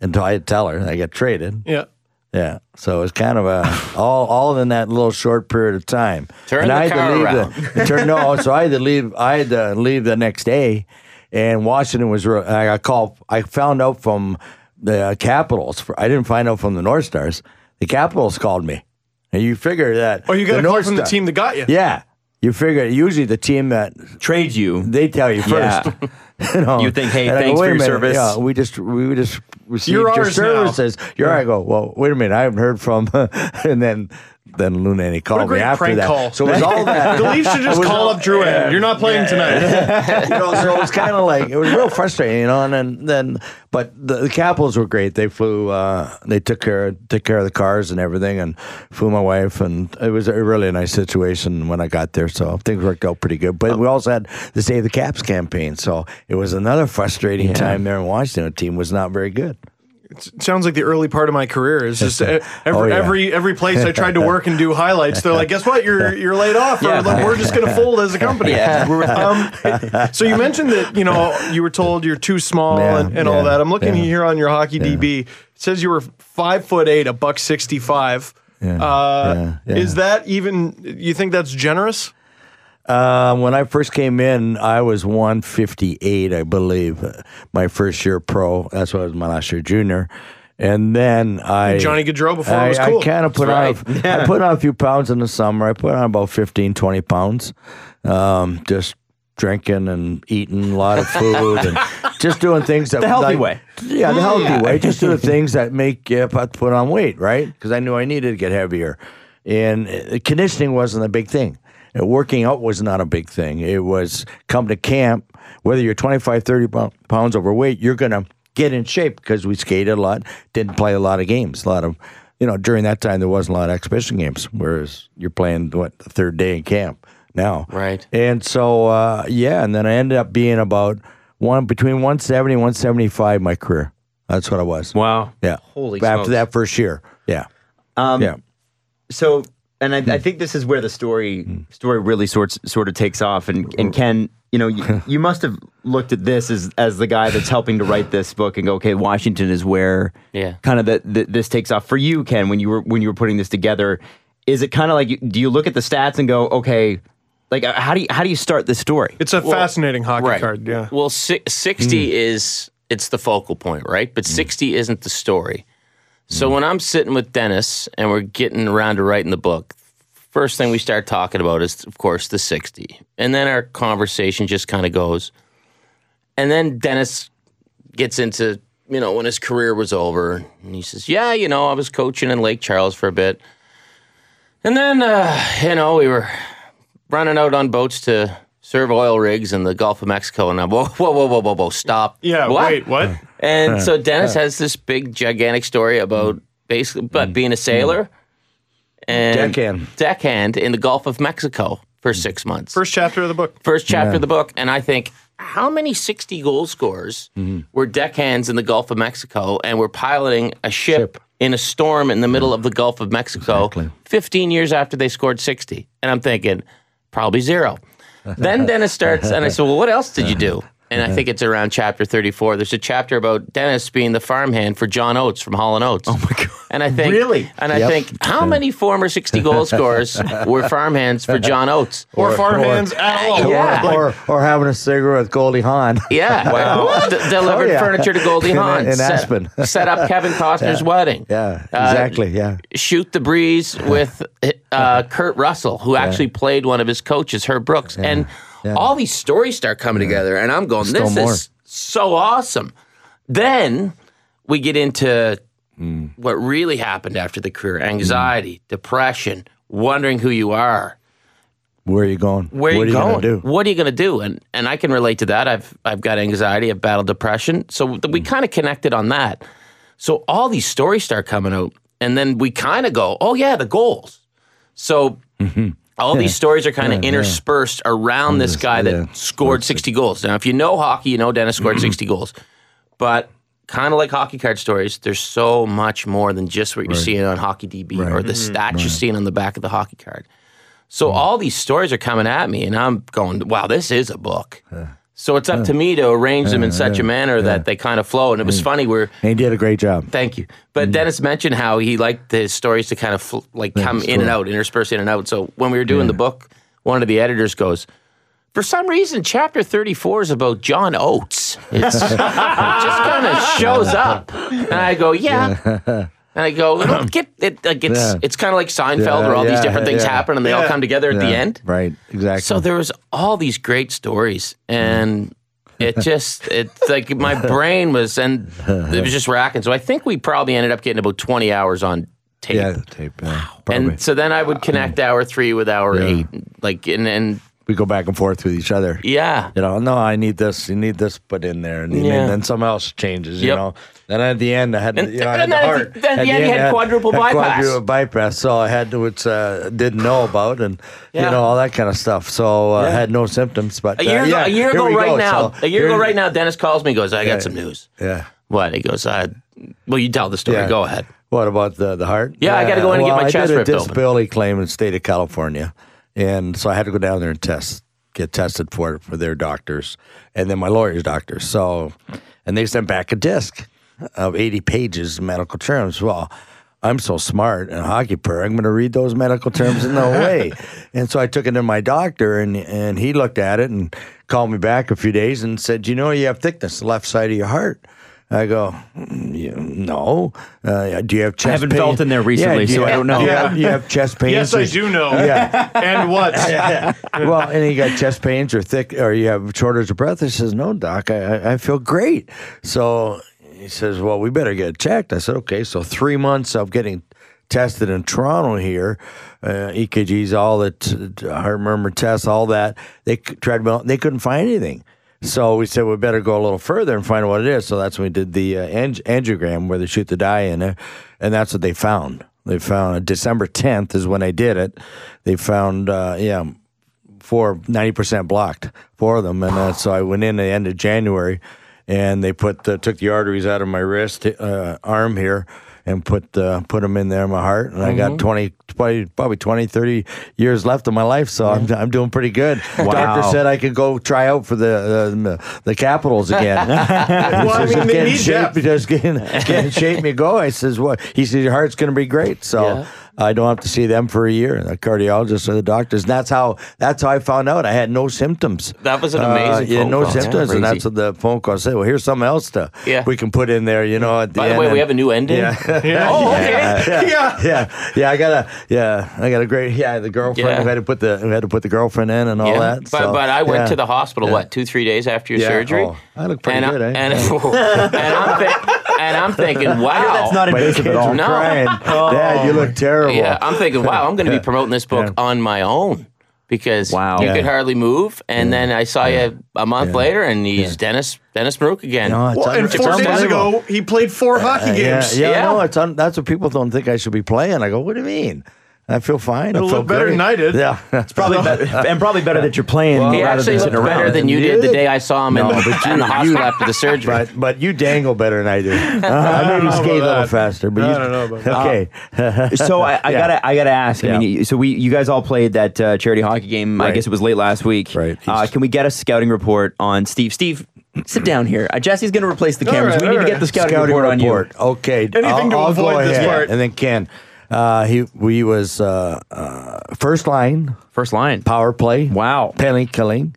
[SPEAKER 6] Until I had to tell her I got traded.
[SPEAKER 4] Yeah.
[SPEAKER 6] Yeah. So it was kind of a all all in that little short period of time.
[SPEAKER 2] Turn the
[SPEAKER 6] I had
[SPEAKER 2] car
[SPEAKER 6] to leave
[SPEAKER 2] around.
[SPEAKER 6] The, turn, no, so I had to leave. I had to leave the next day, and Washington was. re- I got called. I found out from the Capitals. For, I didn't find out from the North Stars. The Capitals called me, and you figure that.
[SPEAKER 4] Oh, you got
[SPEAKER 6] the
[SPEAKER 4] a call
[SPEAKER 6] North
[SPEAKER 4] from the
[SPEAKER 6] Star-
[SPEAKER 4] team that got you.
[SPEAKER 6] Yeah, you figure usually the team that
[SPEAKER 3] Trade
[SPEAKER 4] Mm-hmm.
[SPEAKER 3] you.
[SPEAKER 6] they tell you
[SPEAKER 3] Yeah.
[SPEAKER 6] first. you, know?
[SPEAKER 3] You think, hey,
[SPEAKER 6] And I
[SPEAKER 3] thanks for
[SPEAKER 6] "Wait a
[SPEAKER 3] your
[SPEAKER 6] minute,
[SPEAKER 3] service."
[SPEAKER 6] Yeah, we just we just received
[SPEAKER 4] You're
[SPEAKER 6] your
[SPEAKER 4] ours now."
[SPEAKER 6] services. You're I go, well, wait a minute, I haven't heard from, and then then Luna and he called me
[SPEAKER 4] great
[SPEAKER 6] after
[SPEAKER 4] prank
[SPEAKER 6] that.
[SPEAKER 4] call.
[SPEAKER 6] So it was all that.
[SPEAKER 4] The Leafs should just
[SPEAKER 6] was
[SPEAKER 4] call
[SPEAKER 6] all-
[SPEAKER 4] up Drew Ed. You're not playing tonight.
[SPEAKER 6] you know, so it was kind of like it was real frustrating, you know. And then, then but the, the Capitals were great. They flew, uh, they took care took care of the cars and everything, and flew my wife, and it was a really nice situation when I got there. So things worked out pretty good. But we also had the Save the Caps campaign, so it was another frustrating time there in Washington. The team was not very good.
[SPEAKER 4] Sounds like the early part of my career is just uh, every
[SPEAKER 6] Oh, yeah.
[SPEAKER 4] every every place I tried to work and do highlights. They're like, guess what? You're you're laid off, or
[SPEAKER 3] Yeah.
[SPEAKER 4] like, we're just gonna fold as a company. Um, so you mentioned that you know you were told you're too small
[SPEAKER 6] Yeah,
[SPEAKER 4] and, and
[SPEAKER 6] yeah,
[SPEAKER 4] all that. I'm looking
[SPEAKER 6] yeah.
[SPEAKER 4] here on your hockey DB. It says you were five foot eight, a buck sixty five.
[SPEAKER 6] Yeah,
[SPEAKER 4] uh,
[SPEAKER 6] yeah, yeah.
[SPEAKER 4] Is that even? You think that's generous?
[SPEAKER 6] Um, when I first came in, I was 158, I believe, uh, my first year pro. That's what I was my last year junior. And then I
[SPEAKER 4] Johnny Gaudreau before it
[SPEAKER 6] I,
[SPEAKER 4] was cool.
[SPEAKER 6] I kind of put on
[SPEAKER 2] That's
[SPEAKER 6] I put on a few pounds in the summer. I put on about 15, 20 pounds. Um, just drinking and eating a lot of food and just doing things that the
[SPEAKER 3] healthy way.
[SPEAKER 6] Yeah, the healthy way. Just doing things that make you put put on weight, right? Because I knew I needed to get heavier. And uh, conditioning wasn't a big thing. Uh, Working out was not a big thing. It was come to camp, whether you're 25, 30 pou- pounds overweight, you're going to get in shape because we skated a lot, didn't play a lot of games, a lot of, you know, during that time, there wasn't a lot of exhibition games, whereas you're playing, what, the third day in camp now.
[SPEAKER 2] Right.
[SPEAKER 6] And so, uh, yeah, and then I ended up being about one between 170 and 175 my career. That's what I was.
[SPEAKER 3] Wow.
[SPEAKER 6] Yeah.
[SPEAKER 3] Holy
[SPEAKER 6] After
[SPEAKER 3] smokes.
[SPEAKER 6] that first year. Yeah. Um, yeah.
[SPEAKER 3] so and I, I think this is where the story story really sorts sort of takes off and and Ken you know you, you must have looked at this as as the guy that's helping to write this book and go okay Washington is where
[SPEAKER 2] Yeah.
[SPEAKER 3] kind of that th- this takes off for you Ken when you were when you were putting this together is it kind of like you- do you look at the stats and go okay like uh, how do you how do you start this story
[SPEAKER 4] It's a fascinating hockey
[SPEAKER 2] right.
[SPEAKER 4] card. Yeah.
[SPEAKER 2] Well, si- 60 is it's the focal point, right? But 60 isn't the story. So when I'm sitting with Dennis and we're getting around to writing the book, first thing we start talking about is of course the 60. And then our conversation just kind of goes. And then Dennis gets into, you know, when his career was over, and he says, "Yeah, you know, I was coaching in Lake Charles for a bit." And then uh, you know, we were running out on boats to serve oil rigs in the Gulf of Mexico. And I'm, whoa, whoa, whoa, whoa, whoa, whoa, stop.
[SPEAKER 4] Yeah.
[SPEAKER 2] What?
[SPEAKER 4] Wait. What?
[SPEAKER 2] And so Dennis has this big, gigantic story about basically, but being a sailor and
[SPEAKER 6] Deckhand.
[SPEAKER 2] deckhand in the Gulf of Mexico for six months.
[SPEAKER 4] First
[SPEAKER 2] First,
[SPEAKER 4] chapter of the book.
[SPEAKER 2] chapter of the book. And I think, how many 60 goal scorers were deckhands in the Gulf of Mexico and were piloting a ship, in a storm in the middle of the Gulf of Mexico 15 years after they scored 60? And I'm thinking, probably zero. then Dennis starts, and I said, Well, what else did you do? And I think it's around chapter 34. There's a chapter about Dennis being the farmhand for John Oates from Hall and Oates. Oh, my God. And I think,
[SPEAKER 3] Really?
[SPEAKER 2] And I think, how many former 60 goal scorers were farmhands for John Oates?
[SPEAKER 4] Or, farmhands at all.
[SPEAKER 2] Yeah.
[SPEAKER 6] Or, or, or having a cigarette with Goldie Hawn.
[SPEAKER 2] Yeah. D- delivered
[SPEAKER 6] Oh, yeah.
[SPEAKER 2] furniture to Goldie
[SPEAKER 6] In-
[SPEAKER 2] Hawn.
[SPEAKER 6] in
[SPEAKER 2] set,
[SPEAKER 6] Aspen.
[SPEAKER 2] set up Kevin Costner's wedding.
[SPEAKER 6] Yeah,
[SPEAKER 2] Uh,
[SPEAKER 6] exactly. yeah.
[SPEAKER 2] Shoot the breeze with uh, Kurt Russell, who actually played one of his coaches, Herb Brooks. And
[SPEAKER 6] Yeah.
[SPEAKER 2] all these stories start coming together. And I'm going,
[SPEAKER 6] Still
[SPEAKER 2] this
[SPEAKER 6] more.
[SPEAKER 2] is so awesome. Then we get into
[SPEAKER 6] Mm.
[SPEAKER 2] what really happened after the career anxiety, depression, wondering who you are,
[SPEAKER 6] Where are you going?
[SPEAKER 2] Where
[SPEAKER 6] what
[SPEAKER 2] are you,
[SPEAKER 6] gonna
[SPEAKER 2] going?
[SPEAKER 6] do?
[SPEAKER 2] What are you going to do? And and I can relate to that. I've I've got anxiety. I've battled depression. So th- we
[SPEAKER 6] Mm.
[SPEAKER 2] kind of connected on that. So all these stories start coming out, and then we kind of go, oh yeah, the goals. So
[SPEAKER 6] Mm-hmm.
[SPEAKER 2] all these stories are kind of interspersed around this guy that
[SPEAKER 6] yeah. Mm-hmm.
[SPEAKER 2] scored sixty goals. Now, if you know hockey, you know Dennis scored sixty goals, but kind of like hockey card stories, there's so much more than just what you're seeing on Hockey DB or the stats you're seeing on the back of the hockey card. So all these stories are coming at me, and I'm going, "Wow, this is a book." So it's up to me to arrange them in such a manner that they kind of flow. And it was funny. We're
[SPEAKER 6] And he did a great job.
[SPEAKER 2] thank you,
[SPEAKER 6] Mm-hmm.
[SPEAKER 2] but Dennis mentioned how he liked his stories to kind of fl- like come in and out, intersperse in and out. So when we were doing the book, one of the editors goes. For some reason, chapter 34 is about John Oates. It's, it just kind of shows up. And I go, yeah. And I go, "Look, get it. Like it's,
[SPEAKER 6] Yeah.
[SPEAKER 2] it's kind of like Seinfeld
[SPEAKER 6] Yeah,
[SPEAKER 2] where all these
[SPEAKER 6] yeah,
[SPEAKER 2] different things
[SPEAKER 6] yeah.
[SPEAKER 2] happen and they all
[SPEAKER 4] Yeah.
[SPEAKER 2] come together at the
[SPEAKER 6] Yeah,
[SPEAKER 2] end.
[SPEAKER 6] Right. Exactly.
[SPEAKER 2] So there was all these great stories, and
[SPEAKER 6] Mm-hmm.
[SPEAKER 2] it just it's like my brain was and it was just racking. So I think we probably ended up getting about twenty hours on tape.
[SPEAKER 6] yeah, the tape. Yeah, probably. Mm.
[SPEAKER 2] And so then I would connect hour three with hour eight, like and and
[SPEAKER 6] we go back and forth with each other.
[SPEAKER 2] yeah,
[SPEAKER 6] You know, no, I need this. You need this put in there, and, you
[SPEAKER 2] Yeah.
[SPEAKER 6] and then something else changes. You
[SPEAKER 2] Yep.
[SPEAKER 6] know, then at the end I had,
[SPEAKER 2] And-
[SPEAKER 6] you know, I
[SPEAKER 2] and
[SPEAKER 6] had the
[SPEAKER 2] then at
[SPEAKER 6] heart.
[SPEAKER 2] the- then at the end you had
[SPEAKER 6] I
[SPEAKER 2] quadruple
[SPEAKER 6] had
[SPEAKER 2] bypass.
[SPEAKER 6] Quadruple bypass. So I had to, which uh, didn't know about, and
[SPEAKER 2] Yeah.
[SPEAKER 6] you know all that kind of stuff. So uh, I had no symptoms, but
[SPEAKER 2] a year
[SPEAKER 6] uh,
[SPEAKER 2] ago,
[SPEAKER 6] yeah,
[SPEAKER 2] a year
[SPEAKER 6] here
[SPEAKER 2] ago
[SPEAKER 6] we
[SPEAKER 2] right
[SPEAKER 6] go.
[SPEAKER 2] now,
[SPEAKER 6] So
[SPEAKER 2] a year ago
[SPEAKER 6] here-
[SPEAKER 2] right now, Dennis calls me, and goes, I got some news.
[SPEAKER 6] Yeah.
[SPEAKER 2] What? He goes, I. Well, you tell the story.
[SPEAKER 6] Yeah.
[SPEAKER 2] Go ahead.
[SPEAKER 6] What about the the heart?
[SPEAKER 2] Yeah, I gotta go in and get
[SPEAKER 6] well,
[SPEAKER 2] my chest
[SPEAKER 6] I did
[SPEAKER 2] ripped
[SPEAKER 6] a
[SPEAKER 2] open.
[SPEAKER 6] disability claim in the state of California, and so I had to go down there and test, get tested for it for their doctors, and then my lawyer's doctors. So, and they sent back a disc of eighty pages of medical terms. Well. I'm so smart and a hockey player. I'm going to read those medical terms in no way. And so I took it to my doctor, and and he looked at it and called me back a few days and said, "You know, you have thickness the left side of your heart." I go, "Mm, you- no. Uh, do you have chest?
[SPEAKER 3] haven't
[SPEAKER 6] pain?
[SPEAKER 3] felt in there recently,
[SPEAKER 6] do
[SPEAKER 3] so I don't know.
[SPEAKER 6] Do you,
[SPEAKER 4] Yeah.
[SPEAKER 6] have, do you have chest pains?
[SPEAKER 4] Yes,
[SPEAKER 6] or-
[SPEAKER 4] I do know.
[SPEAKER 6] Yeah.
[SPEAKER 4] And what?
[SPEAKER 6] well, and he got chest pains or thick, or you have shortness of breath. I says, no, doc, I, I, I feel great. So he says, well, we better get it checked. I said, okay. So three months of getting tested in Toronto here, uh, EKGs, all the t- t- heart murmur tests, all that. They c- tried, well, they couldn't find anything. So we said we better go a little further and find out what it is. So that's when we did the uh, ang- angiogram where they shoot the dye in it, and that's what they found. They found uh, December 10th is when I did it. They found, uh, yeah, four 90% blocked four of them and uh, so i went in the end of january and they put the, took the arteries out of my wrist uh, arm here and put uh, put them in there in my heart and i got 20, 20 probably 20 30 years left of my life so I'm, I'm doing pretty good doctor said i could go try out for the uh, the capitals again
[SPEAKER 4] well, I mean, they
[SPEAKER 6] Get in
[SPEAKER 4] need
[SPEAKER 6] shape,
[SPEAKER 4] depth.
[SPEAKER 6] just get in, get in shape and go. I says, "What?" He says, "Your heart's going to be great." So
[SPEAKER 2] Yeah.
[SPEAKER 6] I don't have to see them for a year. A cardiologist or the doctors. And that's how that's how I found out I had no symptoms.
[SPEAKER 2] That was an
[SPEAKER 6] Uh,
[SPEAKER 2] amazing
[SPEAKER 6] yeah,
[SPEAKER 2] phone
[SPEAKER 6] no
[SPEAKER 2] call.
[SPEAKER 6] symptoms,
[SPEAKER 2] Yeah,
[SPEAKER 6] and
[SPEAKER 2] crazy.
[SPEAKER 6] that's what the phone call said. Well, here's something else to
[SPEAKER 2] Yeah.
[SPEAKER 6] we can put in there. You know, at the
[SPEAKER 2] By the
[SPEAKER 6] end
[SPEAKER 2] way, we
[SPEAKER 6] and-
[SPEAKER 2] have a new ending.
[SPEAKER 6] yeah.
[SPEAKER 2] Oh, okay.
[SPEAKER 6] Yeah,
[SPEAKER 4] Yeah.
[SPEAKER 6] yeah, yeah, yeah. I got a, yeah, I got a great, yeah. The girlfriend
[SPEAKER 2] Yeah.
[SPEAKER 6] who had to put the who had to put the girlfriend in and all
[SPEAKER 2] Yeah.
[SPEAKER 6] that.
[SPEAKER 2] But,
[SPEAKER 6] so,
[SPEAKER 2] but I went
[SPEAKER 6] yeah.
[SPEAKER 2] to the hospital, what, two, three days after your
[SPEAKER 6] Yeah.
[SPEAKER 2] surgery?
[SPEAKER 6] Oh, I look pretty
[SPEAKER 2] and
[SPEAKER 6] good,
[SPEAKER 2] I,
[SPEAKER 6] eh?
[SPEAKER 2] and, and I'm thi- and I'm thinking, wow.
[SPEAKER 3] That's not
[SPEAKER 6] My
[SPEAKER 3] invasive at
[SPEAKER 6] kids
[SPEAKER 3] all.
[SPEAKER 6] were
[SPEAKER 2] No.
[SPEAKER 6] crying. Dad, you look terrible.
[SPEAKER 2] yeah, I'm thinking, wow, I'm going to be promoting this book on my own because
[SPEAKER 3] Wow.
[SPEAKER 2] you
[SPEAKER 3] Yeah.
[SPEAKER 2] could hardly move. And then I saw you a month later, and he's Dennis Dennis Marook again.
[SPEAKER 6] No, it's
[SPEAKER 4] Well,
[SPEAKER 6] un-
[SPEAKER 4] and
[SPEAKER 6] it's
[SPEAKER 4] four days
[SPEAKER 6] unbelievable.
[SPEAKER 4] ago, he played four hockey
[SPEAKER 6] Yeah,
[SPEAKER 4] Uh, games.
[SPEAKER 6] yeah,
[SPEAKER 2] Yeah.
[SPEAKER 6] no, it's un- that's what people don't think I should be playing. I go, what do you mean? I feel fine. I
[SPEAKER 4] It'll
[SPEAKER 6] feel
[SPEAKER 4] look better
[SPEAKER 6] great.
[SPEAKER 4] than I did.
[SPEAKER 6] Yeah, that's
[SPEAKER 3] Probably better, and probably better that you're playing
[SPEAKER 2] he
[SPEAKER 3] rather
[SPEAKER 2] actually
[SPEAKER 3] than
[SPEAKER 2] looked
[SPEAKER 3] sitting
[SPEAKER 2] better
[SPEAKER 3] around.
[SPEAKER 2] than you did the
[SPEAKER 6] Did?
[SPEAKER 2] day I saw him in,
[SPEAKER 6] No,
[SPEAKER 2] the, in the hospital after the surgery.
[SPEAKER 6] But but you dangle better than I do. I
[SPEAKER 4] don't
[SPEAKER 6] maybe
[SPEAKER 4] know
[SPEAKER 6] skate a
[SPEAKER 4] about
[SPEAKER 6] little
[SPEAKER 4] that.
[SPEAKER 6] faster. But
[SPEAKER 4] I
[SPEAKER 6] you,
[SPEAKER 4] don't know about that.
[SPEAKER 6] Okay,
[SPEAKER 3] so I, I
[SPEAKER 6] Yeah.
[SPEAKER 3] gotta, I gotta ask. I
[SPEAKER 6] Yeah.
[SPEAKER 3] mean, you- so we, you guys all played that uh, charity hockey game. I
[SPEAKER 6] Right.
[SPEAKER 3] guess it was late last week.
[SPEAKER 6] Right.
[SPEAKER 3] Uh, can we get a scouting report on Steve? Steve, sit down here. Uh, Jesse's gonna replace the cameras.
[SPEAKER 4] right,
[SPEAKER 3] we need
[SPEAKER 4] all
[SPEAKER 3] to get
[SPEAKER 4] right.
[SPEAKER 3] the scouting, report, on
[SPEAKER 6] Okay,
[SPEAKER 4] Anything to
[SPEAKER 6] I'll, I'll go
[SPEAKER 4] avoid this
[SPEAKER 6] ahead.
[SPEAKER 4] part.
[SPEAKER 6] And then Ken, uh, he we was uh, uh, first line
[SPEAKER 3] you. First line.
[SPEAKER 6] power play.
[SPEAKER 3] Wow.
[SPEAKER 6] penalty killing,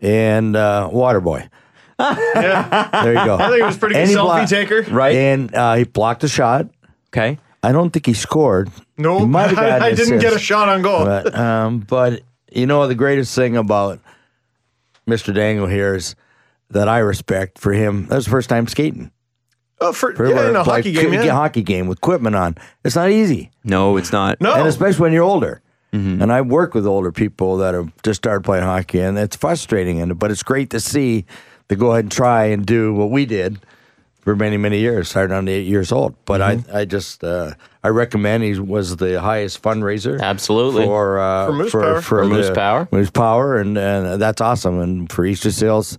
[SPEAKER 6] and uh, water boy. There you go.
[SPEAKER 4] I think it was pretty good
[SPEAKER 6] And he
[SPEAKER 4] selfie
[SPEAKER 6] blocked-
[SPEAKER 4] taker.
[SPEAKER 3] Right.
[SPEAKER 6] And uh, he blocked a shot.
[SPEAKER 3] Okay.
[SPEAKER 6] I don't think he scored.
[SPEAKER 4] No,
[SPEAKER 6] He might have gotten
[SPEAKER 4] I
[SPEAKER 6] an
[SPEAKER 4] didn't get a
[SPEAKER 6] assist.
[SPEAKER 4] shot on goal.
[SPEAKER 6] But, um, but you know the greatest thing about Mr. Dangle here is that I respect for him. That was the first time skating.
[SPEAKER 4] oh, for,
[SPEAKER 6] For
[SPEAKER 4] yeah, in a
[SPEAKER 6] like,
[SPEAKER 4] hockey game.
[SPEAKER 6] a
[SPEAKER 4] Yeah.
[SPEAKER 6] hockey game with equipment on. It's not easy,
[SPEAKER 3] No, it's not.
[SPEAKER 4] No.
[SPEAKER 2] Oh.
[SPEAKER 6] and especially when you're older.
[SPEAKER 2] Mm-hmm.
[SPEAKER 6] And I work with older people that have just started playing hockey, and it's frustrating. And but it's great to see to go ahead and try and do what we did for many many years, starting on eight years old. But
[SPEAKER 2] Mm-hmm.
[SPEAKER 6] I I just uh, I recommend he was the highest fundraiser
[SPEAKER 2] Absolutely.
[SPEAKER 6] for uh,
[SPEAKER 4] For Moose Power.
[SPEAKER 2] For Moose
[SPEAKER 6] the-
[SPEAKER 2] Power.
[SPEAKER 6] Moose Power, and and that's awesome. And for Easter sales,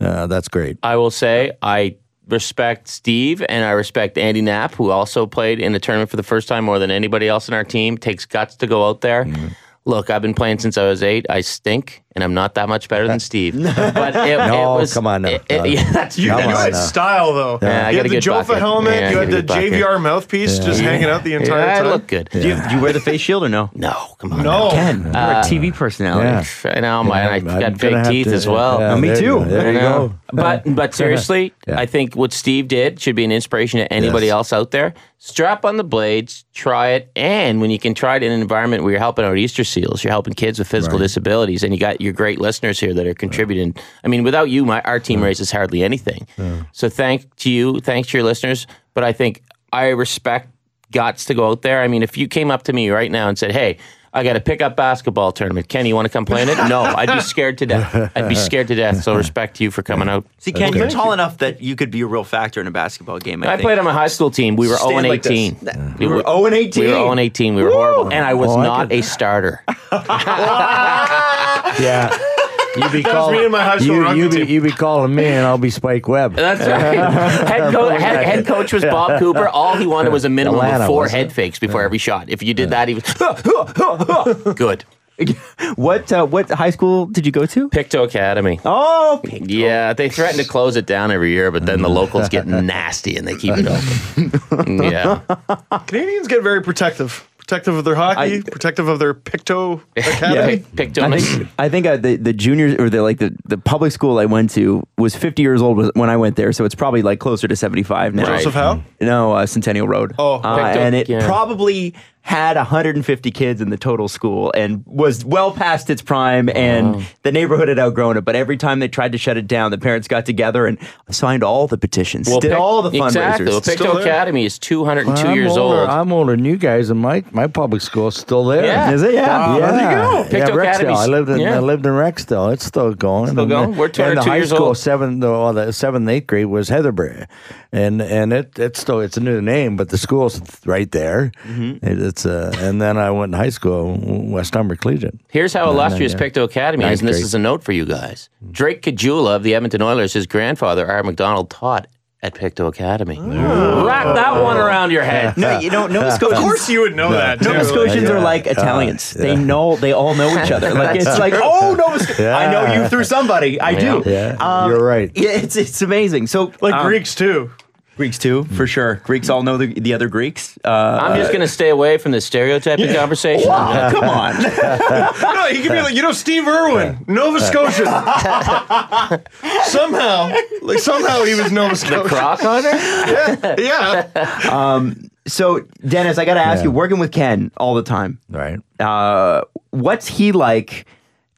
[SPEAKER 6] uh, that's great.
[SPEAKER 2] I will say I respect Steve and I respect Andy Knapp, who also played in the tournament for the first time more than anybody else in our team. Takes guts to go out there.
[SPEAKER 6] Mm-hmm.
[SPEAKER 2] Look, I've been playing since I was eight. I stink, and I'm not that much better than Steve. But it,
[SPEAKER 6] No,
[SPEAKER 2] it was,
[SPEAKER 6] come on now.
[SPEAKER 2] it- it- yeah, that's
[SPEAKER 4] You,
[SPEAKER 6] Come
[SPEAKER 4] you
[SPEAKER 6] on
[SPEAKER 4] had
[SPEAKER 6] now.
[SPEAKER 4] style though.
[SPEAKER 2] Yeah, I
[SPEAKER 4] you
[SPEAKER 2] got
[SPEAKER 4] had the
[SPEAKER 2] a good
[SPEAKER 4] Jofa
[SPEAKER 2] bucket.
[SPEAKER 4] helmet.
[SPEAKER 2] Yeah, I
[SPEAKER 4] you
[SPEAKER 2] got
[SPEAKER 4] had
[SPEAKER 2] a
[SPEAKER 4] the
[SPEAKER 2] good bucket.
[SPEAKER 4] JVR mouthpiece just hanging out the entire
[SPEAKER 2] Yeah, I
[SPEAKER 4] time.
[SPEAKER 2] look good.
[SPEAKER 3] Do, you, do you wear the face shield or no? Uh,
[SPEAKER 2] No, come on.
[SPEAKER 4] No.
[SPEAKER 3] Ken, you're a TV personality.
[SPEAKER 6] Yeah.
[SPEAKER 2] I know, man. I
[SPEAKER 6] I'm
[SPEAKER 2] got
[SPEAKER 6] gonna
[SPEAKER 2] big
[SPEAKER 6] have
[SPEAKER 2] teeth
[SPEAKER 6] to-
[SPEAKER 2] as well.
[SPEAKER 6] yeah,
[SPEAKER 3] No, me
[SPEAKER 6] there you
[SPEAKER 3] too.
[SPEAKER 6] go. There
[SPEAKER 2] I
[SPEAKER 6] you
[SPEAKER 2] know.
[SPEAKER 6] go.
[SPEAKER 2] But but seriously,
[SPEAKER 6] Yeah.
[SPEAKER 2] I think what Steve did should be an inspiration to anybody
[SPEAKER 6] Yes.
[SPEAKER 2] else out there. Strap on the blades, try it, and when you can try it in an environment where you're helping out Easter seals, you're helping kids with physical disabilities, and you got your great listeners here that are contributing. I mean, without you, my our team raises hardly anything. So thank to you, thanks to your listeners. But I think I respect guts to go out there. I mean, if you came up to me right now and said, "Hey," I got a pickup basketball tournament. Kenny, you want to come play in it? No, I'd be scared to death. I'd be scared to death. So respect to you for coming out.
[SPEAKER 3] See, Ken, you're tall enough that you could be a real factor in a basketball game. I,
[SPEAKER 2] I
[SPEAKER 3] think.
[SPEAKER 2] played on my high school team. We were 0 and
[SPEAKER 3] Stand like this.
[SPEAKER 2] 18.
[SPEAKER 3] That- we
[SPEAKER 2] We were
[SPEAKER 3] were 0 and 18.
[SPEAKER 2] We were 0 and 18. We were horrible. And I was
[SPEAKER 6] Oh, I
[SPEAKER 2] not
[SPEAKER 6] could-
[SPEAKER 2] a starter.
[SPEAKER 6] Yeah. You be
[SPEAKER 4] was
[SPEAKER 6] calling
[SPEAKER 4] me and my high school
[SPEAKER 6] you,
[SPEAKER 4] rugby
[SPEAKER 6] you be,
[SPEAKER 4] team.
[SPEAKER 6] you be calling me, and I'll be Spike Webb.
[SPEAKER 2] That's right. head, co- head, head coach was Bob Cooper. All he wanted was a minimum
[SPEAKER 6] Atlanta,
[SPEAKER 2] of four
[SPEAKER 6] wasn't
[SPEAKER 2] head fakes before every shot. If you did that, he was good.
[SPEAKER 3] What uh, what high school did you go to?
[SPEAKER 2] Picto Academy.
[SPEAKER 3] Oh,
[SPEAKER 2] Yeah, they threaten to close it down every year, but then the locals get nasty and they keep it open. Yeah.
[SPEAKER 4] Canadians get very protective. Protective of their hockey,
[SPEAKER 3] I-
[SPEAKER 4] protective of their Picto Academy.
[SPEAKER 2] Picked
[SPEAKER 3] I
[SPEAKER 2] on us.
[SPEAKER 3] think I think uh, the the juniors or the like the, the public school I went to was 50 years old was- when I went there, so it's probably like closer to 75 now.
[SPEAKER 2] Right.
[SPEAKER 4] Joseph Howe?
[SPEAKER 3] No, uh, Centennial Road.
[SPEAKER 4] Oh,
[SPEAKER 3] Uh,
[SPEAKER 2] picked up-
[SPEAKER 3] and it
[SPEAKER 2] yeah.
[SPEAKER 3] probably had 150 kids in the total school and was well past its prime, and the neighborhood had outgrown it. But every time they tried to shut it down, the parents got together and signed all the petitions, did
[SPEAKER 2] Pic-
[SPEAKER 3] all the fundraisers.
[SPEAKER 2] Exactly. Well,
[SPEAKER 4] Still
[SPEAKER 2] Pictou
[SPEAKER 4] there.
[SPEAKER 2] Academy is 202
[SPEAKER 6] I'm
[SPEAKER 2] years
[SPEAKER 6] older,
[SPEAKER 2] old.
[SPEAKER 6] I'm older than you guys, and my, my public school's still there.
[SPEAKER 2] Yeah.
[SPEAKER 3] Is it? Yeah.
[SPEAKER 6] Yeah.
[SPEAKER 3] Yeah.
[SPEAKER 6] Yeah,
[SPEAKER 2] Pictou
[SPEAKER 6] Rexdale.
[SPEAKER 2] Academy's-
[SPEAKER 6] I lived in
[SPEAKER 2] yeah.
[SPEAKER 6] I lived in Rexdale. It's still going.
[SPEAKER 2] Still
[SPEAKER 6] And
[SPEAKER 2] going?
[SPEAKER 6] the-
[SPEAKER 2] We're
[SPEAKER 6] and the
[SPEAKER 2] 202
[SPEAKER 6] high
[SPEAKER 2] years
[SPEAKER 6] school
[SPEAKER 2] old.
[SPEAKER 6] seventh or the seventh and eighth grade was Heatherbury, and and it it's still it's a new name, but the school's right there.
[SPEAKER 2] Mm-hmm.
[SPEAKER 6] It, it's uh, and then I went to high school West Humber Collegiate.
[SPEAKER 2] Here's how illustrious
[SPEAKER 6] yeah.
[SPEAKER 2] Pictou Academy
[SPEAKER 6] Ninth
[SPEAKER 2] is, and this
[SPEAKER 6] grade.
[SPEAKER 2] is a note for you guys. Drake Kajula of the Edmonton Oilers, his grandfather, R. McDonald, taught at Pictou Academy. Wrap that one around your head.
[SPEAKER 3] No, you know, Nova Scotians.
[SPEAKER 4] Of course you would know that.
[SPEAKER 3] Nova
[SPEAKER 4] too.
[SPEAKER 3] Scotians are
[SPEAKER 6] Uh,
[SPEAKER 3] like Italians. They know they all know each other. Like it's like, oh Nova Scotia, I know you through somebody. I do. Um,
[SPEAKER 6] Yeah. You're right.
[SPEAKER 3] Yeah, it's it's amazing. So
[SPEAKER 4] Like
[SPEAKER 3] um,
[SPEAKER 4] Greeks too.
[SPEAKER 3] Greeks too,
[SPEAKER 6] Mm.
[SPEAKER 3] for sure. Greeks all know the, the other Greeks. Uh,
[SPEAKER 2] I'm just going to stay away from the stereotyping conversation.
[SPEAKER 3] wow, come on.
[SPEAKER 4] No, he could be like, you know, Steve Irwin, Nova Scotian. somehow, like somehow he was Nova Scotian.
[SPEAKER 2] Croc on her?
[SPEAKER 4] Yeah,
[SPEAKER 3] So Dennis, I got to ask you, working with Ken all the time,
[SPEAKER 6] Right.
[SPEAKER 3] uh, what's he like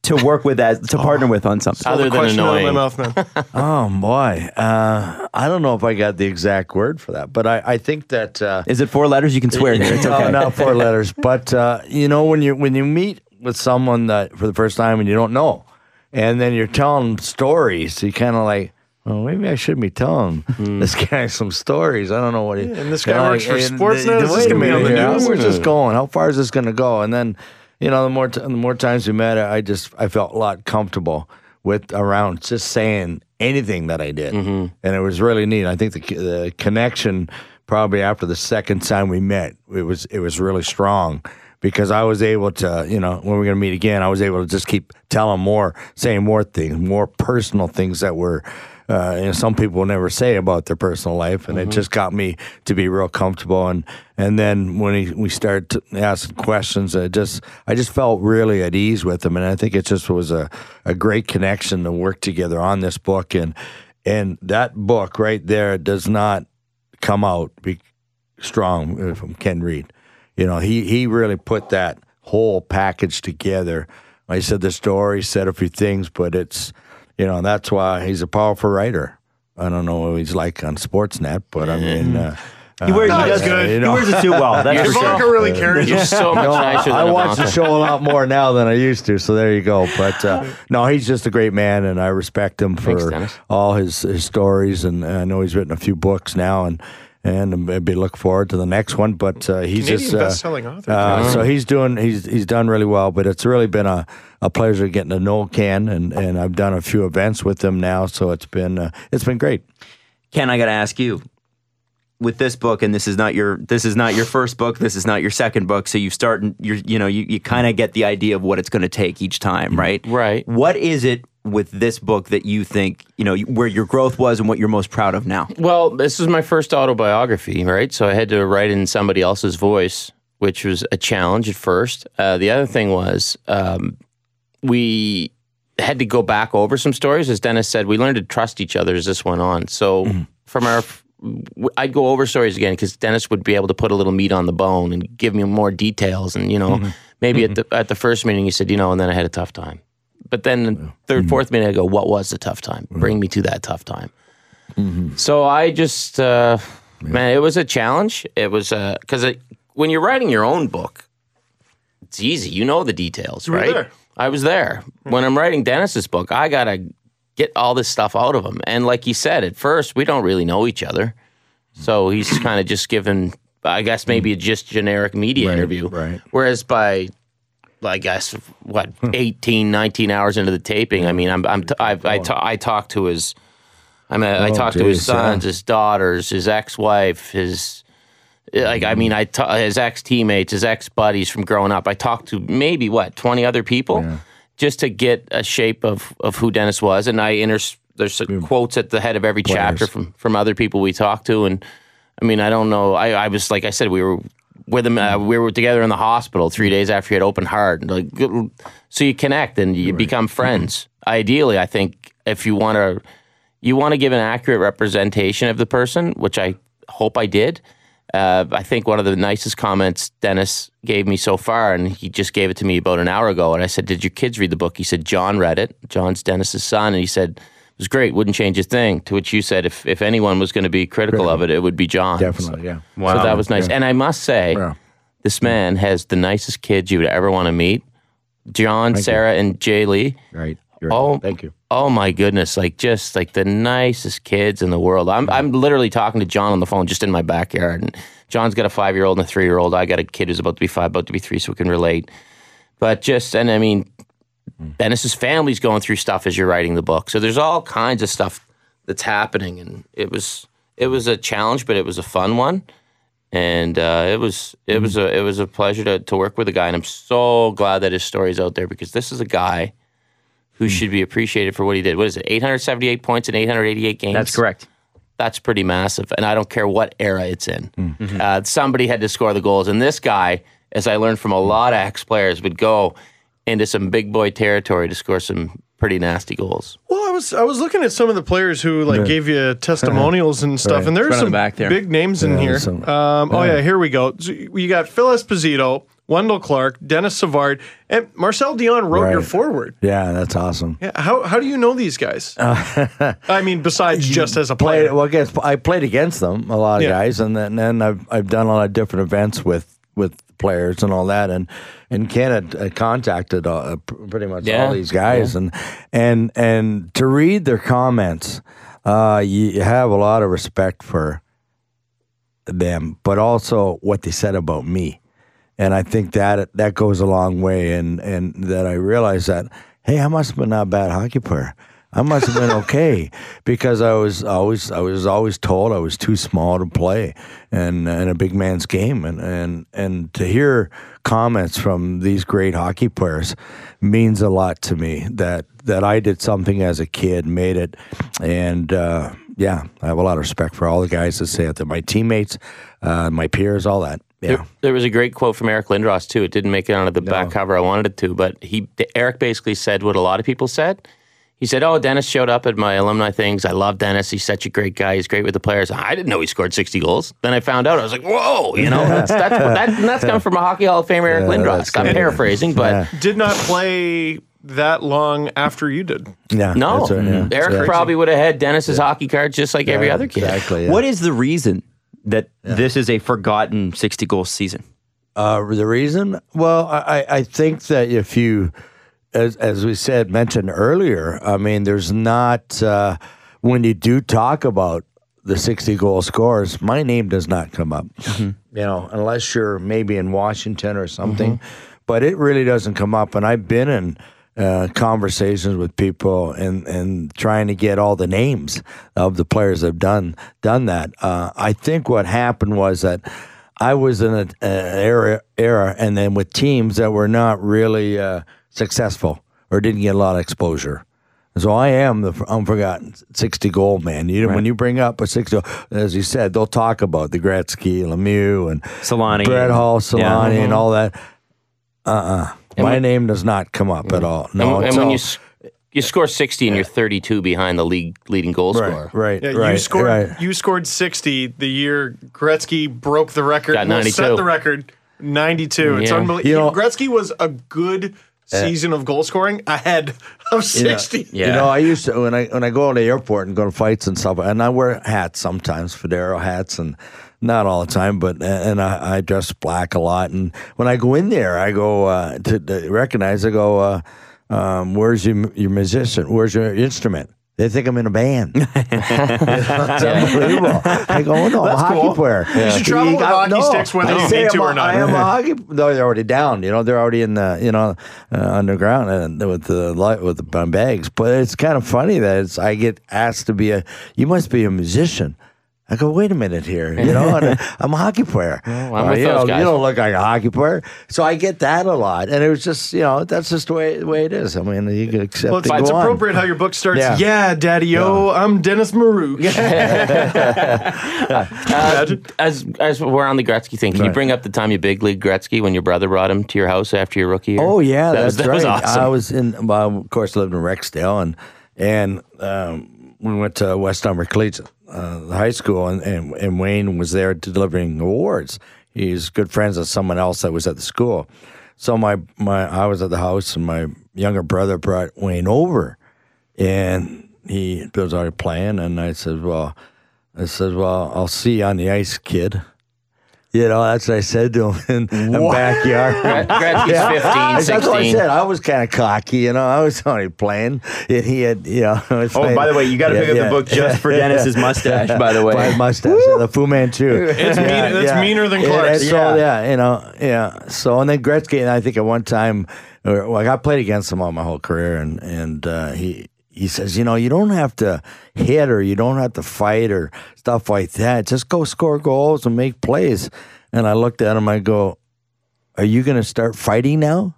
[SPEAKER 3] to work with as to partner with on something?
[SPEAKER 2] Other than
[SPEAKER 4] question out of my
[SPEAKER 2] annoying.
[SPEAKER 4] mouth, man.
[SPEAKER 6] Oh boy, uh, I don't know if I got the exact word for that, but I, I think that uh,
[SPEAKER 3] Is it four letters? You can swear here. It's
[SPEAKER 6] Oh, no,
[SPEAKER 3] okay.
[SPEAKER 6] not four letters. But uh, you know when you when you meet with someone that for the first time and you don't know, and then you're telling them stories, you kind of like. Well, maybe I shouldn't be telling
[SPEAKER 3] Hmm.
[SPEAKER 6] this guy some stories. I don't know what he.
[SPEAKER 4] and this guy
[SPEAKER 6] you know,
[SPEAKER 4] works for
[SPEAKER 6] and
[SPEAKER 4] Sportsnet?
[SPEAKER 6] the-
[SPEAKER 4] Is this
[SPEAKER 6] wait a
[SPEAKER 4] gonna be on the
[SPEAKER 6] minute here,
[SPEAKER 4] news?
[SPEAKER 6] Where's this going? How far is this going to go? And then, you know, the more t- the more times we met, I just I felt a lot comfortable with around just saying anything that I did,
[SPEAKER 4] Mm-hmm.
[SPEAKER 6] and it was really neat. I think the c- the connection probably after the second time we met, it was it was really strong. Because I was able to, you know, when we were going to meet again, I was able to just keep telling more, saying more things, more personal things that were, uh, you know, some people never say about their personal life, and it just got me to be real comfortable. And and then when he, we started t- asking questions, I just I just felt really at ease with him, and I think it just was a, a great connection to work together on this book. And and that book right there does not come out be strong uh, from Ken Reed. You know, he he really put that whole package together. I said the story, said a few things, but it's you know that's why he's a powerful writer. I don't know what he's like on Sportsnet, but I mean, uh,
[SPEAKER 3] He wears,
[SPEAKER 4] Uh,
[SPEAKER 3] he does,
[SPEAKER 4] that's good.
[SPEAKER 3] He wears a suit well. That's for sure.
[SPEAKER 4] Ivanka really carries
[SPEAKER 2] You're
[SPEAKER 4] us.
[SPEAKER 2] so much
[SPEAKER 6] No,
[SPEAKER 2] nicer
[SPEAKER 6] I
[SPEAKER 2] than
[SPEAKER 6] watch the
[SPEAKER 2] Ivanka.
[SPEAKER 6] show a lot more now than I used to. So there you go. But uh, no, he's just a great man, and I respect him
[SPEAKER 2] Thanks,
[SPEAKER 6] for
[SPEAKER 2] Dennis.
[SPEAKER 6] all his, his stories. And I know he's written a few books now, and and I'd be look forward to the next one. But uh, he's
[SPEAKER 4] Canadian
[SPEAKER 6] just uh,
[SPEAKER 4] best-selling author.
[SPEAKER 6] Uh, so he's doing he's he's done really well. But it's really been a, a pleasure getting to know Ken, and, and I've done a few events with him now. So it's been uh, it's been great.
[SPEAKER 3] Ken, I got to ask you. With this book, and this is not your this is not your first book. This is not your second book. So you start, and you you know you, you kind of get the idea of what it's going to take each time, right?
[SPEAKER 2] Right.
[SPEAKER 3] What is it with this book that you think you know where your growth was and what you're most proud of now?
[SPEAKER 2] Well, this was my first autobiography, right? So I had to write in somebody else's voice, which was a challenge at first. Uh, the other thing was um, we had to go back over some stories. As Dennis said, we learned to trust each other as this went on. So from our, w- I'd go over stories again because Dennis would be able to put a little meat on the bone and give me more details. And you know, maybe at the at the first meeting he said, you know, and then I had a tough time. But then the 3rd fourth meeting, I go, what was the tough time? Bring me to that tough time. So I just, uh, man, it was a challenge. It was because it when you're writing your own book, it's easy. You know the details,
[SPEAKER 4] were
[SPEAKER 2] right?
[SPEAKER 4] there.
[SPEAKER 2] I was there when I'm writing Dennis's book. I gotta get all this stuff out of him. And like he said, at first we don't really know each other, so he's kind of just given, I guess, maybe a just generic media interview.
[SPEAKER 6] right.
[SPEAKER 2] Whereas by I guess what 18, 19 hours into the taping. I mean, I'm, I'm t- I've, I, ta- I talked to his, I mean, I talked to his
[SPEAKER 6] geez, yeah.
[SPEAKER 2] sons, his daughters, his ex-wife, his, like, I mean, I ta- his ex-teammates, his ex-buddies from growing up. I talked to maybe what twenty other people just to get a shape of of who Dennis was, and I inters there's some quotes at the head of every chapter from from other people we talked to, and I mean, I don't know. I, I was like I said, we were with him. Uh, we were together in the hospital three days after he had open heart. and, Like, g- so you connect and you become friends. Ideally, I think if you want to, you want to give an accurate representation of the person, which I hope I did. Uh, I think one of the nicest comments Dennis gave me so far, and he just gave it to me about an hour ago. And I said, "Did your kids read the book?" He said, "John read it. John's Dennis's son." And he said, "It was great. Wouldn't change a thing." To which you said, "If if anyone was going to be critical, of it, it would be John."
[SPEAKER 6] Definitely, yeah.
[SPEAKER 2] So that was nice. And I must say,
[SPEAKER 6] Yeah.
[SPEAKER 2] this man has the nicest kids you would ever want to meet. John, Sarah, and Jay Lee.
[SPEAKER 6] Right.
[SPEAKER 2] Oh,
[SPEAKER 6] thank you.
[SPEAKER 2] Oh my goodness! Like just like the nicest kids in the world. I'm I'm literally talking to John on the phone just in my backyard, and John's got a five year old and a three year old. I got a kid who's about to be five, about to be three, so we can relate. But just and I mean, Dennis's family's going through stuff as you're writing the book, so there's all kinds of stuff that's happening, and it was it was a challenge, but it was a fun one, and uh, it was it was a it was a pleasure to to work with a guy, and I'm so glad that his story's out there because this is a guy who should be appreciated for what he did. What is it? 878 points in 888 games.
[SPEAKER 3] correct.
[SPEAKER 2] That's pretty massive. And I don't care what era it's in. Uh, somebody had to score the goals. And this guy, as I learned from a lot of ex players, would go into some big boy territory to score some pretty nasty goals.
[SPEAKER 4] Well, I was I was looking at some of the players who like gave you testimonials and stuff, and there's
[SPEAKER 7] Right on the
[SPEAKER 4] some
[SPEAKER 7] back there.
[SPEAKER 4] big names in here.
[SPEAKER 6] some-
[SPEAKER 4] um, Oh yeah, here we go. So you got Phil Esposito, Wendell Clark, Dennis Savard, and Marcel Dion wrote your
[SPEAKER 6] Right.
[SPEAKER 4] forward.
[SPEAKER 6] Yeah, that's awesome.
[SPEAKER 4] Yeah, how how do you know these guys? I mean, besides just as a
[SPEAKER 6] played
[SPEAKER 4] player.
[SPEAKER 6] well. I guess I played against them a lot of
[SPEAKER 4] Yeah.
[SPEAKER 6] guys, and then, then I've I've done a lot of different events with with players and all that, and and Ken had uh, contacted all, uh, pr- pretty much
[SPEAKER 2] Yeah.
[SPEAKER 6] all these guys, and and and to read their comments, uh, you have a lot of respect for them, but also what they said about me. And I think that that goes a long way, and and that I realized that hey, I must have been not a bad hockey player. I must have been okay because I was always I was always told I was too small to play and in a big man's game, and and and to hear comments from these great hockey players means a lot to me. That that I did something as a kid, made it, and. Uh, yeah, I have a lot of respect for all the guys that say it. They're my teammates, uh, my peers, all that. Yeah.
[SPEAKER 2] There, there was a great quote from Eric Lindros too. It didn't make it onto the back cover. I wanted it to, but he Eric basically said what a lot of people said. He said, "Oh, Dennis showed up at my alumni things. I love Dennis. He's such a great guy. He's great with the players. I didn't know he scored sixty goals. Then I found out. I was like, whoa, you know, that's that's that, and that's coming from a hockey Hall of Famer, Eric Lindros.
[SPEAKER 6] that's
[SPEAKER 2] I'm
[SPEAKER 6] good.
[SPEAKER 2] paraphrasing, but."
[SPEAKER 4] Did not play that long after you did.
[SPEAKER 6] Yeah.
[SPEAKER 2] No,
[SPEAKER 6] that's right, yeah.
[SPEAKER 2] Eric probably would have had Dennis's hockey cards just like every other kid.
[SPEAKER 6] Exactly. yeah.
[SPEAKER 3] What is the reason that this is a forgotten 60 goal season?
[SPEAKER 6] Uh, the reason? Well, I, I- I think that if you, as, as we said, mentioned earlier, I mean, there's not, uh, when you do talk about the 60 goal scores, my name does not come up, you know, unless you're maybe in Washington or something, but it really doesn't come up. And I've been in, uh, conversations with people and, and trying to get all the names of the players that have done done that. Uh, I think what happened was that I was in an era era and then with teams that were not really uh, successful or didn't get a lot of exposure. And So I am the unforgotten sixty goal man. You, When you bring up a sixty, as you said, they'll talk about the Gretzky, Lemieux, and
[SPEAKER 3] Solani.
[SPEAKER 6] Brett Hall, Solani,
[SPEAKER 3] Yeah.
[SPEAKER 2] mm-hmm.
[SPEAKER 6] and all that. Uh, uh my name does not come up at all.
[SPEAKER 2] Mm-hmm. And,
[SPEAKER 6] No,
[SPEAKER 2] and
[SPEAKER 6] so-
[SPEAKER 2] when you s- you score 60 and you're 32 behind the league leading goal scorer.
[SPEAKER 6] right, right,
[SPEAKER 4] Yeah,
[SPEAKER 6] right,
[SPEAKER 4] you scored.
[SPEAKER 6] right.
[SPEAKER 4] You scored sixty the year Gretzky broke the record.
[SPEAKER 2] Got
[SPEAKER 4] well,
[SPEAKER 2] 92.
[SPEAKER 4] set the record. Ninety-two. It's
[SPEAKER 2] Yeah.
[SPEAKER 4] unbelievable.
[SPEAKER 6] You know-
[SPEAKER 4] Gretzky was a good season of goal scoring ahead of sixty.
[SPEAKER 2] Yeah.
[SPEAKER 6] You know, I used to when I when I go to the airport and go to fights and stuff, and I wear hats sometimes, Federo hats, and not all the time, but and I, I dress black a lot. And when I go in there, I go uh, to, to recognize. I go, uh, um, "Where's your your musician? Where's your instrument?" They think I'm in a band. it's unbelievable. I go, oh, no, I'm a hockey player.
[SPEAKER 4] You should travel with
[SPEAKER 6] got-
[SPEAKER 4] hockey sticks whether
[SPEAKER 6] I
[SPEAKER 4] you
[SPEAKER 6] say
[SPEAKER 4] need
[SPEAKER 6] I'm
[SPEAKER 4] to
[SPEAKER 6] a-
[SPEAKER 4] or not.
[SPEAKER 6] I am a hockey. No, they're already down. You know, they're already in the you know uh, underground and with the light with the bags. But it's kind of funny that it's I get asked to be a. You must be a musician. I go, wait a minute here. You know, and I'm a hockey player.
[SPEAKER 2] I'm
[SPEAKER 6] Uh,
[SPEAKER 2] with
[SPEAKER 6] you,
[SPEAKER 2] those
[SPEAKER 6] know,
[SPEAKER 2] guys.
[SPEAKER 6] you don't look like a hockey player. So I get that a lot. And it was just, you know, that's just the way, the way it is. I mean, you can accept
[SPEAKER 4] Well, it's,
[SPEAKER 6] it.
[SPEAKER 4] it's
[SPEAKER 6] go on.
[SPEAKER 4] appropriate how your book starts.
[SPEAKER 6] Yeah.
[SPEAKER 4] Yeah, Daddy O, I'm Dennis Marouk. Imagine.
[SPEAKER 2] As as we're on the Gretzky thing, can you bring up the time you big league Gretzky when your brother brought him to your house after your rookie year?
[SPEAKER 6] Oh yeah,
[SPEAKER 2] that
[SPEAKER 6] that's
[SPEAKER 2] was that
[SPEAKER 6] right.
[SPEAKER 2] was awesome.
[SPEAKER 6] I was in. Well, of course, lived in Rexdale, and and um, we went to West Humber Collegiate uh, High School, and, and and Wayne was there delivering awards. He's good friends with someone else that was at the school. So my my I was at the house, and my younger brother brought Wayne over, and he was already playing, and I said, well. I said, "Well, I'll see you on the ice, kid." You know, that's what I said to him in the backyard.
[SPEAKER 2] Gretzky's
[SPEAKER 6] I-
[SPEAKER 2] 15, 16.
[SPEAKER 6] That's what I said. I was kind of cocky, you know. I was only playing, and he had, you know. I was
[SPEAKER 7] Oh,
[SPEAKER 6] playing-
[SPEAKER 7] by the way, you got to
[SPEAKER 6] Yeah,
[SPEAKER 7] pick up
[SPEAKER 6] yeah.
[SPEAKER 7] the book just for Dennis's mustache. By the way,
[SPEAKER 6] By mustache, yeah, the Fu Manchu. It's
[SPEAKER 4] meaner- that's meaner than Clark's.
[SPEAKER 6] So yeah. you know, yeah. So and then Gretzky, and I think at one time, or, like I played against him all my whole career, and and uh, he he says, you know, you don't have to hit or you don't have to fight or stuff like that. Just go score goals and make plays. And I looked at him, I go, are you going to start fighting now?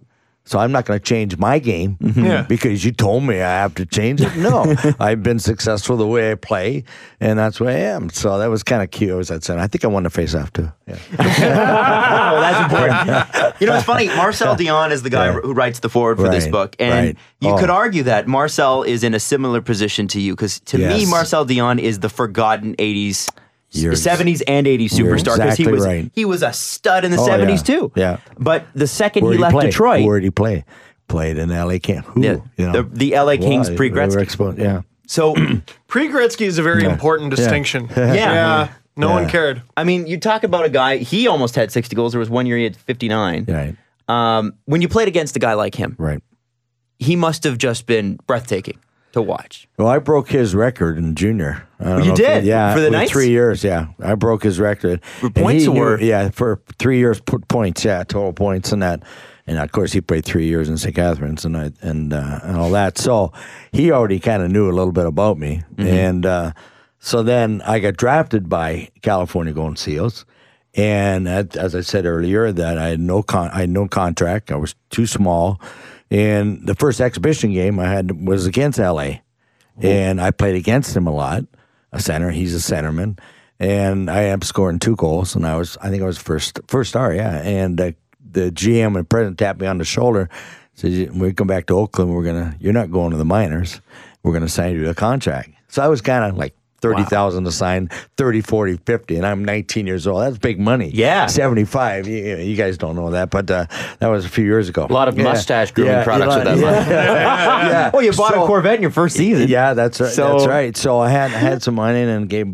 [SPEAKER 6] So I'm not going to change my game
[SPEAKER 7] Mm-hmm.
[SPEAKER 4] Yeah.
[SPEAKER 6] because you told me I have to change it. No, I've been successful the way I play, and that's where I am. So that was kind of cute. I was that center. I think I won the face off too. Yeah.
[SPEAKER 7] oh, that's important.
[SPEAKER 3] You know, it's
[SPEAKER 7] Funny, Marcel Dion is the guy who writes the forward for this
[SPEAKER 6] Right,
[SPEAKER 7] book, and
[SPEAKER 6] right.
[SPEAKER 7] you
[SPEAKER 6] Oh.
[SPEAKER 7] could argue that Marcel is in a similar position to you because to me,
[SPEAKER 6] Yes.
[SPEAKER 7] Marcel Dion is the forgotten '80s,
[SPEAKER 6] You're ex-
[SPEAKER 7] '70s, and '80s
[SPEAKER 6] you're
[SPEAKER 7] superstar he
[SPEAKER 6] exactly
[SPEAKER 7] was
[SPEAKER 6] right.
[SPEAKER 7] he was a stud in the
[SPEAKER 6] Oh, yeah.
[SPEAKER 7] '70s too.
[SPEAKER 6] Yeah.
[SPEAKER 7] but the 2nd
[SPEAKER 6] Where'd
[SPEAKER 7] he left
[SPEAKER 6] play?
[SPEAKER 7] Detroit,
[SPEAKER 6] Where'd he play? Played in LA Camp. Who?
[SPEAKER 7] Yeah,
[SPEAKER 6] You
[SPEAKER 7] the- the LA Kings
[SPEAKER 6] Why?
[SPEAKER 7] pre-
[SPEAKER 6] They were
[SPEAKER 7] Gretzky.
[SPEAKER 6] exposed- Yeah.
[SPEAKER 7] so
[SPEAKER 4] Pre Gretzky is a very important distinction.
[SPEAKER 6] Yeah.
[SPEAKER 4] No one cared.
[SPEAKER 7] I mean, you talk about a guy. He almost had 60 goals. There was one year he had 59.
[SPEAKER 6] Right.
[SPEAKER 7] Um, when you played against a guy like him,
[SPEAKER 6] Right.
[SPEAKER 7] he must have just been breathtaking to watch.
[SPEAKER 6] Well, I broke his record in junior. I don't
[SPEAKER 7] Oh, You
[SPEAKER 6] know if
[SPEAKER 7] did?
[SPEAKER 6] yeah,
[SPEAKER 7] For the
[SPEAKER 6] with
[SPEAKER 7] Knights?
[SPEAKER 6] three years. Yeah, I broke his record.
[SPEAKER 7] For
[SPEAKER 6] And
[SPEAKER 7] points
[SPEAKER 6] he knew-
[SPEAKER 7] or-
[SPEAKER 6] yeah, for three years p- points. Yeah, total points and that. And of course, he played three years in St. Catharines and I, and uh, and all that. So he already kind of knew a little bit about me.
[SPEAKER 7] Mm-hmm.
[SPEAKER 6] And uh, so then I got drafted by California Golden Seals. And at, as I said earlier, that I had no con- I had no contract. I was too small. And the first exhibition game I had was against LA and I played against him a lot. A center, he's a centerman, and I am scoring two goals. And I was, I think I was first first star, yeah. And uh, the GM and president tapped me on the shoulder, says, "You- "When we come back to Oakland, we're gonna, you're not going to the minors. We're gonna sign you to a contract." So I was kind of like, 30,000 to sign, 30, 40, 50, and I'm 19 years old. That's big money.
[SPEAKER 3] Yeah.
[SPEAKER 6] 75. You, you guys don't know that, but uh, that was a few years ago. A
[SPEAKER 2] lot of mustache grooming products with that money.
[SPEAKER 6] yeah.
[SPEAKER 3] Oh, you bought
[SPEAKER 6] So-
[SPEAKER 3] a Corvette in your first season.
[SPEAKER 6] yeah, that's right.
[SPEAKER 3] So-
[SPEAKER 6] that's right. So I had I had some money and gave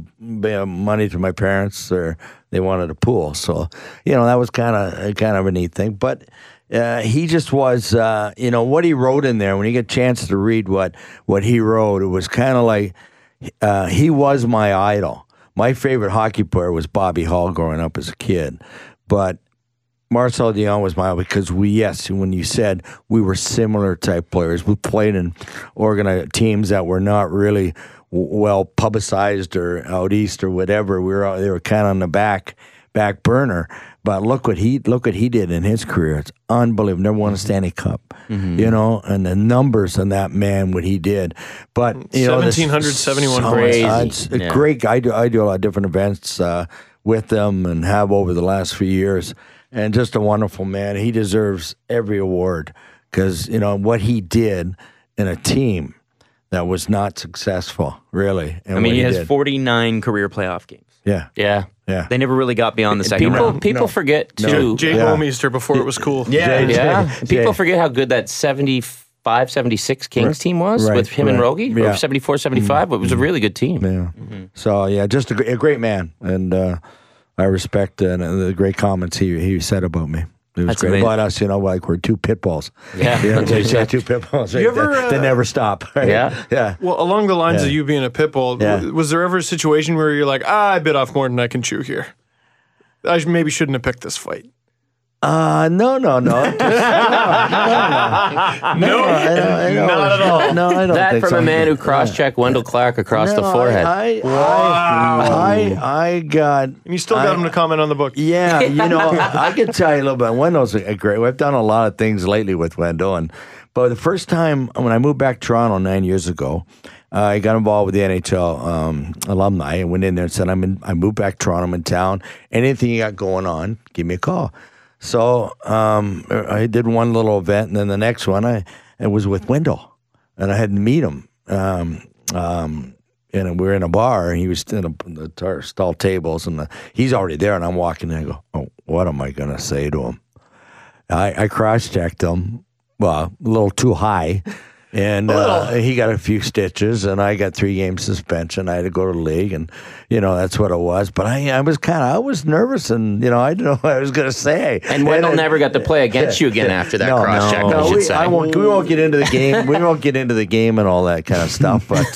[SPEAKER 6] uh, money to my parents, or they wanted a pool. So you know that was kind of kind of a neat thing. But uh, he just was, uh, you know, what he wrote in there. When you get a chance to read what what he wrote, it was kind of like uh, he was my idol. My favorite hockey player was Bobby Hall growing up as a kid, but Marcel Dion was my because we yes when you said we were similar type players we played in organized teams that were not really w- well publicized or out east or whatever we were out- they were kind of on the back back burner but look what he look what he did in his career it's unbelievable never won a Stanley Cup you know and the numbers on that man what he did but you know this-
[SPEAKER 4] 1771
[SPEAKER 6] so much-
[SPEAKER 2] Crazy.
[SPEAKER 6] uh, it's a great I do, I do a lot of different events uh, with them and have over the last few years. And just a wonderful man. He deserves every award because, you know, what he did in a team that was not successful, really. And
[SPEAKER 7] I mean,
[SPEAKER 6] what
[SPEAKER 7] he has
[SPEAKER 6] did.
[SPEAKER 7] 49 career playoff games.
[SPEAKER 6] Yeah,
[SPEAKER 2] Yeah.
[SPEAKER 6] yeah.
[SPEAKER 7] They never really got beyond the second
[SPEAKER 2] People
[SPEAKER 7] round.
[SPEAKER 2] people forget too.
[SPEAKER 4] Jay
[SPEAKER 6] Yeah.
[SPEAKER 4] Bomeister before it was cool.
[SPEAKER 6] Jay-
[SPEAKER 2] Yeah.
[SPEAKER 6] Jay-
[SPEAKER 2] People
[SPEAKER 6] Jay.
[SPEAKER 2] forget how good that 75, 76 Kings team was
[SPEAKER 6] Right,
[SPEAKER 2] with him and
[SPEAKER 6] right.
[SPEAKER 2] Rogie,
[SPEAKER 6] Yeah. Mm.
[SPEAKER 2] or 74, 75. It was a really good team.
[SPEAKER 6] Yeah.
[SPEAKER 7] Mm-hmm.
[SPEAKER 6] So yeah, just a, gr- a great man, and uh, I respect uh, the great comments he he said about me. It was
[SPEAKER 7] That's
[SPEAKER 6] great
[SPEAKER 7] amazing.
[SPEAKER 6] about us, you know, like we're two pit bulls.
[SPEAKER 2] Yeah.
[SPEAKER 6] you know, they say two pit bulls. They,
[SPEAKER 4] You ever,
[SPEAKER 6] they- they
[SPEAKER 4] uh,
[SPEAKER 6] never stop. right?
[SPEAKER 2] Yeah.
[SPEAKER 6] yeah.
[SPEAKER 4] Well, along the lines
[SPEAKER 6] Yeah.
[SPEAKER 4] of you being a pit bull,
[SPEAKER 6] Yeah.
[SPEAKER 4] w- was there ever a situation where you're like, ah, I bit off more than I can chew here? I sh- maybe shouldn't have picked this fight.
[SPEAKER 6] Uh, no, no, no. no, no, no. No, I don't- I don't-
[SPEAKER 4] not at all.
[SPEAKER 6] No, I don't
[SPEAKER 2] That
[SPEAKER 6] think
[SPEAKER 2] from
[SPEAKER 6] so.
[SPEAKER 2] a man who cross checked Wendell Clark across
[SPEAKER 6] No,
[SPEAKER 2] the forehead.
[SPEAKER 6] I, I, I, I got.
[SPEAKER 4] And you still got him to comment on the book.
[SPEAKER 6] Yeah, you know, I can tell you a little bit. Wendell's a a great. I've done a lot of things lately with Wendell, and but the first time when I moved back to Toronto nine years ago, uh, I got involved with the NHL um, alumni and went in there and said, "I'm in. I moved back to Toronto. I'm in town. Anything you got going on, give me a call." So um, I did one little event, and then the next one, I it was with Wendell, and I had to meet him. Um, um, and we were in a bar and he was in a, the tar, stall tables and the, he's already there and I'm walking in and I go, oh, what am I going to say to him? I, I cross-checked him, well, a little too high. And uh, he got a few stitches, and I got three game suspension. I had to go to the league, and you know that's what it was. But I, I was kind of, I was nervous, and you know, I didn't know what I was going to say.
[SPEAKER 2] and Wendell
[SPEAKER 6] it-
[SPEAKER 2] never got to play against you again after that cross check,
[SPEAKER 6] no,
[SPEAKER 2] I should
[SPEAKER 6] we,
[SPEAKER 2] say.
[SPEAKER 6] I won't, we won't get into the game. We won't get into the game and all that kind of stuff. But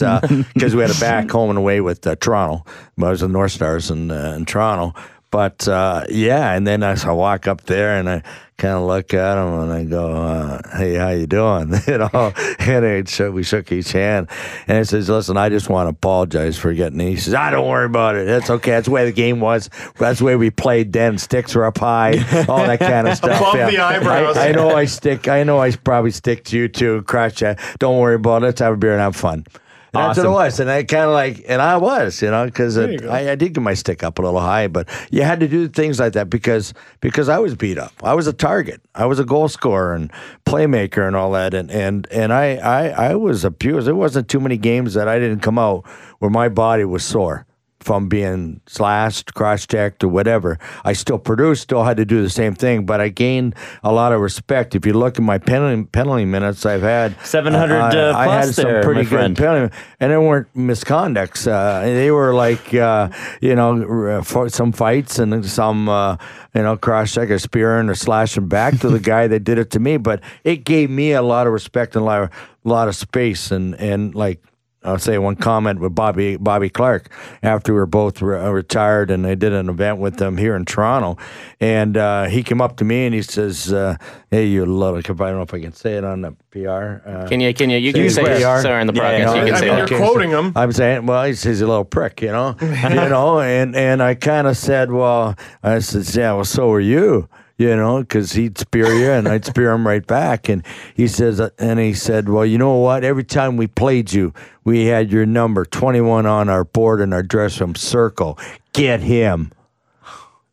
[SPEAKER 6] because we had a back home and away with uh, Toronto, I was with North Stars in, uh, in Toronto. But uh, yeah, and then I, so I walk up there and I kind of look at him and I go, uh, "Hey, how you doing?" you know, and I shook, we shook each hand, and I says, "Listen, I just want to apologize for getting." He says, "I don't worry about it. That's okay. That's the way the game was. That's the way we played then. Sticks were up high, all that kind of stuff.
[SPEAKER 4] Above the eyebrows.
[SPEAKER 6] I, I know I stick. I know I probably stick to you too. Crash chat. Don't worry about it. Let's have a beer and have fun. And That's what it was, and I kind of like, and I was, you know, because I, I did get my stick up a little high, but you had to do things like that because because I was beat up. I was a target. I was a goal scorer and playmaker and all that, and and and I I, I was abused. There wasn't too many games that I didn't come out where my body was sore from being slashed, cross checked, or whatever. I still produced, still had to do the same thing, but I gained a lot of respect. If you look at my penalty, penalty minutes I've had,
[SPEAKER 7] 700, uh,
[SPEAKER 6] I had
[SPEAKER 7] plus
[SPEAKER 6] some
[SPEAKER 7] there, my
[SPEAKER 6] pretty good
[SPEAKER 7] friend.
[SPEAKER 6] penalty, and they weren't misconducts. Uh, they were like, uh, you know, r- uh, for some fights and some, uh, you know, cross check or spearing or slashing back to the guy that did it to me. But it gave me a lot of respect and a lot of, lot of space and, and like, I'll say one comment with Bobby Bobby Clark after we were both re- uh, retired, and I did an event with them here in Toronto, and uh, he came up to me and he says, uh, "Hey, you little, I don't know if I can say it on the PR." Uh,
[SPEAKER 2] Can you? Can you? You can
[SPEAKER 6] He's
[SPEAKER 2] say
[SPEAKER 6] where
[SPEAKER 2] it.
[SPEAKER 6] they are.
[SPEAKER 2] Sorry, in the podcast.
[SPEAKER 6] no,
[SPEAKER 2] you can
[SPEAKER 4] I
[SPEAKER 2] say
[SPEAKER 4] mean,
[SPEAKER 2] that.
[SPEAKER 4] you're quoting him.
[SPEAKER 6] I'm saying, well, he's, he's a little prick, you know, you know, and and I kind of said, well, I said, yeah, well, so are you, you know, because he'd spear you and I'd spear him right back, and he says, uh, and he said, well, you know what? Every time we played you, we had your number 21 on our board in our dress room circle. Get him.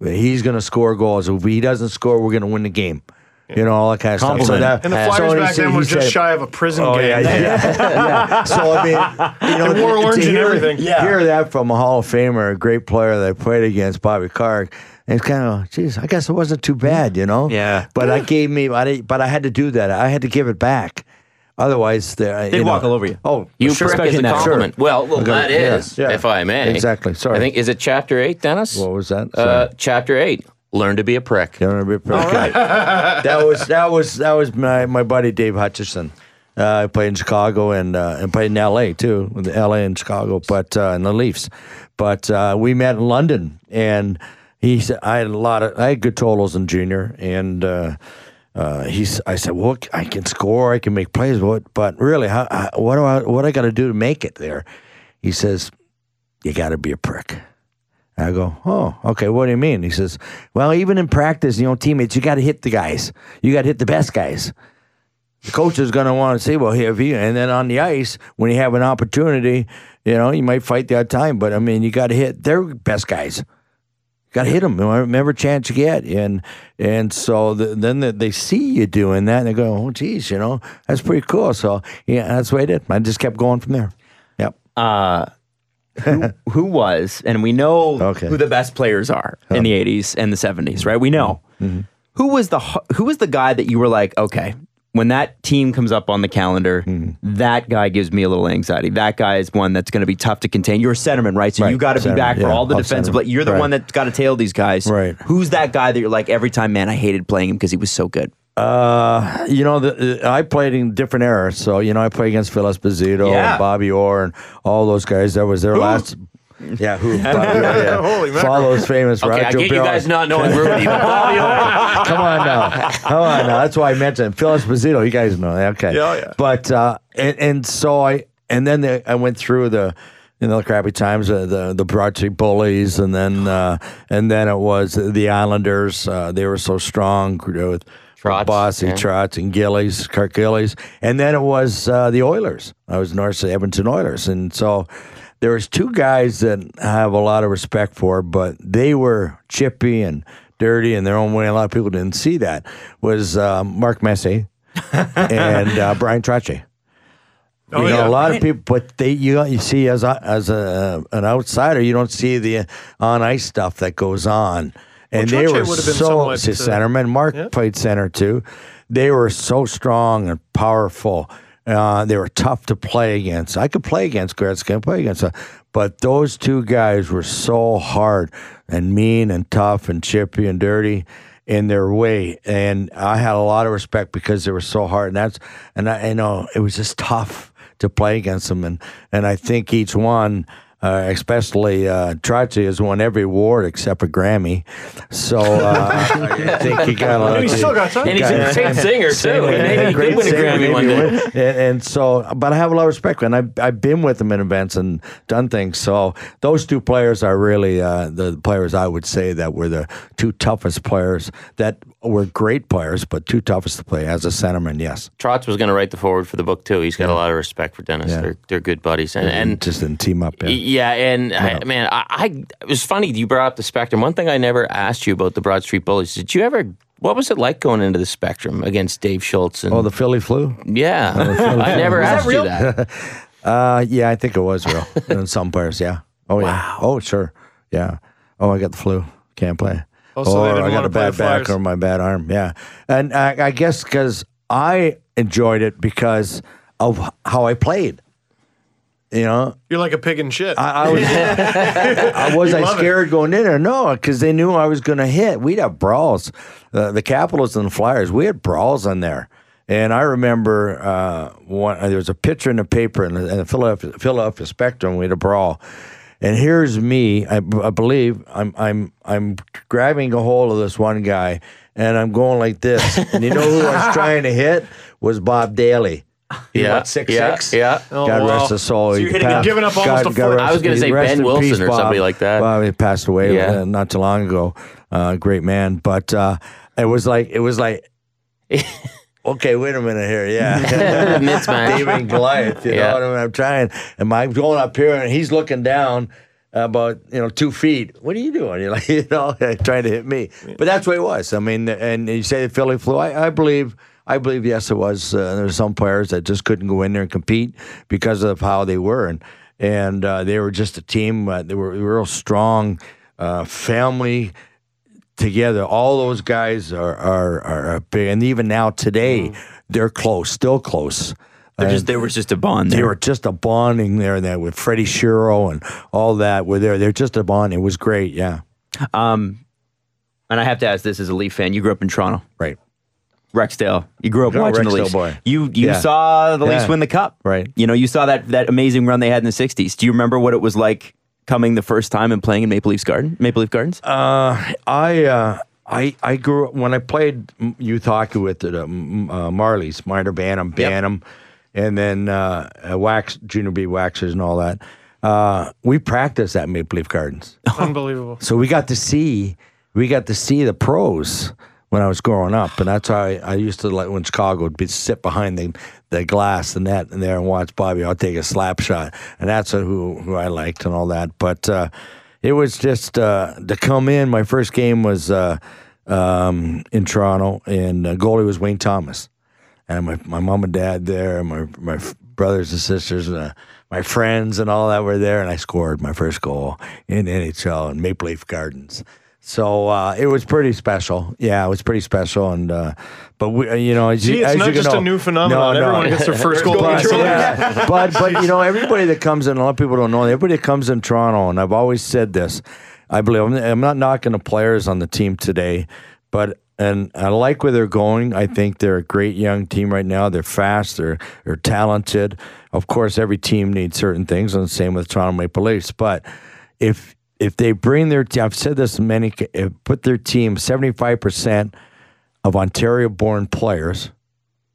[SPEAKER 6] He's going to score goals. If he doesn't score, we're going to win the game. you know, all that kind of
[SPEAKER 5] Compliment.
[SPEAKER 6] stuff. So
[SPEAKER 4] And the
[SPEAKER 6] that,
[SPEAKER 4] Flyers
[SPEAKER 6] so he
[SPEAKER 4] back
[SPEAKER 6] said-
[SPEAKER 4] then
[SPEAKER 6] he
[SPEAKER 4] were just
[SPEAKER 6] said-
[SPEAKER 4] shy of a prison
[SPEAKER 6] Oh yeah,
[SPEAKER 4] gang.
[SPEAKER 6] yeah, yeah. So I mean, you know,
[SPEAKER 4] They wore
[SPEAKER 6] to-
[SPEAKER 4] orange
[SPEAKER 6] to
[SPEAKER 4] and
[SPEAKER 6] hear,
[SPEAKER 4] everything.
[SPEAKER 6] Yeah, hear that from a Hall of Famer, a great player that I played against, Bobby Clark. It's kind of, geez, I guess it wasn't too bad, you know.
[SPEAKER 3] Yeah.
[SPEAKER 6] But I gave me, I didn't, but I had to do that. I had to give it back. Otherwise, they
[SPEAKER 3] They'd walk all over you.
[SPEAKER 6] Oh,
[SPEAKER 2] You
[SPEAKER 6] sure.
[SPEAKER 2] prick is a
[SPEAKER 6] Sure.
[SPEAKER 2] compliment. Well, well,
[SPEAKER 6] Okay,
[SPEAKER 2] that
[SPEAKER 6] yeah,
[SPEAKER 2] is,
[SPEAKER 6] yeah.
[SPEAKER 2] if I may.
[SPEAKER 6] Exactly, sorry.
[SPEAKER 2] I think is it chapter eight, Dennis?
[SPEAKER 6] What was that?
[SPEAKER 2] Uh,
[SPEAKER 6] Sorry.
[SPEAKER 2] chapter eight. Learn to be a prick.
[SPEAKER 6] You know, it'd be pretty good. that was that was that was my, my buddy Dave Hutchison. Uh, I played in Chicago and uh, and played in L.A. too, with L.A. and Chicago, but uh, and the Leafs. But uh, we met in London, and he said I had a lot of I had good totals in junior, and uh, uh, he's I said, well, I can score, I can make plays, but but really, how, how, what do I what I got to do to make it there? He says, you got to be a prick. I go, oh, okay. What do you mean? He says, well, even in practice, you know, teammates, you got to hit the guys. You got to hit the best guys. The coach is going to want to say, well, here, if you, and then on the ice, when you have an opportunity, you know, you might fight that time, but I mean, you got to hit their best guys. Got to hit them, whatever chance you get, and and so the, then the, they see you doing that, and they go, "Oh, geez, you know, that's pretty cool." So yeah, that's what I did. I just kept going from there. Yep.
[SPEAKER 3] who was, and we know
[SPEAKER 6] Okay.
[SPEAKER 3] who the best players are in the '80s and the '70s, right? We know
[SPEAKER 6] Mm-hmm.
[SPEAKER 3] who was the h- who was the guy that you were like, okay, when that team comes up on the calendar,
[SPEAKER 6] Mm-hmm.
[SPEAKER 3] that guy gives me a little anxiety. That guy is one that's going to be tough to contain. You're a centerman, right? So you
[SPEAKER 6] Right,
[SPEAKER 3] got to be
[SPEAKER 6] centerman,
[SPEAKER 3] back for
[SPEAKER 6] yeah,
[SPEAKER 3] all the
[SPEAKER 6] all
[SPEAKER 3] defensive.
[SPEAKER 6] centerman,
[SPEAKER 3] play. You're the
[SPEAKER 6] right.
[SPEAKER 3] one that's got to tail these guys.
[SPEAKER 6] Right.
[SPEAKER 3] Who's that guy that you're like every time? Man, I hated playing him because he was so good.
[SPEAKER 6] Uh, you know, the, uh, I played in different eras. So, you know, I played against Phil Esposito
[SPEAKER 3] Yeah.
[SPEAKER 6] and Bobby Orr and all those guys. That was their last. Yeah, who? Bobby Orr, yeah.
[SPEAKER 4] Holy mackerel.
[SPEAKER 6] Follow those famous
[SPEAKER 2] Okay, I
[SPEAKER 6] Roger
[SPEAKER 2] get you
[SPEAKER 6] Bell.
[SPEAKER 2] guys not knowing Rudy, but Bobby Orr.
[SPEAKER 6] Come on now. Come on now. That's why Oh, I mentioned Phil Esposito. You guys know that. Okay.
[SPEAKER 4] Yeah, yeah.
[SPEAKER 6] But, uh, and, and so I, and then the, I went through the, you know, the crappy times, uh, the, the Broad Street Bullies, and then, uh, and then it was the Islanders. Uh, they were so strong with
[SPEAKER 2] Trotz,
[SPEAKER 6] Bossy,
[SPEAKER 2] yeah.
[SPEAKER 6] Trotz, and Gillies, Kirk Gillies. And then it was uh, the Oilers. I was North of Edmonton Oilers. And so there was two guys that I have a lot of respect for, but they were chippy and dirty in their own way. A lot of people didn't see that. Was uh, Mark Messi and uh, Brian Trotche.
[SPEAKER 4] Oh,
[SPEAKER 6] you know,
[SPEAKER 4] yeah.
[SPEAKER 6] a lot of people, but they you you see as a, as a an outsider, you don't see the on ice stuff that goes on. And
[SPEAKER 4] Well,
[SPEAKER 6] they
[SPEAKER 4] Troche
[SPEAKER 6] were
[SPEAKER 4] would have been
[SPEAKER 6] so
[SPEAKER 4] somewhat,
[SPEAKER 6] to
[SPEAKER 4] uh,
[SPEAKER 6] centerman. Mark played center too. They were so strong and powerful. Uh, they were tough to play against. I could play against Gretzky, I could play against, uh, but those two guys were so hard and mean and tough and chippy and dirty in their way. And I had a lot of respect because they were so hard. And that's and I, you know it was just tough to play against them. And and I think each one, uh, especially uh, Trotsky, has won every award except a Grammy. So uh, I think he got a lot.
[SPEAKER 4] And he
[SPEAKER 6] of-
[SPEAKER 4] still got some.
[SPEAKER 2] And he's a great singer, too.
[SPEAKER 6] yeah,
[SPEAKER 2] Maybe he
[SPEAKER 6] great
[SPEAKER 2] could win a
[SPEAKER 6] singer,
[SPEAKER 2] Grammy
[SPEAKER 6] maybe
[SPEAKER 2] one day.
[SPEAKER 6] win. And, and so, but I have a lot of respect, and I've, I've been with them in events and done things. So those two players are really uh, the players I would say that were the two toughest players that were great players, but two toughest to play as a centerman. Yes,
[SPEAKER 2] Trotz was going to write the forward for the book too. He's got a lot of respect for Dennis.
[SPEAKER 6] Yeah.
[SPEAKER 2] They're they're good buddies, and and
[SPEAKER 6] just didn't team up. Yeah.
[SPEAKER 2] yeah, and I, man, I, I it was funny you brought up the Spectrum. One thing I never asked you about the Broad Street Bullies. Did you ever? What was it like going into the Spectrum against Dave Schultz? And
[SPEAKER 6] Oh, the Philly flu.
[SPEAKER 2] yeah,
[SPEAKER 6] Oh,
[SPEAKER 2] I never asked you that.
[SPEAKER 6] Uh, yeah, I think it was real. and some players, yeah. Oh yeah. Oh sure. Yeah. Oh, I got the flu. Can't play.
[SPEAKER 4] Oh, so they
[SPEAKER 6] or
[SPEAKER 4] didn't
[SPEAKER 6] I got
[SPEAKER 4] wanna
[SPEAKER 6] a
[SPEAKER 4] play
[SPEAKER 6] bad
[SPEAKER 4] the
[SPEAKER 6] back
[SPEAKER 4] Flyers.
[SPEAKER 6] or my bad arm. Yeah. And I, I guess because I enjoyed it because of how I played. You know,
[SPEAKER 4] You're like a pig in shit.
[SPEAKER 6] I, I was I was I
[SPEAKER 4] love it.
[SPEAKER 6] scared going in there? No, because they knew I was going to hit. We'd have brawls. Uh, the Capitals and the Flyers, we had brawls in there. And I remember uh, one, there was a picture in the paper in the, in the Philadelphia, Philadelphia Spectrum. We had a brawl. And here's me. I, b- I believe I'm I'm I'm grabbing a hold of this one guy, and I'm going like this. And you know who I was trying to hit was Bob Daly. He
[SPEAKER 2] Yeah,
[SPEAKER 6] what, six
[SPEAKER 2] yeah,
[SPEAKER 6] six.
[SPEAKER 2] yeah.
[SPEAKER 6] God
[SPEAKER 4] Oh, wow.
[SPEAKER 6] rest his soul.
[SPEAKER 4] So
[SPEAKER 6] He
[SPEAKER 4] you're hitting-
[SPEAKER 6] passed-
[SPEAKER 4] giving up almost a
[SPEAKER 6] God
[SPEAKER 4] foot.
[SPEAKER 6] rest-
[SPEAKER 2] I was gonna
[SPEAKER 6] he-
[SPEAKER 2] say
[SPEAKER 6] rest
[SPEAKER 2] Ben
[SPEAKER 6] in
[SPEAKER 2] Wilson
[SPEAKER 6] peace,
[SPEAKER 2] or
[SPEAKER 6] Bob.
[SPEAKER 2] somebody like that.
[SPEAKER 6] Well, he passed away
[SPEAKER 2] Yeah.
[SPEAKER 6] uh, not too long ago. Uh, great man, but uh, it was like it was like. okay, wait a minute here. Yeah,
[SPEAKER 2] Mid-smash.
[SPEAKER 6] David and Goliath. You
[SPEAKER 2] Yeah.
[SPEAKER 6] know what I mean? I'm trying, and I'm going up here, and he's looking down. about you know two feet. What are you doing? You're like you know trying to hit me. But that's what it was. I mean, and you say the Philly flu. I, I believe. I believe yes, it was. Uh, there were some players that just couldn't go in there and compete because of how they were, and and uh, they were just a team. Uh, they were a real strong uh, family together. All those guys are are, are big, and even now today they're close, still close.
[SPEAKER 3] They're just, there was just a bond.
[SPEAKER 6] They
[SPEAKER 3] there.
[SPEAKER 6] were just a bonding there that with Freddie Shiro and all that were there. They're just a bond. It was great. Yeah,
[SPEAKER 3] and I have to ask this as a Leaf fan. You grew up in Toronto,
[SPEAKER 6] right.
[SPEAKER 3] Rexdale. You grew up
[SPEAKER 6] Grew up
[SPEAKER 3] watching the
[SPEAKER 6] Rexdale
[SPEAKER 3] Leafs.
[SPEAKER 6] boy.
[SPEAKER 3] You you
[SPEAKER 6] Yeah.
[SPEAKER 3] saw the Leafs
[SPEAKER 6] Yeah.
[SPEAKER 3] win the cup,
[SPEAKER 6] Right.
[SPEAKER 3] You know, you saw that that amazing run they had in the '60s. Do you remember what it was like coming the first time and playing in Maple Leafs Garden, Maple Leaf Gardens?
[SPEAKER 6] Uh, I uh, I I grew up when I played mm, youth hockey with the um, uh, Marlies, Minor Bantam, Bantam, and then uh, uh, Wax Junior B Waxers and all that. Uh, we practiced at Maple Leaf Gardens.
[SPEAKER 4] Unbelievable.
[SPEAKER 6] So we got to see we got to see the pros when I was growing up, and that's how I, I used to like when Chicago would be sit behind the the glass the net and there and watch Bobby. I'll take a slap shot, and that's who who I liked and all that. But uh, it was just uh, to come in. My first game was uh, um, in Toronto, and the goalie was Wayne Thomas and my, my mom and dad there, and my my f- brothers and sisters, uh, my friends, and all that were there, and I scored my first goal in NHL in Maple Leaf Gardens. So uh, it was pretty special. Yeah, it was pretty special. And uh, but we, uh, you know, as
[SPEAKER 4] Gee,
[SPEAKER 6] you,
[SPEAKER 4] it's
[SPEAKER 6] as
[SPEAKER 4] not
[SPEAKER 6] you can
[SPEAKER 4] just
[SPEAKER 6] know-
[SPEAKER 4] a new phenomenon.
[SPEAKER 6] No, no.
[SPEAKER 4] Everyone gets their first goal.
[SPEAKER 6] But,
[SPEAKER 4] in Toronto.
[SPEAKER 6] yeah. but but you know everybody that comes in, a lot of people don't know. Everybody that comes in Toronto, and I've always said this. I believe I'm, I'm not knocking the players on the team today, but and I like where they're going. I think they're a great young team right now. They're fast. They're they're talented. Of course, every team needs certain things, and same with Toronto Maple Leafs. But if if they bring their, te- I've said this in many, ca- eh, put their team seventy five percent of Ontario-born players,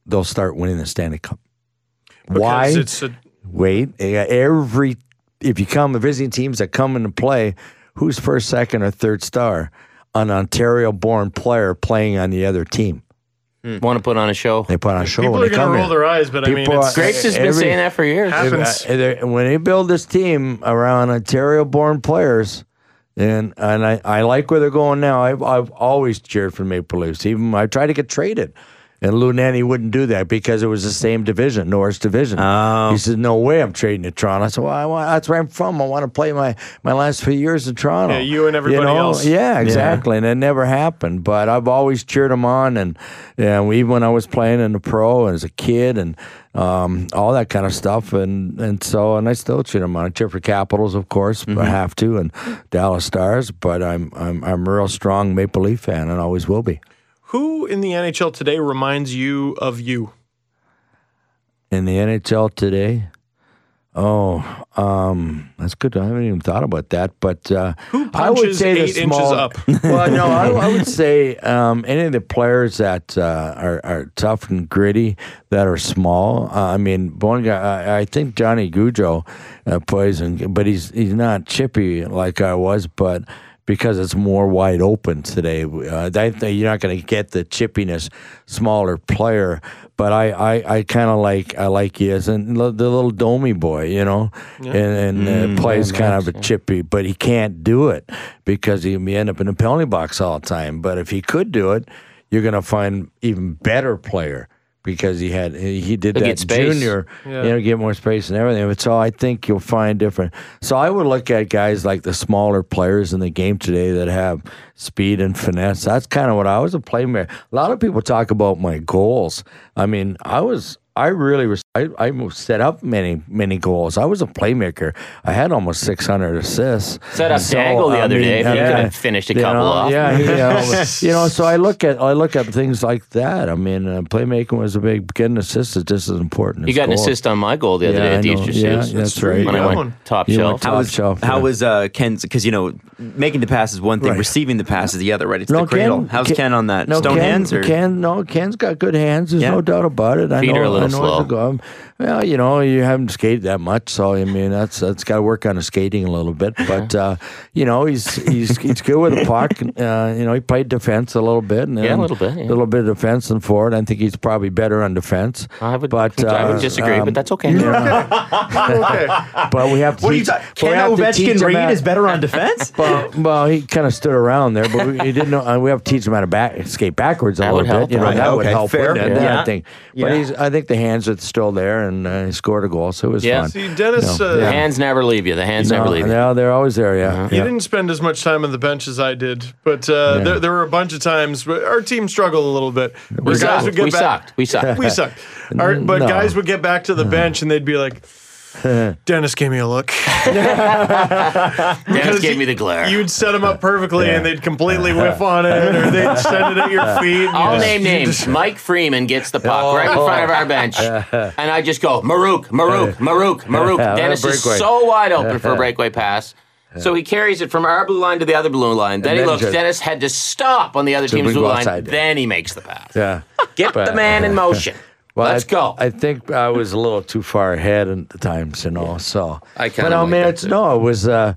[SPEAKER 6] they'll start winning the Stanley Cup. Why?
[SPEAKER 4] Because It's a,
[SPEAKER 6] Wait, eh, every if you come the visiting teams that come into play, who's first, second, or third star? An Ontario-born player playing on the other team.
[SPEAKER 2] Want to put on a show?
[SPEAKER 6] They put on a show
[SPEAKER 4] people
[SPEAKER 6] when
[SPEAKER 4] are
[SPEAKER 6] they
[SPEAKER 4] going
[SPEAKER 6] come
[SPEAKER 4] to roll
[SPEAKER 6] in.
[SPEAKER 4] their eyes, but I mean,
[SPEAKER 6] People
[SPEAKER 4] it's,
[SPEAKER 6] are-
[SPEAKER 2] Grapes has been
[SPEAKER 6] Every-
[SPEAKER 2] saying that for years.
[SPEAKER 6] If,
[SPEAKER 4] happens.
[SPEAKER 6] uh, they- when they build this team around Ontario-born players, and and I, I like where they're going now. I've I've always cheered for Maple Leafs. Even I tried to get traded, and Lou Nanny wouldn't do that because it was the same division, Norris Division. He said, "No way, I'm trading to Toronto." I said, "Well, I want, that's where I'm from. I want to play my my last few years in Toronto."
[SPEAKER 4] Yeah, you and everybody
[SPEAKER 6] know?
[SPEAKER 4] else.
[SPEAKER 6] Yeah, exactly. And it never happened. But I've always cheered them on, and and even when I was playing in the pro as a kid, and um, all that kind of stuff, and and so and I still cheer them on. I cheer for Capitals, of course, I
[SPEAKER 4] Mm-hmm.
[SPEAKER 6] have to, and Dallas Stars. But I'm I'm I'm a real strong Maple Leaf fan, and always will be.
[SPEAKER 4] who in the NHL today reminds you of you?
[SPEAKER 6] in the NHL today? Oh, um, that's good. I haven't even thought about that. But uh, I would
[SPEAKER 4] punches
[SPEAKER 6] say the
[SPEAKER 4] eight inches
[SPEAKER 6] small-
[SPEAKER 4] up?
[SPEAKER 6] well, no, I, I would say um, any of the players that uh, are, are tough and gritty that are small. Uh, I mean, one guy, I, I think Johnny Gujo uh, plays, and but he's he's not chippy like I was, but. Because it's more wide open today, uh, that, that you're not going to get the chippiness, smaller player. But I, I, I kind of like I like he is, and lo- the little Domi boy, you know, and, and
[SPEAKER 2] Mm,
[SPEAKER 6] uh, plays kind of a chippy, but he can't do it because he may end up in the penalty box all the time. But if he could do it, you're going to find even better player because he had he he did
[SPEAKER 2] He'll
[SPEAKER 6] that
[SPEAKER 2] get space.
[SPEAKER 6] junior, you know, get more space and everything. But so I think you'll find different. So I would look at guys like the smaller players in the game today that have speed and finesse. That's kind of what I was a playmaker. A lot of people talk about my goals. I mean, I was. I really was. I, I set up many, many goals. I was a playmaker. I had almost 600 assists.
[SPEAKER 2] Set up
[SPEAKER 6] So,
[SPEAKER 2] Dangle the
[SPEAKER 6] I
[SPEAKER 2] other
[SPEAKER 6] mean,
[SPEAKER 2] day. If
[SPEAKER 6] I
[SPEAKER 2] you
[SPEAKER 6] mean,
[SPEAKER 2] could have finished a
[SPEAKER 6] you
[SPEAKER 2] couple
[SPEAKER 6] know,
[SPEAKER 2] off.
[SPEAKER 6] Yeah, you know, you know, so I look at I look at things like that. I mean, uh, playmaking was a big getting assists is just as important.
[SPEAKER 2] You
[SPEAKER 6] as
[SPEAKER 2] got an
[SPEAKER 6] goals.
[SPEAKER 2] assist on my goal the other
[SPEAKER 6] Yeah,
[SPEAKER 2] day
[SPEAKER 6] I
[SPEAKER 2] at the
[SPEAKER 6] know.
[SPEAKER 2] Easter
[SPEAKER 6] Yeah,
[SPEAKER 2] Seals.
[SPEAKER 6] that's right.
[SPEAKER 2] When I
[SPEAKER 4] Good
[SPEAKER 2] went
[SPEAKER 4] one.
[SPEAKER 2] top
[SPEAKER 6] You
[SPEAKER 2] shelf.
[SPEAKER 6] went top
[SPEAKER 3] was
[SPEAKER 6] shelf,
[SPEAKER 3] how
[SPEAKER 6] yeah.
[SPEAKER 3] was uh, Ken's? Because you know, making the pass is one thing,
[SPEAKER 6] Right.
[SPEAKER 3] receiving the pass is the other, right? It's the cradle. How's Ken, on that?
[SPEAKER 6] No,
[SPEAKER 3] Stone
[SPEAKER 6] Ken,
[SPEAKER 3] hands or
[SPEAKER 6] Ken, no, Ken's got good hands. There's
[SPEAKER 3] Yeah.
[SPEAKER 6] no doubt about it. I
[SPEAKER 2] Feet
[SPEAKER 6] know,
[SPEAKER 2] are a little
[SPEAKER 6] I know it's
[SPEAKER 2] slow.
[SPEAKER 6] go- well, you know, you haven't skated that much, so I mean, that's that's got to work on his skating a little bit. But uh, you know, he's he's he's good with the puck. Uh, you know, he played defense a little bit. And
[SPEAKER 2] Yeah, a little bit, yeah.
[SPEAKER 6] A little bit of defense and forward. I think he's probably better on defense.
[SPEAKER 2] I would,
[SPEAKER 6] but
[SPEAKER 2] I would
[SPEAKER 6] uh,
[SPEAKER 2] disagree, but
[SPEAKER 6] um,
[SPEAKER 2] that's okay.
[SPEAKER 4] Okay.
[SPEAKER 6] but we have to.
[SPEAKER 3] What are you
[SPEAKER 6] teach-
[SPEAKER 3] talking?
[SPEAKER 6] but we
[SPEAKER 3] Ken
[SPEAKER 6] have to teach
[SPEAKER 3] Ovechkin
[SPEAKER 6] him
[SPEAKER 3] Reed
[SPEAKER 6] how-
[SPEAKER 3] is better on defense.
[SPEAKER 6] well, well, he kind of stood around there, but we, he didn't know. Uh, we have to teach him how to back, skate backwards a
[SPEAKER 2] That
[SPEAKER 6] little
[SPEAKER 2] would
[SPEAKER 6] bit.
[SPEAKER 2] help,
[SPEAKER 6] you know,
[SPEAKER 2] right.
[SPEAKER 6] That would
[SPEAKER 3] Okay,
[SPEAKER 6] help.
[SPEAKER 3] fair.
[SPEAKER 6] wouldn't it?
[SPEAKER 3] Yeah.
[SPEAKER 6] That thing. But
[SPEAKER 3] Yeah.
[SPEAKER 6] he's, I think the hands are still there, and uh, he scored a goal, so it was
[SPEAKER 2] Yeah.
[SPEAKER 6] fun.
[SPEAKER 2] See,
[SPEAKER 4] See, Dennis,
[SPEAKER 6] No.
[SPEAKER 4] uh,
[SPEAKER 2] The hands never leave you. The hands never
[SPEAKER 6] No,
[SPEAKER 2] leave you. Uh-huh.
[SPEAKER 6] no, they're always there. Yeah.
[SPEAKER 4] you
[SPEAKER 6] Yeah.
[SPEAKER 4] didn't spend as much time on the bench as I did, but uh,
[SPEAKER 6] Yeah.
[SPEAKER 4] there, there were a bunch of times where our team struggled a little bit. Where
[SPEAKER 2] We sucked. We
[SPEAKER 4] back-
[SPEAKER 2] sucked. We sucked.
[SPEAKER 4] we sucked. Our, but
[SPEAKER 6] No.
[SPEAKER 4] guys would get back to the bench and they'd be like, Dennis gave me a look.
[SPEAKER 2] Dennis
[SPEAKER 4] Because
[SPEAKER 2] gave me the glare.
[SPEAKER 4] You'd set them up perfectly and they'd completely whiff on it or they'd send it at your feet. and
[SPEAKER 2] I'll
[SPEAKER 4] you just-
[SPEAKER 2] name
[SPEAKER 4] you
[SPEAKER 2] names.
[SPEAKER 4] just-
[SPEAKER 2] Mike Freeman gets the puck right in front of our bench, and I just go Maruk, Maruk, Maruk,
[SPEAKER 6] Oh.
[SPEAKER 2] Maruk.
[SPEAKER 6] Yeah,
[SPEAKER 2] Dennis is
[SPEAKER 6] breakaway.
[SPEAKER 2] so wide open for a breakaway pass. So he carries it from our blue line to the other blue line. Then, he
[SPEAKER 6] then
[SPEAKER 2] looks.
[SPEAKER 6] just-
[SPEAKER 2] Dennis had to stop on the other team's
[SPEAKER 6] we
[SPEAKER 2] blue
[SPEAKER 6] go
[SPEAKER 2] line.
[SPEAKER 6] outside.
[SPEAKER 2] Then he makes the pass.
[SPEAKER 6] Yeah.
[SPEAKER 2] Get the man in motion.
[SPEAKER 6] Well,
[SPEAKER 2] Let's
[SPEAKER 6] I,
[SPEAKER 2] go.
[SPEAKER 6] I think I was a little too far ahead at the times, you know. So
[SPEAKER 2] I kinda
[SPEAKER 6] But I
[SPEAKER 2] like
[SPEAKER 6] mean,
[SPEAKER 2] that
[SPEAKER 6] it's
[SPEAKER 2] too.
[SPEAKER 6] no, it was, uh,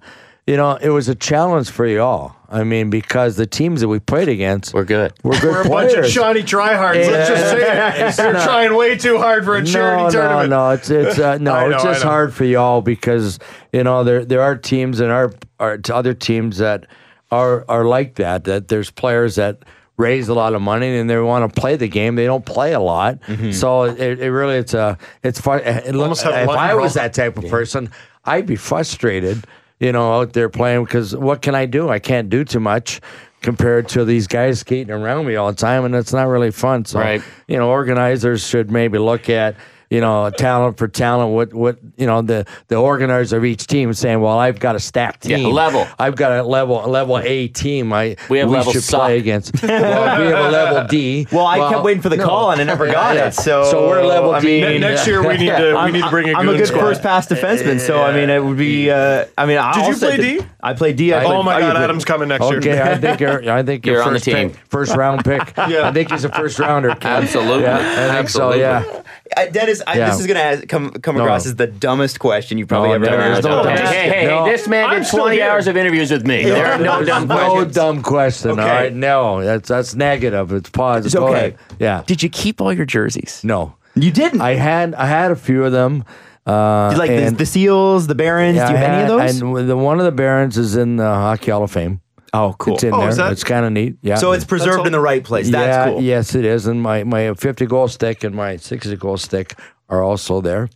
[SPEAKER 6] you know, it was a challenge for you all. I mean, because the teams that we played against
[SPEAKER 2] We're good.
[SPEAKER 6] were good
[SPEAKER 4] We're a bunch
[SPEAKER 6] players.
[SPEAKER 4] of shoddy tryhards. Let's just say it. They're trying way too hard for a charity
[SPEAKER 6] no,
[SPEAKER 4] tournament.
[SPEAKER 6] No, no, it's it's uh, no,
[SPEAKER 4] I
[SPEAKER 6] it's
[SPEAKER 4] know, I
[SPEAKER 6] just
[SPEAKER 4] know.
[SPEAKER 6] hard for y'all because you know there there are teams and our are t- other teams that are are like that. That there's players that raise a lot of money and they want to play the game. They don't play a lot, so it, it really it's a it's fun. It,
[SPEAKER 4] Mm-hmm. Almost have
[SPEAKER 6] if
[SPEAKER 4] luck
[SPEAKER 6] I was
[SPEAKER 4] involved.
[SPEAKER 6] that type of person, I'd be frustrated. You know, out there playing because what can I do? I can't do too much compared to these guys skating around me all the time, and it's not really fun. So
[SPEAKER 2] Right.
[SPEAKER 6] you know, organizers should maybe look at, you know, talent for talent, what, what, you know, the, the organizer of each team saying, well, I've got a stacked
[SPEAKER 2] Yeah,
[SPEAKER 6] team.
[SPEAKER 2] level.
[SPEAKER 6] I've got a level, a level A team. I,
[SPEAKER 2] We have level
[SPEAKER 6] should
[SPEAKER 2] suck.
[SPEAKER 6] play against. Well, we have a level D.
[SPEAKER 3] Well, I kept waiting for the
[SPEAKER 6] no.
[SPEAKER 3] call and I never got it. So,
[SPEAKER 6] So we're level
[SPEAKER 3] I
[SPEAKER 6] D.
[SPEAKER 4] Ne-
[SPEAKER 3] mean,
[SPEAKER 4] Next year we need to we
[SPEAKER 3] I'm-
[SPEAKER 4] need to bring a
[SPEAKER 3] I'm a
[SPEAKER 4] goon
[SPEAKER 3] good
[SPEAKER 4] squad.
[SPEAKER 3] first pass defenseman, so I mean, it would be. Uh, I mean, I
[SPEAKER 4] Did you
[SPEAKER 3] also
[SPEAKER 4] play
[SPEAKER 3] did-
[SPEAKER 4] D?
[SPEAKER 3] I played D. I
[SPEAKER 4] Oh
[SPEAKER 3] played-
[SPEAKER 4] my
[SPEAKER 3] I-
[SPEAKER 4] God, Adam's coming next year.
[SPEAKER 6] Okay, I think you're, I think
[SPEAKER 2] You're on the
[SPEAKER 6] first
[SPEAKER 2] team.
[SPEAKER 6] pick- first round pick. I think he's a first rounder. kid.
[SPEAKER 2] Absolutely.
[SPEAKER 6] Yeah, I think
[SPEAKER 2] Absolutely.
[SPEAKER 6] so. Yeah.
[SPEAKER 3] I- Uh, Dennis, I,
[SPEAKER 6] Yeah.
[SPEAKER 3] this is gonna has- come come across
[SPEAKER 6] no.
[SPEAKER 3] as the dumbest question you probably
[SPEAKER 6] No,
[SPEAKER 3] ever
[SPEAKER 6] no,
[SPEAKER 3] heard.
[SPEAKER 6] there's no
[SPEAKER 3] Oh,
[SPEAKER 6] doubt.
[SPEAKER 3] just-
[SPEAKER 2] Hey, hey,
[SPEAKER 6] No.
[SPEAKER 2] this man
[SPEAKER 4] I'm
[SPEAKER 2] did
[SPEAKER 4] still
[SPEAKER 2] 20
[SPEAKER 4] here.
[SPEAKER 2] hours of interviews with me. There are no
[SPEAKER 6] There's
[SPEAKER 2] dumb
[SPEAKER 6] no
[SPEAKER 2] questions.
[SPEAKER 6] dumb question.
[SPEAKER 3] Okay.
[SPEAKER 6] All right, no, that's that's negative. It's positive.
[SPEAKER 3] It's
[SPEAKER 6] Go
[SPEAKER 3] okay.
[SPEAKER 6] ahead. Yeah.
[SPEAKER 3] Did you keep all your jerseys?
[SPEAKER 6] No,
[SPEAKER 3] You didn't.
[SPEAKER 6] I had I had a few of them. Uh,
[SPEAKER 3] like the,
[SPEAKER 6] and-
[SPEAKER 3] the seals, the barons.
[SPEAKER 6] yeah,
[SPEAKER 3] do you
[SPEAKER 6] I
[SPEAKER 3] have any of
[SPEAKER 6] had-
[SPEAKER 3] those?
[SPEAKER 6] And with the, one of the Barons is in the Hockey Hall of Fame.
[SPEAKER 3] oh, cool.
[SPEAKER 6] It's in
[SPEAKER 4] Oh,
[SPEAKER 6] there.
[SPEAKER 4] is that-
[SPEAKER 6] It's kind of neat. Yeah.
[SPEAKER 3] so it's preserved in the right place. That's
[SPEAKER 6] yeah,
[SPEAKER 3] cool.
[SPEAKER 6] Yes, it is. And my, my 50 goal stick and my 60 goal stick are also there.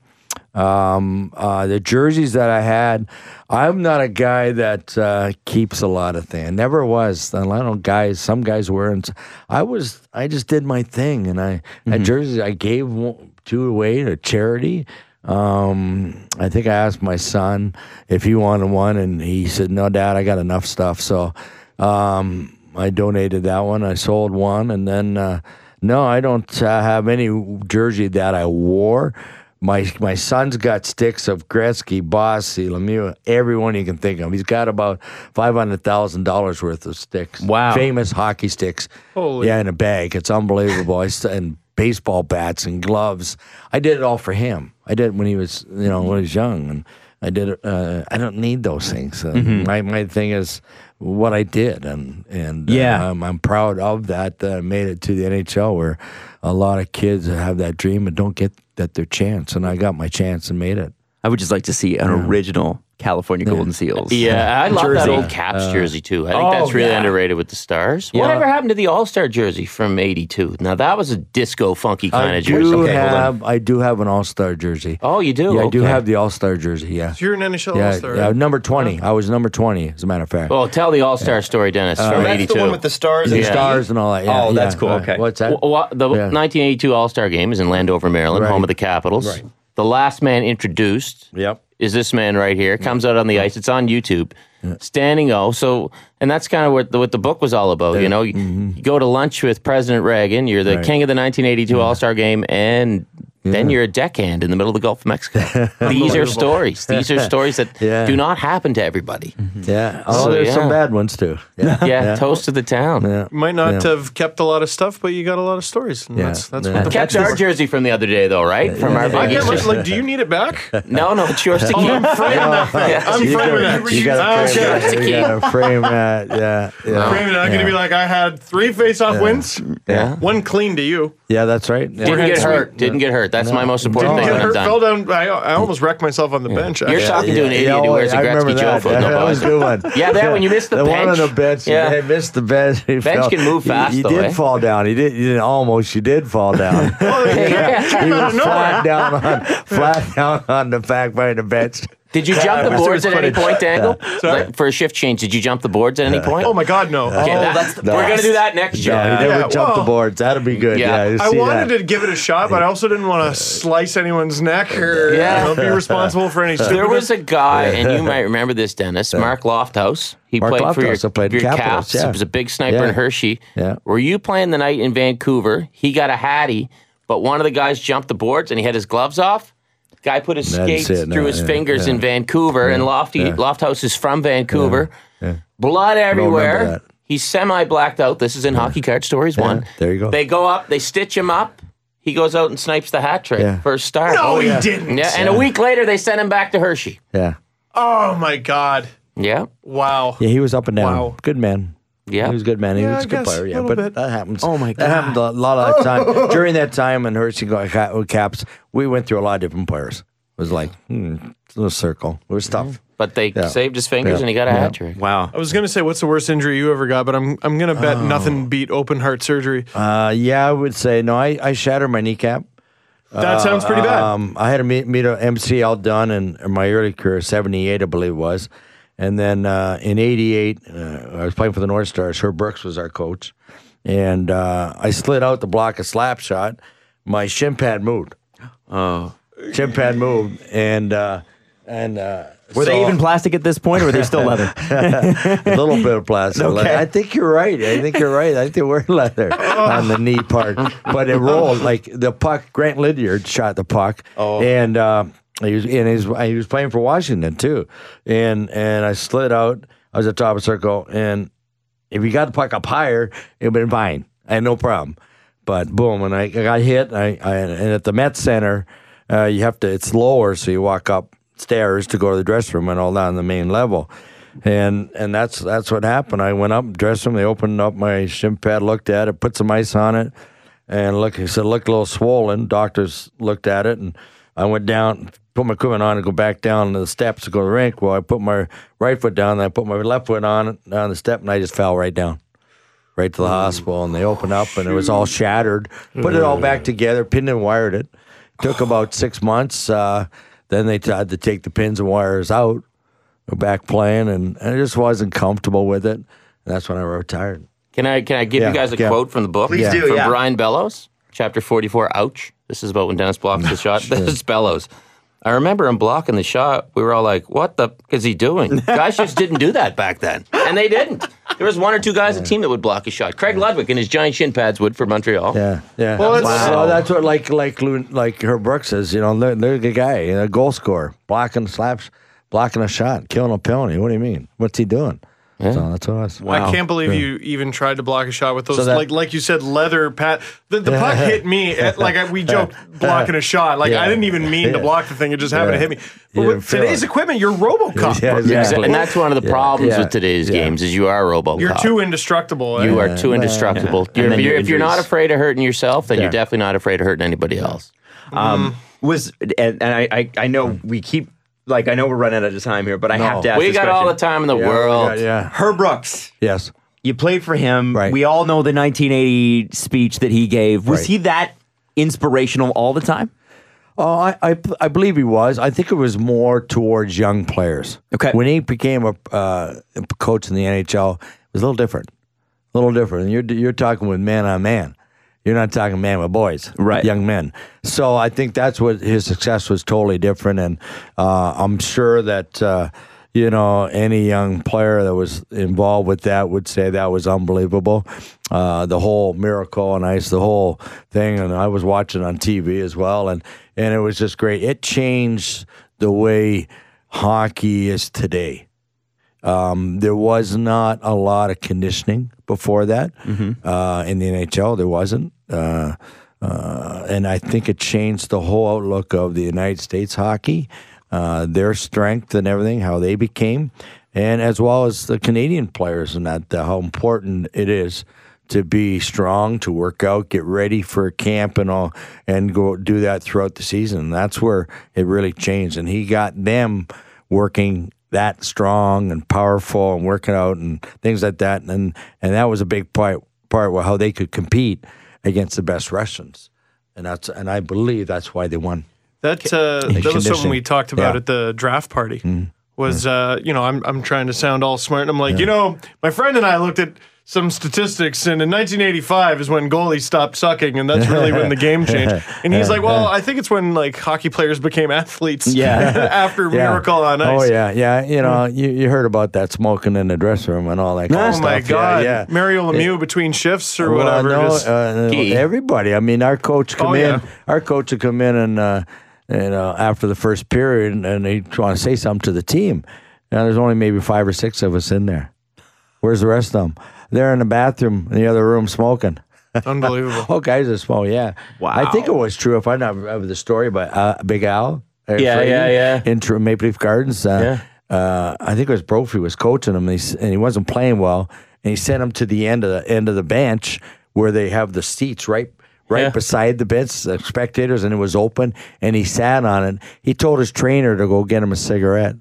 [SPEAKER 6] Um, uh, the jerseys that I had, I'm not a guy that uh, keeps a lot of things. I never was. A lot of guys, some guys were, and s- I was. I just did my thing, and I had jerseys. I gave one- two away to charity. Um, I think I asked my son if he wanted one, and he said, "No, Dad, I got enough stuff." So, um, I donated that one. I sold one, and then uh, no, I don't uh, have any jersey that I wore. My my son's got sticks of Gretzky, Bossy, Lemieux, everyone you can think of. He's got about five hundred thousand dollars worth of sticks.
[SPEAKER 3] Wow.
[SPEAKER 6] Famous hockey sticks.
[SPEAKER 4] Holy.
[SPEAKER 6] Yeah, in a bag. It's unbelievable. I st- and baseball bats and gloves. I did it all for him. I did it when he was you know when he was young, and I did. it, Uh, I don't need those things. Uh, My my thing is what I did, and and uh,
[SPEAKER 3] Yeah.
[SPEAKER 6] I'm, I'm proud of that. That I made it to the NHL, where a lot of kids have that dream and don't get that their chance, and I got my chance and made it.
[SPEAKER 3] I would just like to see an original California Golden Seals.
[SPEAKER 2] Yeah, I love that
[SPEAKER 3] Jersey.
[SPEAKER 2] old Caps jersey too. I think
[SPEAKER 6] Oh,
[SPEAKER 2] that's really underrated with the Stars. Whatever happened to the All Star jersey from '82? Now that was a disco funky kind
[SPEAKER 6] I
[SPEAKER 2] of jersey.
[SPEAKER 6] do have I do have an All Star jersey.
[SPEAKER 2] Oh, you do.
[SPEAKER 6] yeah, I do
[SPEAKER 2] Okay.
[SPEAKER 6] have the All Star jersey. Yeah,
[SPEAKER 4] You're an NHL
[SPEAKER 6] yeah,
[SPEAKER 4] All-Star.
[SPEAKER 6] yeah, number twenty. I was number twenty, as a matter of fact.
[SPEAKER 2] Well, tell the All Star story, Dennis, from
[SPEAKER 6] Uh,
[SPEAKER 3] that's
[SPEAKER 2] '82.
[SPEAKER 3] the one with the stars and
[SPEAKER 6] the
[SPEAKER 2] Oh, Yeah.
[SPEAKER 6] stars and all that. Yeah,
[SPEAKER 3] Oh, that's
[SPEAKER 6] yeah.
[SPEAKER 3] cool.
[SPEAKER 6] Uh,
[SPEAKER 3] Okay.
[SPEAKER 6] What's that?
[SPEAKER 2] Well, the
[SPEAKER 6] Yeah.
[SPEAKER 2] 1982 All Star game is in Landover, Maryland,
[SPEAKER 6] Right.
[SPEAKER 2] home of the Capitals. Right. The last man introduced
[SPEAKER 6] Yep.
[SPEAKER 2] is this man right here. Comes out on the ice. It's on YouTube. Standing O. So, and that's kind of what the, what the book was all about. You know, you, you go to lunch with President Reagan. You're the king of the 1982 All Star Game and Then you're a deckhand in the middle of the Gulf of Mexico. These are stories. These are stories that
[SPEAKER 6] Yeah.
[SPEAKER 2] do not happen to everybody.
[SPEAKER 6] Yeah. Oh,
[SPEAKER 2] So,
[SPEAKER 6] there's some
[SPEAKER 2] yeah.
[SPEAKER 6] bad ones too.
[SPEAKER 2] Yeah,
[SPEAKER 6] Yeah.
[SPEAKER 2] toast to the town.
[SPEAKER 6] yeah.
[SPEAKER 4] Might not have kept a lot of stuff, but you got a lot of stories. And
[SPEAKER 6] Yeah.
[SPEAKER 4] That's that's
[SPEAKER 6] Yeah.
[SPEAKER 4] what the
[SPEAKER 2] Kept our jersey from the other day, though, right? From our
[SPEAKER 4] I
[SPEAKER 2] big
[SPEAKER 4] can't listen, like, do you need it back?
[SPEAKER 2] No, no, it's yours to keep.
[SPEAKER 4] I'm
[SPEAKER 6] You
[SPEAKER 4] framing
[SPEAKER 6] gotta-
[SPEAKER 4] that.
[SPEAKER 6] You got to
[SPEAKER 4] Okay.
[SPEAKER 6] frame that. You got to frame that. Yeah. Yeah.
[SPEAKER 4] Framing Oh, it, I'm gonna be like, I had three face-off wins,
[SPEAKER 2] Yeah.
[SPEAKER 4] one clean to you.
[SPEAKER 6] Yeah, that's right. Yeah.
[SPEAKER 2] Didn't get
[SPEAKER 4] Sweet.
[SPEAKER 2] hurt. Didn't get hurt. That's my most important
[SPEAKER 4] Didn't
[SPEAKER 2] thing
[SPEAKER 4] get
[SPEAKER 2] when Oh, I'm
[SPEAKER 4] hurt, fell
[SPEAKER 2] done.
[SPEAKER 4] down. I, I almost wrecked myself on the bench.
[SPEAKER 2] You're
[SPEAKER 4] actually.
[SPEAKER 2] talking to an idiot who
[SPEAKER 6] oh,
[SPEAKER 2] wears a
[SPEAKER 6] I remember
[SPEAKER 2] Gretzky Joe
[SPEAKER 6] that.
[SPEAKER 2] foot.
[SPEAKER 6] That was a
[SPEAKER 2] No,
[SPEAKER 6] good one.
[SPEAKER 2] Yeah, that one. You missed the
[SPEAKER 6] the one on
[SPEAKER 2] bench.
[SPEAKER 6] the bench.
[SPEAKER 2] Yeah.
[SPEAKER 6] Yeah, he missed the bench. He fell.
[SPEAKER 2] can move
[SPEAKER 6] You-
[SPEAKER 2] fast,
[SPEAKER 6] You,
[SPEAKER 2] though,
[SPEAKER 6] did
[SPEAKER 2] eh?
[SPEAKER 6] fall down. You did. You didn't almost. You did fall down.
[SPEAKER 4] Came
[SPEAKER 6] He
[SPEAKER 4] out of nowhere.
[SPEAKER 6] was flat down on flat down on the back by the bench.
[SPEAKER 2] Did you jump
[SPEAKER 4] must
[SPEAKER 2] the
[SPEAKER 4] have
[SPEAKER 2] boards at
[SPEAKER 4] been
[SPEAKER 2] any
[SPEAKER 4] footage.
[SPEAKER 2] point, Dangle? Like, for a shift change, did you jump the boards at any point?
[SPEAKER 4] Oh my God, no!
[SPEAKER 2] Okay,
[SPEAKER 6] Oh,
[SPEAKER 2] that-
[SPEAKER 6] that's the
[SPEAKER 2] We're
[SPEAKER 6] best.
[SPEAKER 2] gonna do that next year.
[SPEAKER 6] Yeah, he never
[SPEAKER 4] Yeah,
[SPEAKER 6] jumped
[SPEAKER 4] well-
[SPEAKER 6] the boards. That'd be good.
[SPEAKER 2] Yeah.
[SPEAKER 6] Yeah, you
[SPEAKER 4] I
[SPEAKER 6] see
[SPEAKER 4] wanted
[SPEAKER 6] that.
[SPEAKER 4] to give it a shot, but I also didn't want to slice anyone's neck or
[SPEAKER 2] Yeah.
[SPEAKER 4] you know, be responsible for any.
[SPEAKER 2] There
[SPEAKER 4] stupidness.
[SPEAKER 2] was a guy, and you might remember this, Dennis. Mark Lofthouse. He
[SPEAKER 6] Mark
[SPEAKER 2] played for your,
[SPEAKER 6] Lofthouse, I played
[SPEAKER 2] your
[SPEAKER 6] Capitals,
[SPEAKER 2] Caps.
[SPEAKER 6] yeah.
[SPEAKER 2] He was a big sniper
[SPEAKER 6] Yeah.
[SPEAKER 2] in Hershey.
[SPEAKER 6] Yeah.
[SPEAKER 2] Were you playing the night in Vancouver? He got a hattie, but one of the guys jumped the boards, and he had his gloves off. Guy put his
[SPEAKER 6] That's
[SPEAKER 2] skates
[SPEAKER 6] it, no,
[SPEAKER 2] through his
[SPEAKER 6] yeah,
[SPEAKER 2] fingers
[SPEAKER 6] yeah.
[SPEAKER 2] in Vancouver, and Lofty Lofthouse is from Vancouver. Blood
[SPEAKER 6] that.
[SPEAKER 2] everywhere. He's semi blacked out. This is in Hockey Card Stories one.
[SPEAKER 6] there you go.
[SPEAKER 2] They go up. They stitch him up. He goes out and snipes the hat trick
[SPEAKER 6] Oh, Yeah.
[SPEAKER 2] first start.
[SPEAKER 4] No, he didn't.
[SPEAKER 2] Yeah, and a week later they sent him back to Hershey.
[SPEAKER 6] yeah,
[SPEAKER 4] Oh my God!
[SPEAKER 2] Yeah,
[SPEAKER 4] Wow.
[SPEAKER 6] yeah, he was up and down.
[SPEAKER 4] Wow.
[SPEAKER 6] Good man.
[SPEAKER 2] yeah.
[SPEAKER 6] He was a good man. He
[SPEAKER 4] Yeah,
[SPEAKER 6] was
[SPEAKER 4] I
[SPEAKER 6] a good
[SPEAKER 4] guess,
[SPEAKER 6] player. Yeah,
[SPEAKER 4] little
[SPEAKER 6] but
[SPEAKER 4] bit.
[SPEAKER 6] that happens. Oh my god, that happened a lot of the time during that time in Hershey Ca- Ca- Caps. We went through a lot of different players. It was like hmm, it's a little circle. It was tough.
[SPEAKER 2] But they
[SPEAKER 6] Yeah.
[SPEAKER 2] saved his fingers
[SPEAKER 6] Yeah.
[SPEAKER 2] and he got a
[SPEAKER 6] Yeah.
[SPEAKER 2] hat trick.
[SPEAKER 4] I was gonna say, what's the worst injury you ever got? But I'm I'm gonna bet
[SPEAKER 2] Oh.
[SPEAKER 4] nothing beat open heart surgery.
[SPEAKER 6] Uh, yeah, I would say no. I, I shattered my kneecap.
[SPEAKER 4] that sounds pretty bad.
[SPEAKER 6] Um, I had a meet, meet a MCL done in, in my early career, 78, I believe it was. And then uh, in 88, uh, I was playing for the North Stars. Herb Brooks was our coach. And uh, I slid out the block a slap shot. My shin pad moved. Oh. Shin pad moved. And, uh, and, uh,
[SPEAKER 3] Were they
[SPEAKER 6] so-
[SPEAKER 3] even plastic at this point, or were they still leather?
[SPEAKER 6] a little bit of plastic. leather. I think you're right. I think you're right. I think they were leather on the knee part, but it rolled like the puck. Grant Lydiard shot the puck, and um, he was and he was, he was playing for Washington too, and and I slid out. I was at top of the circle, and if you got the puck up higher, it would have been fine. I had no problem. But boom, and I, I got hit. I, I and at the Met Center, uh, you have to. It's lower, so you walk up stairs to go to the dressing room and all that on the main level. And and that's that's what happened. I went up dressing room. They opened up my shin pad, looked at it, put some ice on it, and look. He said, "Look, a little swollen." Doctors looked at it, and I went down, put my equipment on, and go back down the steps to go to the rink. Well, I put my right foot down, and I put my left foot on on the step, and I just fell right down right to the hospital and they opened up and it was all shattered put it all back together pinned and wired it took about six months uh, then they tried to take the pins and wires out go back playing and, and i just wasn't comfortable with it and that's when i retired
[SPEAKER 2] Can I can I give
[SPEAKER 6] Yeah,
[SPEAKER 2] you guys a
[SPEAKER 6] yeah.
[SPEAKER 2] quote from the book?
[SPEAKER 7] Please do,
[SPEAKER 2] From
[SPEAKER 7] yeah.
[SPEAKER 2] Brian Bellows, chapter forty four. Ouch! This is about when Dennis blocks the shot. This is Bellows. I remember him blocking the shot. We were all like, "What the f- is he doing?" guys just didn't do that back then, and they didn't. There was one or two guys on the team that would block a shot. Craig Ludwig and his giant shin pads would for Montreal.
[SPEAKER 6] yeah yeah
[SPEAKER 4] Well, it's-
[SPEAKER 6] so that's what like like Lou- like her brooks says you know they're, they're a good guy you know, goal scorer blocking slaps blocking a shot killing a penalty what do you mean what's he doing so that's what i was
[SPEAKER 4] I can't believe you even tried to block a shot with those,
[SPEAKER 6] So that-
[SPEAKER 4] like like you said, leather pat. The, the puck hit me. At, like I, we joked, blocking a shot. Like I didn't even mean to block the thing; it just happened
[SPEAKER 6] Yeah.
[SPEAKER 4] to hit me. But
[SPEAKER 6] You
[SPEAKER 4] with
[SPEAKER 6] didn't feel
[SPEAKER 4] today's
[SPEAKER 6] it.
[SPEAKER 4] equipment, you're RoboCop.
[SPEAKER 6] Yeah,
[SPEAKER 4] bro.
[SPEAKER 6] exactly.
[SPEAKER 2] Exa- And that's one of the problems
[SPEAKER 6] yeah,
[SPEAKER 2] with today's
[SPEAKER 6] yeah.
[SPEAKER 2] games is you are a robocop.
[SPEAKER 4] You're too indestructible. eh?
[SPEAKER 2] You are too indestructible. You're-
[SPEAKER 3] then
[SPEAKER 2] you're-
[SPEAKER 3] your
[SPEAKER 2] if you're not
[SPEAKER 3] injuries.
[SPEAKER 2] afraid of hurting yourself, then you're definitely not afraid of hurting anybody else.
[SPEAKER 3] Um, was and, and I, I I know we keep like I know we're running out of time here, but I have to ask.
[SPEAKER 2] We
[SPEAKER 3] this
[SPEAKER 2] got all the
[SPEAKER 3] question.
[SPEAKER 2] time in the
[SPEAKER 6] Yeah,
[SPEAKER 2] world.
[SPEAKER 6] yeah, yeah.
[SPEAKER 3] Herb Brooks.
[SPEAKER 6] yes
[SPEAKER 3] You played for him.
[SPEAKER 6] Right.
[SPEAKER 3] We all know the 1980 speech that he gave. Was
[SPEAKER 6] Right.
[SPEAKER 3] he that inspirational all the time?
[SPEAKER 6] Oh, I, I, I believe he was. I think it was more towards young players.
[SPEAKER 3] Okay.
[SPEAKER 6] When he became a, uh, a coach in the NHL, it was a little different. A little different. And you're, you're talking with man on man. You're not talking man with boys,
[SPEAKER 3] Right.
[SPEAKER 6] Young men. So I think that's what his success was totally different. And uh, I'm sure that, uh, you you know, any young player that was involved with that would say that was unbelievable. Uh, the whole miracle on ice, the whole thing, and I was watching on TV as well, and and it was just great. It changed the way hockey is today. Um, there was not a lot of conditioning before that uh, in the NHL. There wasn't. Uh, uh, and I think it changed the whole outlook of the United States hockey, uh, their strength and everything, how they became, and as well as the Canadian players and that, uh, how important it is to be strong, to work out, get ready for camp and all, and go do that throughout the season. And that's where it really changed. And he got them working that strong and powerful and working out and things like that. And and that was a big part part of how they could compete against the best Russians. And that's and I believe that's why they won.
[SPEAKER 4] That uh, that was something
[SPEAKER 6] conditioning.
[SPEAKER 4] we talked about
[SPEAKER 6] Yeah. Mm.
[SPEAKER 4] at the draft party. Was uh, you know I'm I'm trying to sound all smart, and I'm like, you know, my friend and I looked at some statistics, and in 1985 is when goalies stopped sucking, and that's really when the game changed. And he's like, well, I think it's when like hockey players became athletes.
[SPEAKER 6] Yeah.
[SPEAKER 4] after
[SPEAKER 6] Yeah.
[SPEAKER 4] Miracle on Ice.
[SPEAKER 6] Oh yeah, yeah. You know, you, you heard about that smoking in the dressing room and all that. Kind of
[SPEAKER 4] Oh
[SPEAKER 6] stuff.
[SPEAKER 4] my
[SPEAKER 6] Yeah,
[SPEAKER 4] God,
[SPEAKER 6] yeah.
[SPEAKER 4] Mario Lemieux between shifts or
[SPEAKER 6] Well,
[SPEAKER 4] whatever.
[SPEAKER 6] no,
[SPEAKER 4] just-
[SPEAKER 6] uh,
[SPEAKER 2] Key.
[SPEAKER 6] everybody. I mean, our coach come
[SPEAKER 4] Oh,
[SPEAKER 6] in.
[SPEAKER 4] yeah.
[SPEAKER 6] Our coach would come in and uh, and uh, after the first period, and, and he'd want to say something to the team. Now there's only maybe five or six of us in there. Where's the rest of them? They're in the bathroom in the other room smoking.
[SPEAKER 4] unbelievable.
[SPEAKER 6] Oh, guys are small. Yeah. Wow. I think it was true. If I don't remember the story, but uh, Big Al. uh,
[SPEAKER 2] Yeah,
[SPEAKER 6] Brady
[SPEAKER 2] yeah, yeah.
[SPEAKER 6] In Tr- Maple Leaf Gardens. Uh, uh, I think it was Brophy was coaching him, and he, s- and he wasn't playing well, and he sent him to the end of the end of the bench where they have the seats right. Right
[SPEAKER 2] Yeah.
[SPEAKER 6] beside the bench, the spectators, and it was open, and he sat on it. He told his trainer to go get him a cigarette,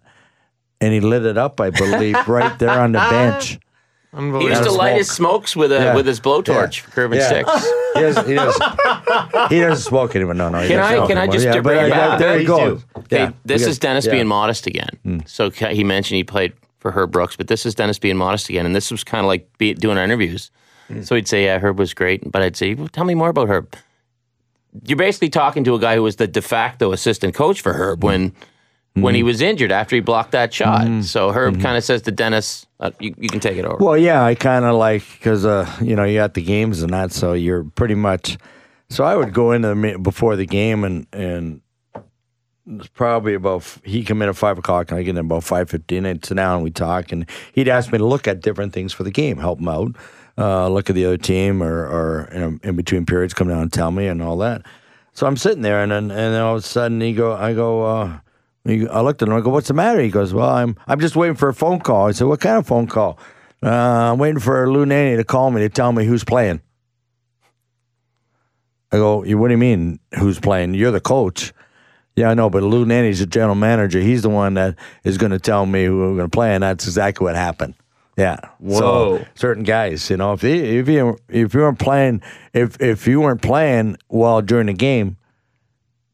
[SPEAKER 6] and he lit it up, I believe, right there on the bench.
[SPEAKER 2] He used
[SPEAKER 4] Unbelievable.
[SPEAKER 2] to
[SPEAKER 6] Out of
[SPEAKER 2] light his smokes with a
[SPEAKER 6] Yeah.
[SPEAKER 2] with his blowtorch
[SPEAKER 6] Yeah.
[SPEAKER 2] for curving
[SPEAKER 6] Yeah.
[SPEAKER 2] sticks.
[SPEAKER 6] He doesn't, he doesn't, he doesn't smoke anymore. No, no. he
[SPEAKER 2] Can
[SPEAKER 6] doesn't
[SPEAKER 2] I-
[SPEAKER 6] smoke
[SPEAKER 2] can I
[SPEAKER 6] anymore.
[SPEAKER 2] just
[SPEAKER 6] yeah,
[SPEAKER 2] bring
[SPEAKER 6] but
[SPEAKER 2] it
[SPEAKER 6] I-
[SPEAKER 2] back?
[SPEAKER 6] There you go.
[SPEAKER 2] Hey, this
[SPEAKER 6] because-
[SPEAKER 2] is Dennis
[SPEAKER 6] yeah. Hmm.
[SPEAKER 2] being modest again. So ca- he mentioned he played for Herb Brooks, but this is Dennis being modest again. And this was kind of like be, doing our interviews.
[SPEAKER 6] Hmm.
[SPEAKER 2] So he'd say, "Yeah, Herb was great," but I'd say, well, "Tell me more about Herb." You're basically talking to a guy who was the de facto assistant coach for Herb when
[SPEAKER 6] Hmm.
[SPEAKER 2] when he was injured after he blocked that shot. So Herb kind of says to Dennis, uh, you, "You can take it over."
[SPEAKER 6] Well, yeah, I kind of like because uh, you know you got the games and that, so you're pretty much. So I would go into the, mi- before the game and and it's probably about f- he come in at five o'clock and I get in about five fifteen and sit down and we talk and he'd ask me to look at different things for the game, help him out, uh, look at the other team or or you know, in between periods come down and tell me and all that. So I'm sitting there and then and then all of a sudden he go I go. Uh, he, I looked at him. I go, "What's the matter?" He goes, "Well, I'm I'm just waiting for a phone call." I said, "What kind of phone call?" Uh, I'm waiting for Lou Nanny to call me to tell me who's playing. I go, "You- "What do you mean? Who's playing? You're the coach." Yeah, I know, but Lou Nanny's the general manager. He's the one that is going to tell me who we're going to play, and that's exactly what happened. Yeah.
[SPEAKER 7] Whoa.
[SPEAKER 6] So certain guys, you know, if they, if you if you weren't playing, if if you weren't playing well during the game,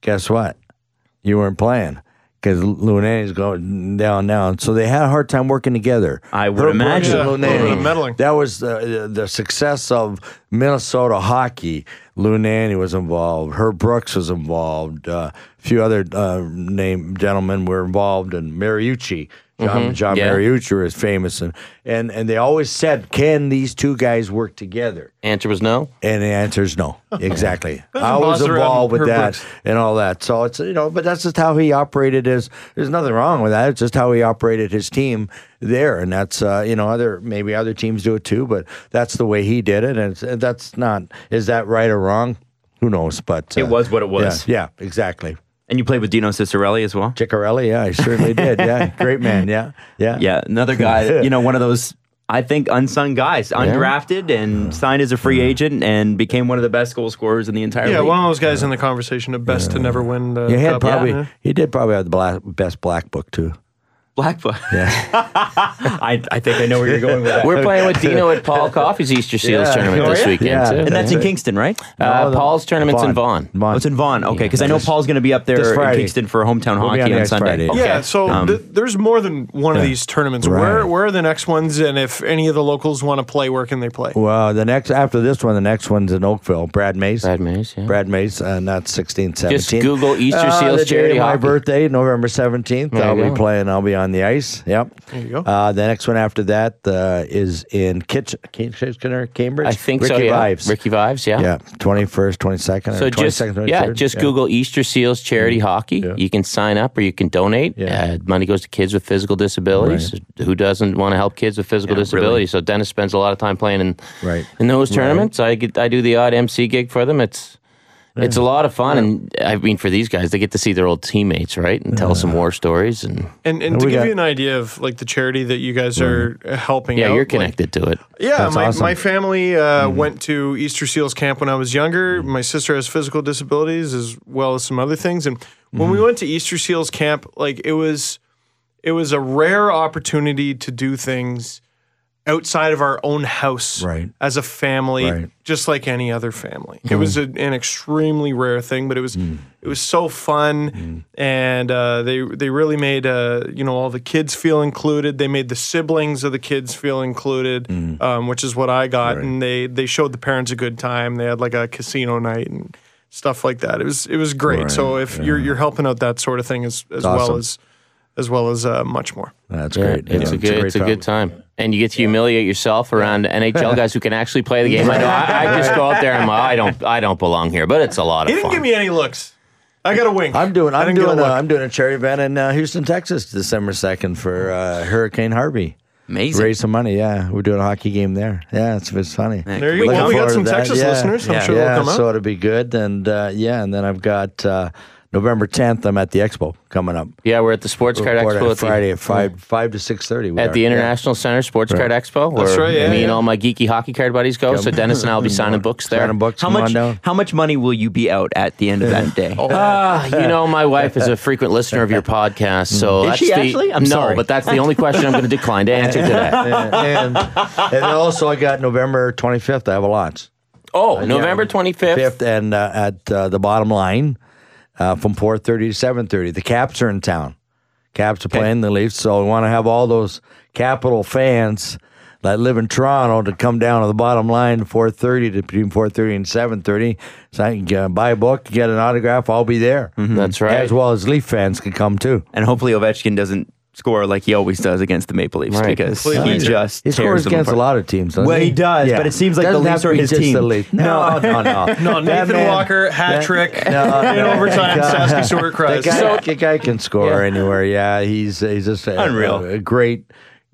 [SPEAKER 6] guess what? You weren's playing because Lunani's going down now, and so they had a hard time working together.
[SPEAKER 7] I would
[SPEAKER 6] Herb Brooks
[SPEAKER 7] imagine.
[SPEAKER 6] and
[SPEAKER 4] Yeah, a little
[SPEAKER 6] Lunani.
[SPEAKER 4] bit of meddling.
[SPEAKER 6] That was the, the the success of Minnesota hockey. Lunani was involved. Herb Brooks was involved. Uh, a few other uh, name gentlemen were involved, and Mariucci. John, John
[SPEAKER 2] yeah.
[SPEAKER 6] Mariucci is famous, and, and and they always said, "Can these two guys work together?"
[SPEAKER 2] Answer was no.
[SPEAKER 6] And the answer is no. Exactly. I was
[SPEAKER 4] boss around
[SPEAKER 6] involved with
[SPEAKER 4] Herb
[SPEAKER 6] that
[SPEAKER 4] Brooks.
[SPEAKER 6] and all that. So it's you know, but that's just how he operated his there's nothing wrong with that. It's just how he operated his team there. And that's uh, you know, other maybe other teams do it too, but that's the way he did it. And it's- that's not is that right or wrong? Who knows? But uh,
[SPEAKER 7] It was what it
[SPEAKER 6] yeah,
[SPEAKER 7] was.
[SPEAKER 6] yeah, exactly.
[SPEAKER 7] And you played with Dino Cicerelli as well?
[SPEAKER 6] Ciccarelli, yeah, he certainly did. Yeah. Great man, yeah. Yeah.
[SPEAKER 7] Yeah, another guy, that, you know, one of those, I think, unsung guys, undrafted and signed as a free agent and became one of the best goal scorers in the entire
[SPEAKER 4] Yeah,
[SPEAKER 7] league.
[SPEAKER 4] one of those guys in the conversation of best to never win the
[SPEAKER 6] He had
[SPEAKER 4] cup.
[SPEAKER 6] probably
[SPEAKER 4] Yeah.
[SPEAKER 6] he did probably have the black, best black book too.
[SPEAKER 7] Black Buck. I, I think I know where you're going with that.
[SPEAKER 2] We're playing with Dino at Paul Coffey's Easter Seals
[SPEAKER 6] Yeah.
[SPEAKER 2] tournament
[SPEAKER 6] Oh,
[SPEAKER 2] this
[SPEAKER 6] yeah?
[SPEAKER 2] weekend
[SPEAKER 6] Yeah.
[SPEAKER 2] too.
[SPEAKER 6] And
[SPEAKER 7] And that's in Kingston, right?
[SPEAKER 2] uh,
[SPEAKER 6] No, the-
[SPEAKER 2] Vaughn's tournament's in Vaughn.
[SPEAKER 6] Vaughn.
[SPEAKER 7] Oh, it's in Vaughn. Okay, because I know Paul's going to be up
[SPEAKER 6] this
[SPEAKER 7] there in
[SPEAKER 6] Friday.
[SPEAKER 7] Kingston for hometown
[SPEAKER 6] We'll be
[SPEAKER 7] hockey
[SPEAKER 6] on
[SPEAKER 7] on,
[SPEAKER 6] the next
[SPEAKER 7] Sunday.
[SPEAKER 6] Friday.
[SPEAKER 7] Okay.
[SPEAKER 4] Yeah, so th- there's more than one of these tournaments. Where
[SPEAKER 6] Um, Right.
[SPEAKER 4] where are the next ones? And if any of the locals want to play, where can they play?
[SPEAKER 6] Well, the next after this one, the next one's in Oakville. Brad Mace.
[SPEAKER 2] Brad Mays, yeah.
[SPEAKER 6] Brad Mace, uh, not 16, 17.
[SPEAKER 2] Google Easter
[SPEAKER 6] uh,
[SPEAKER 2] Seals
[SPEAKER 6] the day
[SPEAKER 2] charity
[SPEAKER 6] of my
[SPEAKER 2] hockey.
[SPEAKER 6] birthday, November 17th. I'll
[SPEAKER 2] you
[SPEAKER 6] be
[SPEAKER 2] go.
[SPEAKER 6] playing. I'll be on on the ice. Yep. There
[SPEAKER 4] you go.
[SPEAKER 6] Uh, the next one after that uh, is in Kitch- Kitchener, Cambridge.
[SPEAKER 2] I think
[SPEAKER 6] Ricky
[SPEAKER 2] so. Yeah.
[SPEAKER 6] Vives.
[SPEAKER 2] Ricky Vives. Yeah.
[SPEAKER 6] yeah, twenty first, twenty second,
[SPEAKER 2] So just yeah, just Google Easter Seals charity hockey. You can sign up or you can donate.
[SPEAKER 6] Mm-hmm. Yeah.
[SPEAKER 2] Uh, money goes to kids with physical disabilities. Who doesn't want to help kids with physical disabilities? So Dennis spends a lot of time playing in
[SPEAKER 6] Right.
[SPEAKER 2] in those tournaments. I get I do the odd MC gig for them. It's it's a lot of fun, and I mean for these guys, they get to see their old teammates, right, and tell some war stories. And
[SPEAKER 4] And, and to
[SPEAKER 6] we
[SPEAKER 4] give
[SPEAKER 6] got- Mm-hmm.
[SPEAKER 4] you an idea of like the charity that you guys are uh, helping
[SPEAKER 2] yeah,
[SPEAKER 4] out,
[SPEAKER 2] you're
[SPEAKER 4] like,
[SPEAKER 2] connected to it.
[SPEAKER 4] Yeah,
[SPEAKER 6] That's
[SPEAKER 4] my,
[SPEAKER 6] awesome. Mm-hmm.
[SPEAKER 4] my family uh, went to Easter SEALs camp when I was younger. My sister has physical disabilities as well as some other things. And when
[SPEAKER 6] Mm-hmm.
[SPEAKER 4] we went to Easter SEALs camp, like it was, it was a rare opportunity to do things outside of our own house
[SPEAKER 6] Right.
[SPEAKER 4] as a family,
[SPEAKER 6] Right. Hmm.
[SPEAKER 4] just like any other family. It was a, an extremely rare thing, but it was it was so fun,
[SPEAKER 6] Hmm.
[SPEAKER 4] and uh, they they really made uh, you know all the kids feel included. They made the siblings of the kids feel included,
[SPEAKER 6] Hmm.
[SPEAKER 4] um, which is what I got, and they they showed the parents a good time. They had like a casino night and stuff like that. It was it was great. So if you're you're helping out that sort of thing as as well
[SPEAKER 6] awesome.
[SPEAKER 4] as as well as uh, much more.
[SPEAKER 6] That's
[SPEAKER 2] Yeah,
[SPEAKER 6] great.
[SPEAKER 2] It's
[SPEAKER 6] Yeah,
[SPEAKER 2] a good,
[SPEAKER 6] great
[SPEAKER 2] it's a
[SPEAKER 6] problem.
[SPEAKER 2] good time, and you get to humiliate yourself around NHL guys who can actually play the game. I know. I, I just go out there and I'm, I don't, I don't belong here, but it's a lot of
[SPEAKER 4] He didn't
[SPEAKER 2] fun.
[SPEAKER 4] give me any looks. I got a wink.
[SPEAKER 6] I'm doing.
[SPEAKER 4] I
[SPEAKER 6] I'm
[SPEAKER 4] didn't get a
[SPEAKER 6] doing. A,
[SPEAKER 4] look.
[SPEAKER 6] I'm doing a charity event in uh, Houston, Texas, December second for uh, Hurricane Harvey.
[SPEAKER 3] Amazing.
[SPEAKER 6] Raise some money. Yeah, we're doing a hockey game there. Yeah, it's, it's funny.
[SPEAKER 4] There you
[SPEAKER 6] Looking
[SPEAKER 4] go. Well, we got
[SPEAKER 6] forward
[SPEAKER 4] some
[SPEAKER 6] to that.
[SPEAKER 4] Texas
[SPEAKER 6] Yeah.
[SPEAKER 4] listeners. I'm
[SPEAKER 3] Yeah.
[SPEAKER 4] sure
[SPEAKER 6] yeah,
[SPEAKER 4] they'll come
[SPEAKER 6] so
[SPEAKER 4] out.
[SPEAKER 6] it'll be good. And uh, yeah, and then I've got uh, November 10th. I'm at the expo coming up.
[SPEAKER 2] Yeah, we're at the Sports Card
[SPEAKER 6] Report
[SPEAKER 2] Expo
[SPEAKER 6] on
[SPEAKER 2] at the-
[SPEAKER 6] Friday at five five to six thirty
[SPEAKER 2] at the International Center Sports Card Expo. Where
[SPEAKER 4] That's right, yeah,
[SPEAKER 2] me and
[SPEAKER 4] yeah.
[SPEAKER 2] all my geeky hockey card buddies go. So Dennis and I will be signing books there.
[SPEAKER 6] Mm-hmm. Signing books.
[SPEAKER 3] How
[SPEAKER 6] come on
[SPEAKER 3] much?
[SPEAKER 6] down. Oh.
[SPEAKER 3] How much money will you be out at the end of that day?
[SPEAKER 2] Ah, you know, my wife is a frequent listener of your podcast, so
[SPEAKER 3] Is
[SPEAKER 6] Mm-hmm.
[SPEAKER 2] that's
[SPEAKER 3] she
[SPEAKER 2] the,
[SPEAKER 3] actually? I'm
[SPEAKER 2] no,
[SPEAKER 3] sorry.
[SPEAKER 2] but that's the only question I'm going to decline to answer today.
[SPEAKER 6] and, and, and also I got November 25th. I have a launch.
[SPEAKER 2] Oh, November 25th.
[SPEAKER 6] fifth and uh, at uh, the bottom line uh, from four thirty to seven thirty. The Caps are in town. Caps are playing the Leafs, so we want to have all those Capital fans that live in Toronto to come down to the bottom line four thirty to between four thirty and seven thirty. So I can uh, buy a book, get an autograph. I'll be there.
[SPEAKER 3] Mm-hmm.
[SPEAKER 2] That's right.
[SPEAKER 6] As well as Leaf fans can come too.
[SPEAKER 3] and hopefully Ovechkin doesn't score like he always does against the Maple Leafs
[SPEAKER 2] Right.
[SPEAKER 3] because
[SPEAKER 4] Completely.
[SPEAKER 3] he just
[SPEAKER 6] He
[SPEAKER 3] tears
[SPEAKER 6] scores
[SPEAKER 3] them
[SPEAKER 6] against a
[SPEAKER 3] apart.
[SPEAKER 6] lot of teams. doesn't
[SPEAKER 3] Well, he does, but it seems like the
[SPEAKER 6] Doesn't
[SPEAKER 3] Leafs
[SPEAKER 6] have to
[SPEAKER 3] are
[SPEAKER 6] be
[SPEAKER 3] his
[SPEAKER 6] just
[SPEAKER 3] team.
[SPEAKER 6] the Leafs. No, no, uh, no, no.
[SPEAKER 4] Nathan Walker hat trick in overtime.
[SPEAKER 6] uh,
[SPEAKER 4] Saskatoon
[SPEAKER 6] That
[SPEAKER 4] cries.
[SPEAKER 6] guy,
[SPEAKER 4] So
[SPEAKER 6] that guy can score anywhere. Yeah, he's he's just a,
[SPEAKER 3] Unreal.
[SPEAKER 6] A, great,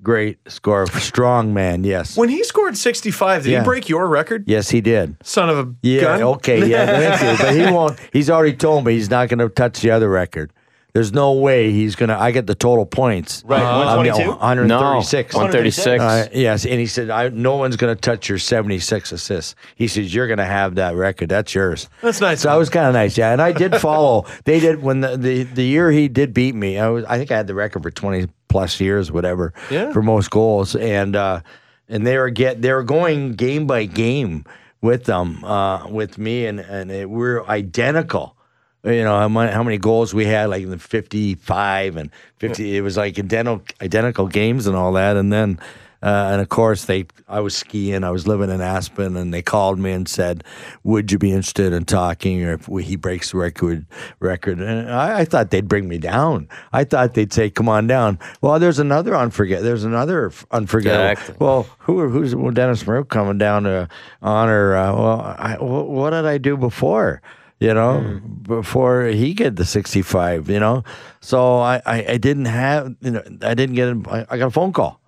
[SPEAKER 6] great scorer, strong man. Yes,
[SPEAKER 4] when he scored 65, did
[SPEAKER 6] Yeah.
[SPEAKER 4] he break your record?
[SPEAKER 6] yes, he did.
[SPEAKER 4] Son of a
[SPEAKER 6] Yeah,
[SPEAKER 4] gun.
[SPEAKER 6] okay, yeah, thank you. But he won't. He's already told me he's not going to touch the other record. There's no way he's going to. I get the total points.
[SPEAKER 4] Right,
[SPEAKER 6] I'm
[SPEAKER 4] 122?
[SPEAKER 6] One hundred
[SPEAKER 2] no,
[SPEAKER 6] thirty-six.
[SPEAKER 2] 136.
[SPEAKER 6] Uh, yes, and he said, I, "No one's going to touch your 76 assists." He says, "You're going to have that record. That's yours."
[SPEAKER 4] That's nice.
[SPEAKER 6] So I was kind of nice, yeah. And I did follow. they did when the, the the year he did beat me. I was I think I had the record for 20 plus years, whatever,
[SPEAKER 4] Yeah.
[SPEAKER 6] for most goals. And uh, and they were get they were going game by game with them uh, with me, and and it, we're identical you know how many, how many goals we had like in the 55 and 50 it was like identical identical games and all that and then uh, and of course they i was skiing i was living in aspen and they called me and said would you be interested in talking or if we, he breaks the record record and I, I thought they'd bring me down i thought they'd say come on down well there's another unforget there's another f- unforgettable
[SPEAKER 2] Exactly.
[SPEAKER 6] well who who's well, dennis Maroon coming down to honor uh, well I, wh- what did i do before you know, before he get the 65, you know. So I, I, I didn't have, you know, I didn't get, a- I, I got a phone call.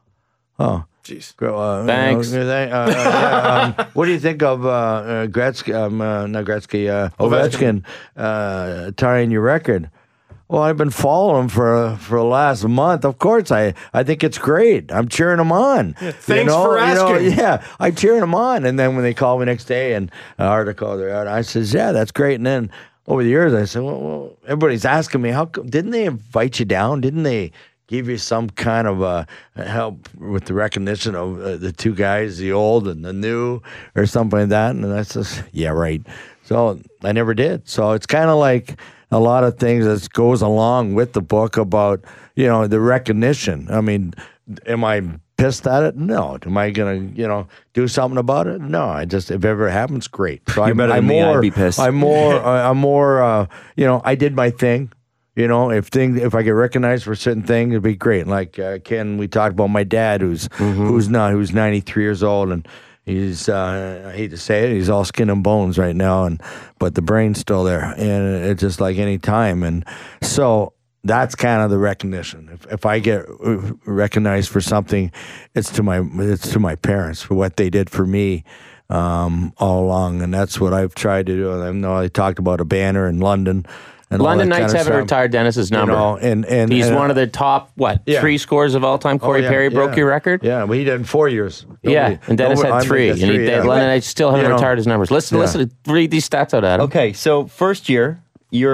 [SPEAKER 4] Jeez.
[SPEAKER 6] Gr- Uh, you know,
[SPEAKER 2] Thanks.
[SPEAKER 6] uh, uh, yeah, um, what do you think of uh, uh, Gretzky, um, uh, not Gretzky, uh, Ovechkin, uh, tying your record? Well, I've been following him for for the last month. Of course, I, I think it's great. I'm cheering him on.
[SPEAKER 4] thanks for asking.
[SPEAKER 6] yeah, I'm cheering him on. And then when they call me next day and an article they're out, I says, yeah, that's great. And then over the years, I said, well, well everybody's asking me, how come, didn't they invite you down? Didn't they give you some kind of uh, help with the recognition of uh, the two guys, the old and the new, or something like that? And I says, yeah, right. So I never did. So it's kind of like a lot of things that goes along with the book about you know the recognition. I mean, am I pissed at it? No. Am I gonna you know do something about it? No. I just if it ever happens, great. So I'm,
[SPEAKER 3] better than
[SPEAKER 6] I'm
[SPEAKER 3] me. I'd
[SPEAKER 6] more.
[SPEAKER 3] be pissed.
[SPEAKER 6] I'm more. I- I'm more. Uh, you know, I did my thing. You know, if things, if I get recognized for certain things, it'd be great. Like uh, Ken, we talked about my dad, who's who's not, who's ninety three years old, and he's uh, I hate to say it, he's all skin and bones right now, and but the brain's still there, and it's just like any time, and so that's kind of the recognition. If, if I get uh, recognized for something, it's to my it's to my parents for what they did for me um, all along, and that's what I've tried to do. I know I talked about a banner in London. And all
[SPEAKER 2] London
[SPEAKER 6] that
[SPEAKER 2] Knights
[SPEAKER 6] kind of
[SPEAKER 2] haven't
[SPEAKER 6] stuff.
[SPEAKER 2] retired Dennis's number.
[SPEAKER 6] You know, and and
[SPEAKER 2] He's
[SPEAKER 6] and,
[SPEAKER 2] one of the top what
[SPEAKER 6] Yeah.
[SPEAKER 2] three scores of all time.
[SPEAKER 6] Oh,
[SPEAKER 2] Corey
[SPEAKER 6] yeah,
[SPEAKER 2] Perry broke
[SPEAKER 6] yeah.
[SPEAKER 2] your record.
[SPEAKER 6] Yeah, well, he did in four years.
[SPEAKER 2] Yeah,
[SPEAKER 6] Nobody-
[SPEAKER 2] and Dennis
[SPEAKER 6] nobody- I
[SPEAKER 2] had
[SPEAKER 6] mean,
[SPEAKER 2] three,
[SPEAKER 6] the
[SPEAKER 2] and he,
[SPEAKER 6] three,
[SPEAKER 2] they,
[SPEAKER 6] yeah.
[SPEAKER 2] London Knights still haven't
[SPEAKER 6] You know.
[SPEAKER 2] retired his numbers. Listen,
[SPEAKER 6] Yeah.
[SPEAKER 2] listen, read these stats out, Adam.
[SPEAKER 7] Okay, so first year,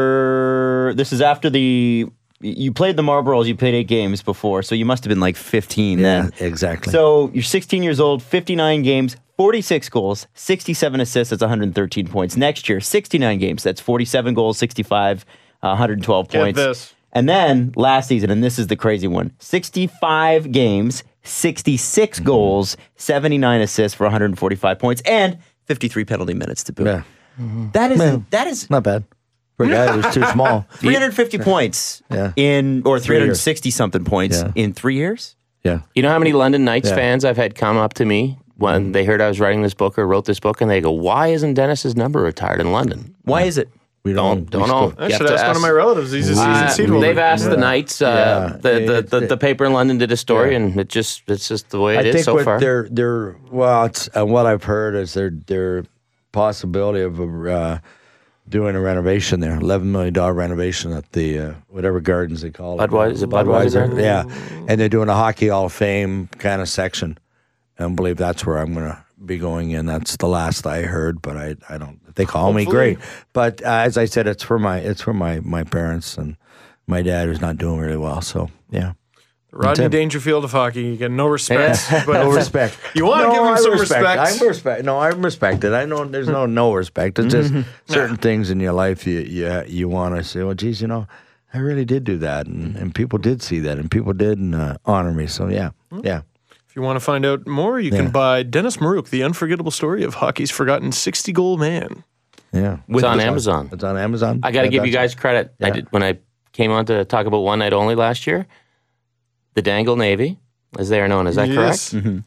[SPEAKER 7] you're this is after the you played the Marlboros, you played eight games before, so you must have been like 15
[SPEAKER 6] Yeah,
[SPEAKER 7] then.
[SPEAKER 6] exactly.
[SPEAKER 7] So you're 16 years old, 59 games, 46 goals, 67 assists, that's 113 points. Next year, 69 games, that's 47 goals, 65, uh, 112
[SPEAKER 4] Get
[SPEAKER 7] points.
[SPEAKER 4] this.
[SPEAKER 7] And then last season, and this is the crazy one 65 games, 66
[SPEAKER 6] Mm-hmm.
[SPEAKER 7] goals, 79 assists for 145 points, and 53 penalty minutes to boot.
[SPEAKER 6] yeah,
[SPEAKER 7] That is
[SPEAKER 6] Man.
[SPEAKER 7] that is
[SPEAKER 6] not bad for a guy who's too small.
[SPEAKER 7] 350 points
[SPEAKER 6] Yeah.
[SPEAKER 7] in or
[SPEAKER 6] years.
[SPEAKER 7] 360 something points
[SPEAKER 6] Yeah.
[SPEAKER 7] in 3 years?
[SPEAKER 6] Yeah,
[SPEAKER 2] You know how many London Knights
[SPEAKER 6] Yeah. Mm.
[SPEAKER 2] fans I've had come up to me when they heard I was writing this book or wrote this book, and they go, "Why isn't Dennis's number retired in London?"
[SPEAKER 7] Why is it?
[SPEAKER 6] Mm. we
[SPEAKER 2] Don't don't know.
[SPEAKER 4] I
[SPEAKER 2] You have
[SPEAKER 4] should
[SPEAKER 2] to
[SPEAKER 4] ask one of my relatives. He's a season
[SPEAKER 2] Uh,
[SPEAKER 4] seed holder.
[SPEAKER 2] they've asked the Knights. Uh,
[SPEAKER 6] Yeah.
[SPEAKER 2] The, the,
[SPEAKER 6] It-
[SPEAKER 2] the, the paper in London did a story,
[SPEAKER 6] Yeah.
[SPEAKER 2] and it just it's just the way it
[SPEAKER 6] I
[SPEAKER 2] is
[SPEAKER 6] think
[SPEAKER 2] so
[SPEAKER 6] what
[SPEAKER 2] far.
[SPEAKER 6] they're they're well, it's, and what I've heard is their their possibility of uh, doing a renovation there, eleven million dollar renovation at the uh, whatever gardens they call it,
[SPEAKER 2] Budweiser- is it Budweiser Garden?
[SPEAKER 6] yeah, and they're doing a hockey Hall of Fame kind of section. and believe that's where I'm gonna be going in. That's the last I heard, but I I don't. If they call me great, but uh, as I said, it's for my it's for my my parents and my dad who's not doing really well. So yeah.
[SPEAKER 4] Rodney Dangerfield of hockey. You get no respect. But
[SPEAKER 6] no respect.
[SPEAKER 4] You wanna
[SPEAKER 6] No,
[SPEAKER 4] give him
[SPEAKER 6] I
[SPEAKER 4] some respect.
[SPEAKER 6] I'm respect. No, I'm respected. I know there's no no respect. It's
[SPEAKER 4] Mm-hmm.
[SPEAKER 6] just certain things in your life you you you want to say. Well, geez, you know, I really did do that, and,
[SPEAKER 4] Mm-hmm.
[SPEAKER 6] and people did see that, and people did uh, honor me. So yeah,
[SPEAKER 4] Mm-hmm.
[SPEAKER 6] yeah.
[SPEAKER 4] If you want to find out more, you can buy Dennis Marouk, The Unforgettable Story of Hockey's Forgotten 60 Goal Man.
[SPEAKER 6] Yeah,
[SPEAKER 2] it's on Amazon.
[SPEAKER 6] it's on Amazon.
[SPEAKER 2] I got to
[SPEAKER 6] Yeah,
[SPEAKER 2] give you
[SPEAKER 6] that's-
[SPEAKER 2] guys credit. I
[SPEAKER 6] Yeah.
[SPEAKER 2] did when I came on to talk about One Night Only last year. The Dangle Navy, as they are known, is that
[SPEAKER 4] yes.
[SPEAKER 6] Mm-hmm.
[SPEAKER 2] correct?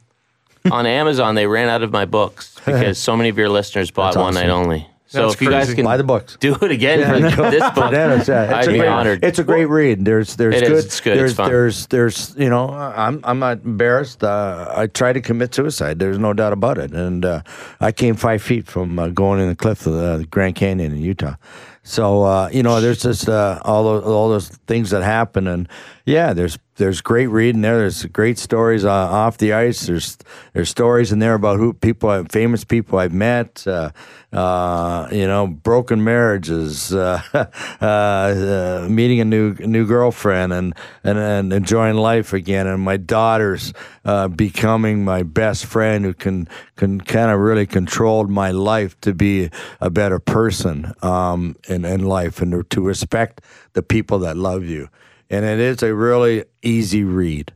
[SPEAKER 2] on Amazon, they ran out of my books because so many of your listeners bought
[SPEAKER 6] That's
[SPEAKER 2] One Night
[SPEAKER 6] awesome.
[SPEAKER 2] Only. So
[SPEAKER 4] That's
[SPEAKER 2] if you guys
[SPEAKER 4] crazy.
[SPEAKER 2] can
[SPEAKER 6] buy the books.
[SPEAKER 2] do it again for this book,
[SPEAKER 6] Yeah, it's, uh, it's
[SPEAKER 2] I'd
[SPEAKER 6] a
[SPEAKER 2] be
[SPEAKER 6] great,
[SPEAKER 2] honored.
[SPEAKER 6] It's a great read. There's there's
[SPEAKER 2] It is.
[SPEAKER 6] good,
[SPEAKER 2] It's good. It's
[SPEAKER 6] There's
[SPEAKER 2] fun.
[SPEAKER 6] there's there's you know I'm I'm not embarrassed. Uh, I tried to commit suicide. There's no doubt about it. And uh, I came five feet from uh, going in the cliff of the Grand Canyon in Utah. So uh, you know there's just uh, all those all those things that happen and yeah there's there's great reading there. There's great stories uh, off the ice. There's there's stories in there about who people, I- famous people I've met. Uh, uh, you know, broken marriages, uh, uh, uh, meeting a new new girlfriend, and and, and enjoying life again. And my daughter's uh, becoming my best friend, who can can kind of really controlled my life to be a better person um, in in life, and to respect the people that love you. And it is a really easy read.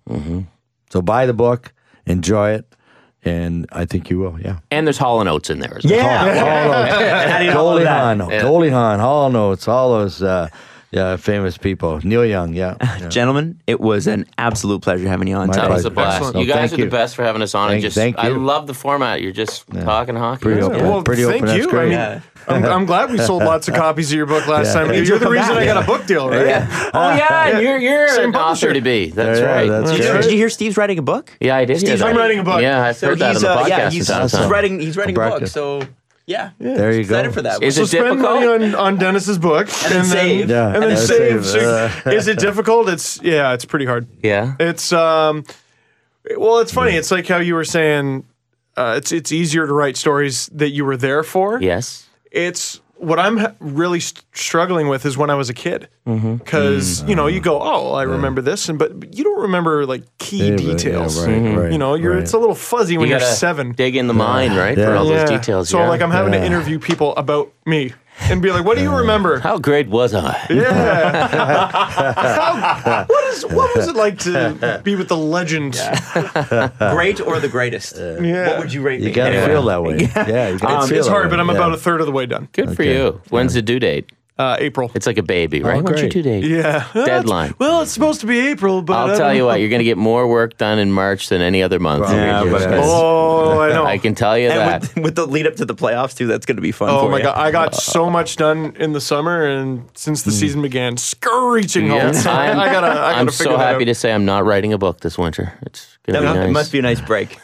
[SPEAKER 6] So buy the book, enjoy it, and I think you will. Yeah.
[SPEAKER 2] and there's Hall and Oates in there as well.
[SPEAKER 6] Hall notes. Goldie Hawn, Goldie Hawn, Hall notes, all those uh, yeah, famous people. Neil Young, yeah. yeah.
[SPEAKER 7] Gentlemen, it was an absolute pleasure having you on
[SPEAKER 6] My
[SPEAKER 2] That
[SPEAKER 7] today.
[SPEAKER 2] was a blast.
[SPEAKER 6] Excellent.
[SPEAKER 2] You
[SPEAKER 6] No,
[SPEAKER 2] guys
[SPEAKER 6] thank
[SPEAKER 2] are the
[SPEAKER 6] you.
[SPEAKER 2] best for having us on. I
[SPEAKER 6] Thank-
[SPEAKER 2] just,
[SPEAKER 6] thank
[SPEAKER 2] I
[SPEAKER 6] you.
[SPEAKER 2] love the format. You're just talking hockey.
[SPEAKER 6] Pretty open.
[SPEAKER 4] Well,
[SPEAKER 6] Pretty open.
[SPEAKER 4] thank
[SPEAKER 6] That's
[SPEAKER 4] you.
[SPEAKER 6] great.
[SPEAKER 4] I mean, I'm, I'm glad we sold lots of copies of your book last
[SPEAKER 6] Yeah.
[SPEAKER 4] time.
[SPEAKER 6] Hey,
[SPEAKER 4] You're the reason I got a book deal, right?
[SPEAKER 2] Oh yeah, and you're you're
[SPEAKER 4] Same
[SPEAKER 2] an
[SPEAKER 4] publisher.
[SPEAKER 2] author to be. That's
[SPEAKER 6] Yeah,
[SPEAKER 2] right.
[SPEAKER 6] that's
[SPEAKER 2] Did you-
[SPEAKER 6] right.
[SPEAKER 7] Did you hear Steve's writing a book?
[SPEAKER 2] Yeah, I did. hear
[SPEAKER 7] Steve's
[SPEAKER 2] that.
[SPEAKER 7] I'm
[SPEAKER 4] writing a book.
[SPEAKER 2] Yeah, I've heard that on the
[SPEAKER 6] uh,
[SPEAKER 2] podcast.
[SPEAKER 7] yeah,
[SPEAKER 2] from
[SPEAKER 7] he's,
[SPEAKER 2] time to
[SPEAKER 7] he's
[SPEAKER 2] time.
[SPEAKER 7] writing he's writing a book,
[SPEAKER 6] Practice.
[SPEAKER 7] so yeah.
[SPEAKER 6] There you go.
[SPEAKER 7] Excited for that.
[SPEAKER 2] Is
[SPEAKER 4] So
[SPEAKER 2] it
[SPEAKER 4] spend
[SPEAKER 2] difficult?
[SPEAKER 4] money on, on Dennis's book and,
[SPEAKER 7] then save.
[SPEAKER 6] Yeah,
[SPEAKER 4] and then
[SPEAKER 6] and
[SPEAKER 4] save.
[SPEAKER 6] save, uh,
[SPEAKER 4] So is it difficult? It's yeah, it's pretty hard.
[SPEAKER 2] yeah.
[SPEAKER 4] It's um, well, it's funny. It's like how you were saying, uh, it's it's easier to write stories that you were there for.
[SPEAKER 2] Yes.
[SPEAKER 4] It's what I'm h- really st- struggling with is when I was a kid, because
[SPEAKER 6] Mm-hmm. Mm,
[SPEAKER 4] you
[SPEAKER 6] uh-huh.
[SPEAKER 4] know you go, oh, I remember this, and but you don't remember like key
[SPEAKER 6] Yeah,
[SPEAKER 4] details. Mm-hmm.
[SPEAKER 6] right, right,
[SPEAKER 4] You know, you're
[SPEAKER 6] right.
[SPEAKER 4] it's a little fuzzy when
[SPEAKER 2] You
[SPEAKER 4] you are
[SPEAKER 2] gotta
[SPEAKER 4] seven.
[SPEAKER 2] Dig in the mind, right, for
[SPEAKER 6] Yeah.
[SPEAKER 2] all those
[SPEAKER 4] Yeah.
[SPEAKER 2] details.
[SPEAKER 4] So
[SPEAKER 2] yeah. Mm.
[SPEAKER 4] like I'm having to interview people about me and be like, what do you remember?
[SPEAKER 2] how great was I?
[SPEAKER 4] Yeah. How- what is what was it like to be with the legends?
[SPEAKER 7] Great or the greatest?
[SPEAKER 4] Yeah.
[SPEAKER 7] What would you rate
[SPEAKER 6] You
[SPEAKER 7] me?
[SPEAKER 6] got to
[SPEAKER 7] Anyway.
[SPEAKER 6] feel that way. Yeah, you gotta
[SPEAKER 4] It's,
[SPEAKER 6] feel
[SPEAKER 4] Um, it's
[SPEAKER 6] that
[SPEAKER 4] hard,
[SPEAKER 6] way.
[SPEAKER 4] but I'm
[SPEAKER 6] Yeah.
[SPEAKER 4] about a third of the way done.
[SPEAKER 2] Good for you. When's the due date?
[SPEAKER 4] Uh, April.
[SPEAKER 2] It's like a baby,
[SPEAKER 4] Oh,
[SPEAKER 2] right? What's your
[SPEAKER 6] great.
[SPEAKER 2] due date?
[SPEAKER 4] Yeah.
[SPEAKER 2] Deadline.
[SPEAKER 4] well, it's supposed to be April, but I
[SPEAKER 2] I'll
[SPEAKER 4] don't
[SPEAKER 2] tell you
[SPEAKER 4] know.
[SPEAKER 2] what, you're going to get more work done in March than any other month.
[SPEAKER 3] Yeah,
[SPEAKER 2] You're
[SPEAKER 3] but
[SPEAKER 2] just-
[SPEAKER 3] it's-
[SPEAKER 4] Oh, I know.
[SPEAKER 2] I can tell you
[SPEAKER 3] And
[SPEAKER 2] that.
[SPEAKER 3] with, with the lead up to the playoffs too, that's going to be fun.
[SPEAKER 4] Oh
[SPEAKER 3] for
[SPEAKER 4] my
[SPEAKER 3] ya.
[SPEAKER 4] god, I
[SPEAKER 2] Uh,
[SPEAKER 4] got so much done in the summer, and since the season began, screeching
[SPEAKER 2] Yeah,
[SPEAKER 4] home. So I,
[SPEAKER 2] mm. I'm,
[SPEAKER 4] I gotta, I gotta
[SPEAKER 2] am
[SPEAKER 4] figure
[SPEAKER 2] so
[SPEAKER 4] that
[SPEAKER 2] happy
[SPEAKER 4] out.
[SPEAKER 2] to say I'm not writing a book this winter. It's gonna
[SPEAKER 3] That
[SPEAKER 2] be
[SPEAKER 3] mu-
[SPEAKER 2] nice.
[SPEAKER 3] it must be a nice break.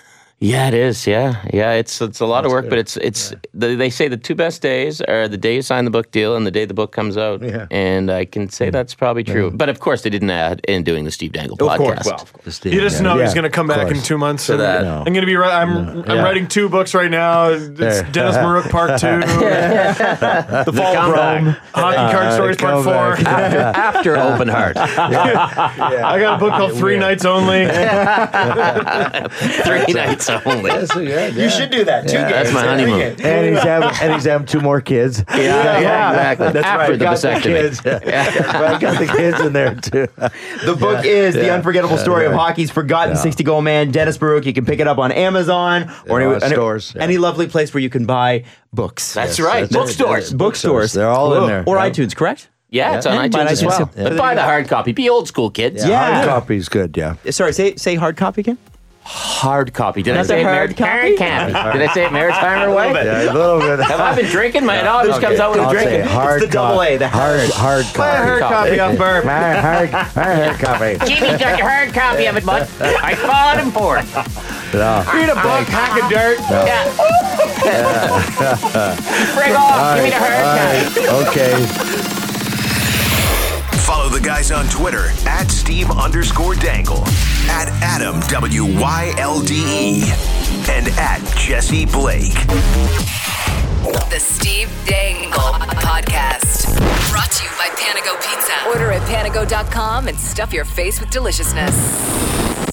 [SPEAKER 2] Yeah, it is. Yeah, yeah. It's it's a lot of work, but it's it's the, they say the two best days are the day you sign the book deal and the day the book comes out.
[SPEAKER 6] Yeah.
[SPEAKER 2] and I can say that's probably true. But of course, they didn't add in doing the Steve Dangle podcast.
[SPEAKER 4] You just know he's gonna come back in two months. and
[SPEAKER 2] that-
[SPEAKER 4] I'm gonna be. wri- I'm, I'm
[SPEAKER 6] Yeah.
[SPEAKER 4] writing two books right now. It's Dennis Marook Part Two, The Fall of
[SPEAKER 2] Comeback.
[SPEAKER 4] Rome, Hockey Card Stories Part Four.
[SPEAKER 2] After, after open heart,
[SPEAKER 4] I got a book called Three Nights Only.
[SPEAKER 2] three nights only.
[SPEAKER 6] Yes, yeah, yeah.
[SPEAKER 7] You should do that. Two games.
[SPEAKER 2] That's my honeymoon.
[SPEAKER 6] And he's having and he's having two more kids. Yeah,
[SPEAKER 2] yeah, exactly.
[SPEAKER 6] That's
[SPEAKER 2] After
[SPEAKER 6] right.
[SPEAKER 2] the
[SPEAKER 6] got
[SPEAKER 2] vasectomy.
[SPEAKER 6] the kids. but I got the kids in there too.
[SPEAKER 7] The book is The
[SPEAKER 6] yeah,
[SPEAKER 7] Unforgettable
[SPEAKER 6] yeah,
[SPEAKER 7] Story of
[SPEAKER 6] yeah.
[SPEAKER 7] Hockey's Forgotten
[SPEAKER 6] Yeah.
[SPEAKER 7] 60 Goal Man, Dennis Baruch. You can pick it up on Amazon or
[SPEAKER 6] Yeah,
[SPEAKER 7] any,
[SPEAKER 6] on
[SPEAKER 7] any-
[SPEAKER 6] stores, yeah.
[SPEAKER 7] any lovely place where you can buy books.
[SPEAKER 2] That's right. Bookstores.
[SPEAKER 7] Bookstores.
[SPEAKER 6] They're all in there.
[SPEAKER 7] Or
[SPEAKER 6] Yep.
[SPEAKER 7] iTunes, correct?
[SPEAKER 2] Yeah, it's on
[SPEAKER 7] And buy
[SPEAKER 2] iTunes as
[SPEAKER 7] iTunes,
[SPEAKER 2] well.
[SPEAKER 7] yeah.
[SPEAKER 2] But buy the hard copy. Be old school, kids.
[SPEAKER 7] Yeah.
[SPEAKER 6] Hard copy's good. Yeah.
[SPEAKER 7] Sorry, say say hard copy again.
[SPEAKER 2] Hard copy. Did I
[SPEAKER 7] That's
[SPEAKER 2] say
[SPEAKER 7] a
[SPEAKER 2] it
[SPEAKER 7] hard
[SPEAKER 2] Mary-
[SPEAKER 7] copy?
[SPEAKER 2] Hard copy. Did I say it Maritime or way?
[SPEAKER 6] Yeah, a little bit.
[SPEAKER 2] Have I been drinking? My it all just comes out with
[SPEAKER 6] I'll say
[SPEAKER 2] drinking.
[SPEAKER 6] hard
[SPEAKER 7] It's the double
[SPEAKER 6] copy.
[SPEAKER 7] A, the
[SPEAKER 6] hard hard
[SPEAKER 4] Her
[SPEAKER 6] copy.
[SPEAKER 4] copy off Barb.
[SPEAKER 6] My hard, my hard copy.
[SPEAKER 2] Give me the hard copy of it, bud. I fought him for it.
[SPEAKER 4] Read a book, hack of dirt.
[SPEAKER 2] Yeah. Break off. Give me the hard
[SPEAKER 6] All right. Okay.
[SPEAKER 8] Follow the guys on Twitter at Steve underscore Dangle, at Adam W Y L D E, and at Jesse Blake.
[SPEAKER 1] The Steve Dangle Podcast. Brought to you by Panago Pizza. Order at panago.com and stuff your face with deliciousness.